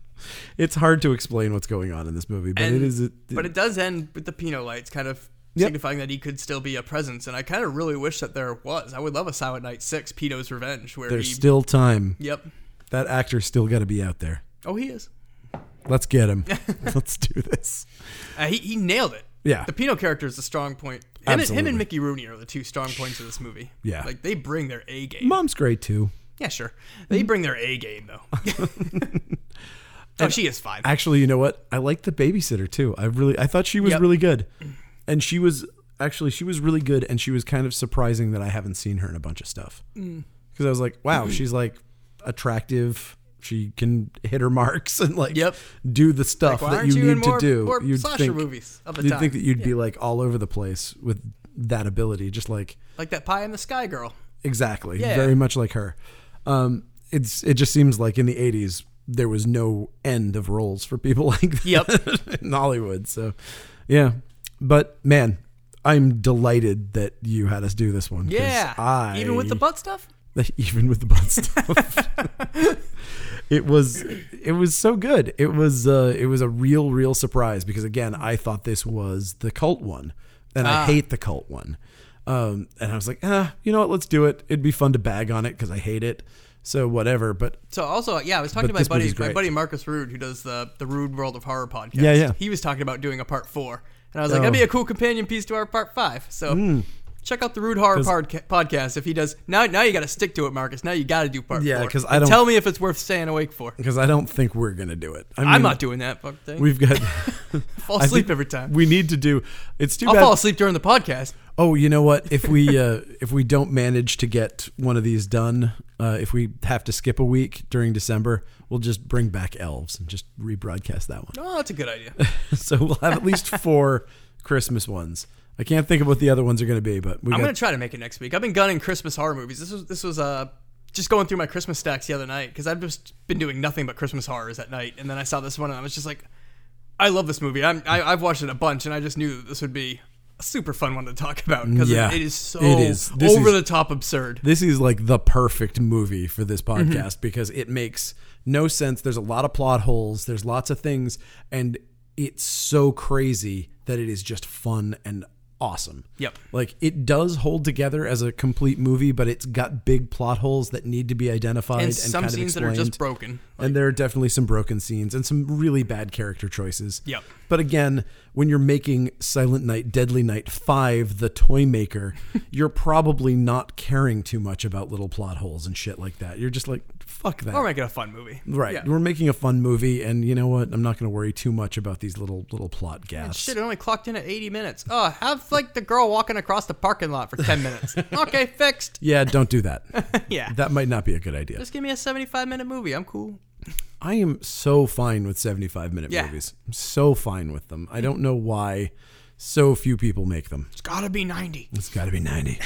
Speaker 1: <laughs> it's hard to explain what's going on in this movie, but it
Speaker 2: And-
Speaker 1: is. A,
Speaker 2: but it does end with the Pinot lights kind of
Speaker 1: Yep.
Speaker 2: signifying that he could still be a presence. And I kind of really wish that there was. I would love a Silent Night 6, Pinot's Revenge, where
Speaker 1: there's
Speaker 2: he.
Speaker 1: still time.
Speaker 2: yep.
Speaker 1: That actor's still got to be out there.
Speaker 2: Oh, he is.
Speaker 1: Let's get
Speaker 2: <laughs>
Speaker 1: him. Let's do this.
Speaker 2: Uh, he, he nailed it.
Speaker 1: Yeah.
Speaker 2: The Pinot character is the strong point. Him, and, him
Speaker 1: Absolutely.
Speaker 2: and Mickey Rooney are the two strong points of this movie.
Speaker 1: Yeah.
Speaker 2: Like, they bring their A game.
Speaker 1: Mom's great too.
Speaker 2: yeah, sure. They bring their A game, though.
Speaker 1: <laughs>
Speaker 2: <laughs> oh, she is fine.
Speaker 1: Actually, you know what? I like the babysitter too. I really I thought she was
Speaker 2: Yep.
Speaker 1: really good. And she was actually she was really good and she was kind of surprising that I haven't seen her in a bunch of stuff.
Speaker 2: Mm.
Speaker 1: Cuz I was like,
Speaker 2: Mm-hmm.
Speaker 1: wow, she's like attractive. She can hit her marks <laughs> and like
Speaker 2: Yep.
Speaker 1: do the stuff
Speaker 2: Why
Speaker 1: that
Speaker 2: aren't
Speaker 1: you,
Speaker 2: in
Speaker 1: need
Speaker 2: more,
Speaker 1: to do.
Speaker 2: More
Speaker 1: you'd
Speaker 2: slasher
Speaker 1: think,
Speaker 2: movies of the
Speaker 1: you'd
Speaker 2: time.
Speaker 1: think that you'd be like all over the place with that ability, just like
Speaker 2: like that Pie in the Sky girl.
Speaker 1: Exactly.
Speaker 2: Yeah.
Speaker 1: Very much like her. Um, it's it just seems like in the eighties there was no end of roles for people <laughs> like that
Speaker 2: Yep.
Speaker 1: in Hollywood. So yeah. But man, I'm delighted that you had us do this one. 'cause
Speaker 2: Yeah.
Speaker 1: I,
Speaker 2: Even with the butt stuff?
Speaker 1: <laughs> even with the
Speaker 2: <laughs>
Speaker 1: butt stuff. it was it was so good. It was uh it was a real, real surprise because again, I thought this was the cult one. And
Speaker 2: Ah.
Speaker 1: I hate the cult one. Um and I was like, ah, you know what, let's do it. It'd be fun to bag on it because I hate it. So whatever. But
Speaker 2: So also, yeah, I was talking
Speaker 1: But
Speaker 2: to my
Speaker 1: this
Speaker 2: buddy,
Speaker 1: movie's
Speaker 2: my
Speaker 1: great.
Speaker 2: buddy Marcus Rude, who does the the Rude World of Horror podcast.
Speaker 1: Yeah, yeah.
Speaker 2: He was talking about doing a part four, and I was like, that'd
Speaker 1: Oh. Hmm.
Speaker 2: be a cool companion piece to our part five. So Check out the Rude Horror podca- podcast if he does. Now, now you got to stick to it, Marcus. Now you got to do part
Speaker 1: Yeah,
Speaker 2: four.
Speaker 1: 'cause I
Speaker 2: And
Speaker 1: don't-
Speaker 2: tell me if it's worth staying awake for.
Speaker 1: because I don't think we're gonna do it. I
Speaker 2: I'm
Speaker 1: mean,
Speaker 2: not doing that fucking thing.
Speaker 1: We've
Speaker 2: <laughs>
Speaker 1: got <laughs>
Speaker 2: fall
Speaker 1: I
Speaker 2: asleep
Speaker 1: think
Speaker 2: every time.
Speaker 1: We need to do. It's too
Speaker 2: I'll
Speaker 1: bad.
Speaker 2: fall asleep during the podcast.
Speaker 1: Oh, you know what? If we uh, <laughs> if we don't manage to get one of these done, uh, if we have to skip a week during December, we'll just bring back elves and just rebroadcast that one.
Speaker 2: Oh, that's a good idea.
Speaker 1: <laughs> so we'll have at least
Speaker 2: <laughs>
Speaker 1: four Christmas ones. I can't think of what the other ones are going to be, but we
Speaker 2: I'm
Speaker 1: got
Speaker 2: gonna try to make it next week. I've been gunning Christmas horror movies. This was this was uh just going through my Christmas stacks the other night because I've just been doing nothing but Christmas horrors at night, and then I saw this one and I was just like, I love this movie. I'm, I, I've watched it a bunch, and I just knew that this would be a super fun one to talk about because
Speaker 1: Yeah,
Speaker 2: it is so
Speaker 1: it is. This
Speaker 2: over
Speaker 1: is-
Speaker 2: the top absurd.
Speaker 1: this is like the perfect movie for this
Speaker 2: Mm-hmm.
Speaker 1: podcast because it makes no sense. There's a lot of plot holes. There's lots of things, and it's so crazy that it is just fun and awesome.
Speaker 2: Yep.
Speaker 1: Like it does hold together as a complete movie, but it's got big plot holes that need to be identified and,
Speaker 2: And some
Speaker 1: kind of
Speaker 2: scenes that are
Speaker 1: explained.
Speaker 2: just broken.
Speaker 1: and there are definitely some broken scenes and some really bad character choices.
Speaker 2: Yep.
Speaker 1: But again, when you're making Silent Night, Deadly Night 5, The Toy
Speaker 2: <laughs>
Speaker 1: Maker, you're probably not caring too much about little plot holes and shit like that. You're just like, fuck that.
Speaker 2: We're making a fun movie,
Speaker 1: Right.
Speaker 2: Yeah.
Speaker 1: We're making a fun movie and you know what? I'm not going to worry too much about these little little plot gaps.
Speaker 2: Shit, it only clocked in at 80 minutes. Oh, have like the girl walking across the parking lot for
Speaker 1: <laughs>
Speaker 2: 10 minutes. okay, fixed.
Speaker 1: yeah, don't do
Speaker 2: <laughs>
Speaker 1: that.
Speaker 2: Yeah.
Speaker 1: that might not be a good idea.
Speaker 2: Just give me a 75 minute movie. I'm cool.
Speaker 1: I am so fine with 75 minute
Speaker 2: Yeah.
Speaker 1: movies. I'm so fine with them. I don't know why so few people make them.
Speaker 2: It's gotta be <laughs> 90.
Speaker 1: It's got to be 90.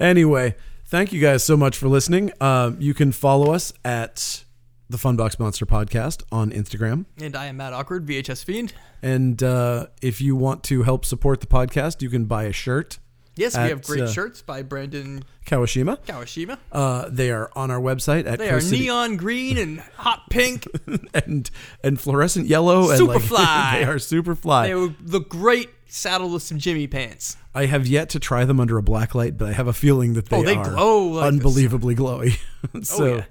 Speaker 1: anyway, thank you guys so much for listening. Um, you can follow us at the Funbox Monster Podcast on Instagram.
Speaker 2: And I am Matt Awkward, VHS Fiend.
Speaker 1: And uh, if you want to help support the podcast, you can buy a shirt,
Speaker 2: Yes,
Speaker 1: At,
Speaker 2: we have great
Speaker 1: uh,
Speaker 2: shirts by Brandon
Speaker 1: Kawashima.
Speaker 2: Kawashima.
Speaker 1: Uh, they are on our website at
Speaker 2: They are
Speaker 1: Coast City-
Speaker 2: neon green and hot pink.
Speaker 1: <laughs> and, and fluorescent yellow. And like- <laughs>
Speaker 2: Superfly.
Speaker 1: they are super fly.
Speaker 2: they were the great saddle with some Jimmy pants.
Speaker 1: I have yet to try them under a black light, but I have a feeling that they,
Speaker 2: Oh, they
Speaker 1: are
Speaker 2: glow like the
Speaker 1: unbelievably glowy. <laughs> so,
Speaker 2: yeah.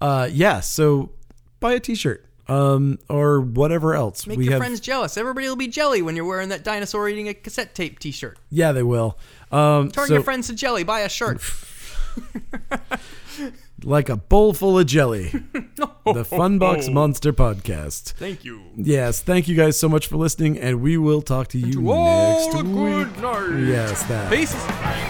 Speaker 1: Uh, yeah, so buy a t-shirt um, or whatever else.
Speaker 2: Make
Speaker 1: we
Speaker 2: your
Speaker 1: have,
Speaker 2: friends jealous. Everybody will be jelly when you're wearing that dinosaur eating a cassette tape t shirt.
Speaker 1: Yeah, they will. Um,
Speaker 2: Turn
Speaker 1: so,
Speaker 2: your friends to jelly. Buy a shirt.
Speaker 1: like a bowl full of
Speaker 2: <laughs>
Speaker 1: jelly. the Funbox Monster Podcast.
Speaker 2: Thank you.
Speaker 1: Yes, thank you guys so much for listening, and we will talk to you
Speaker 2: Oh,
Speaker 1: next week.
Speaker 2: good night.
Speaker 1: Yes, that.
Speaker 2: Faces.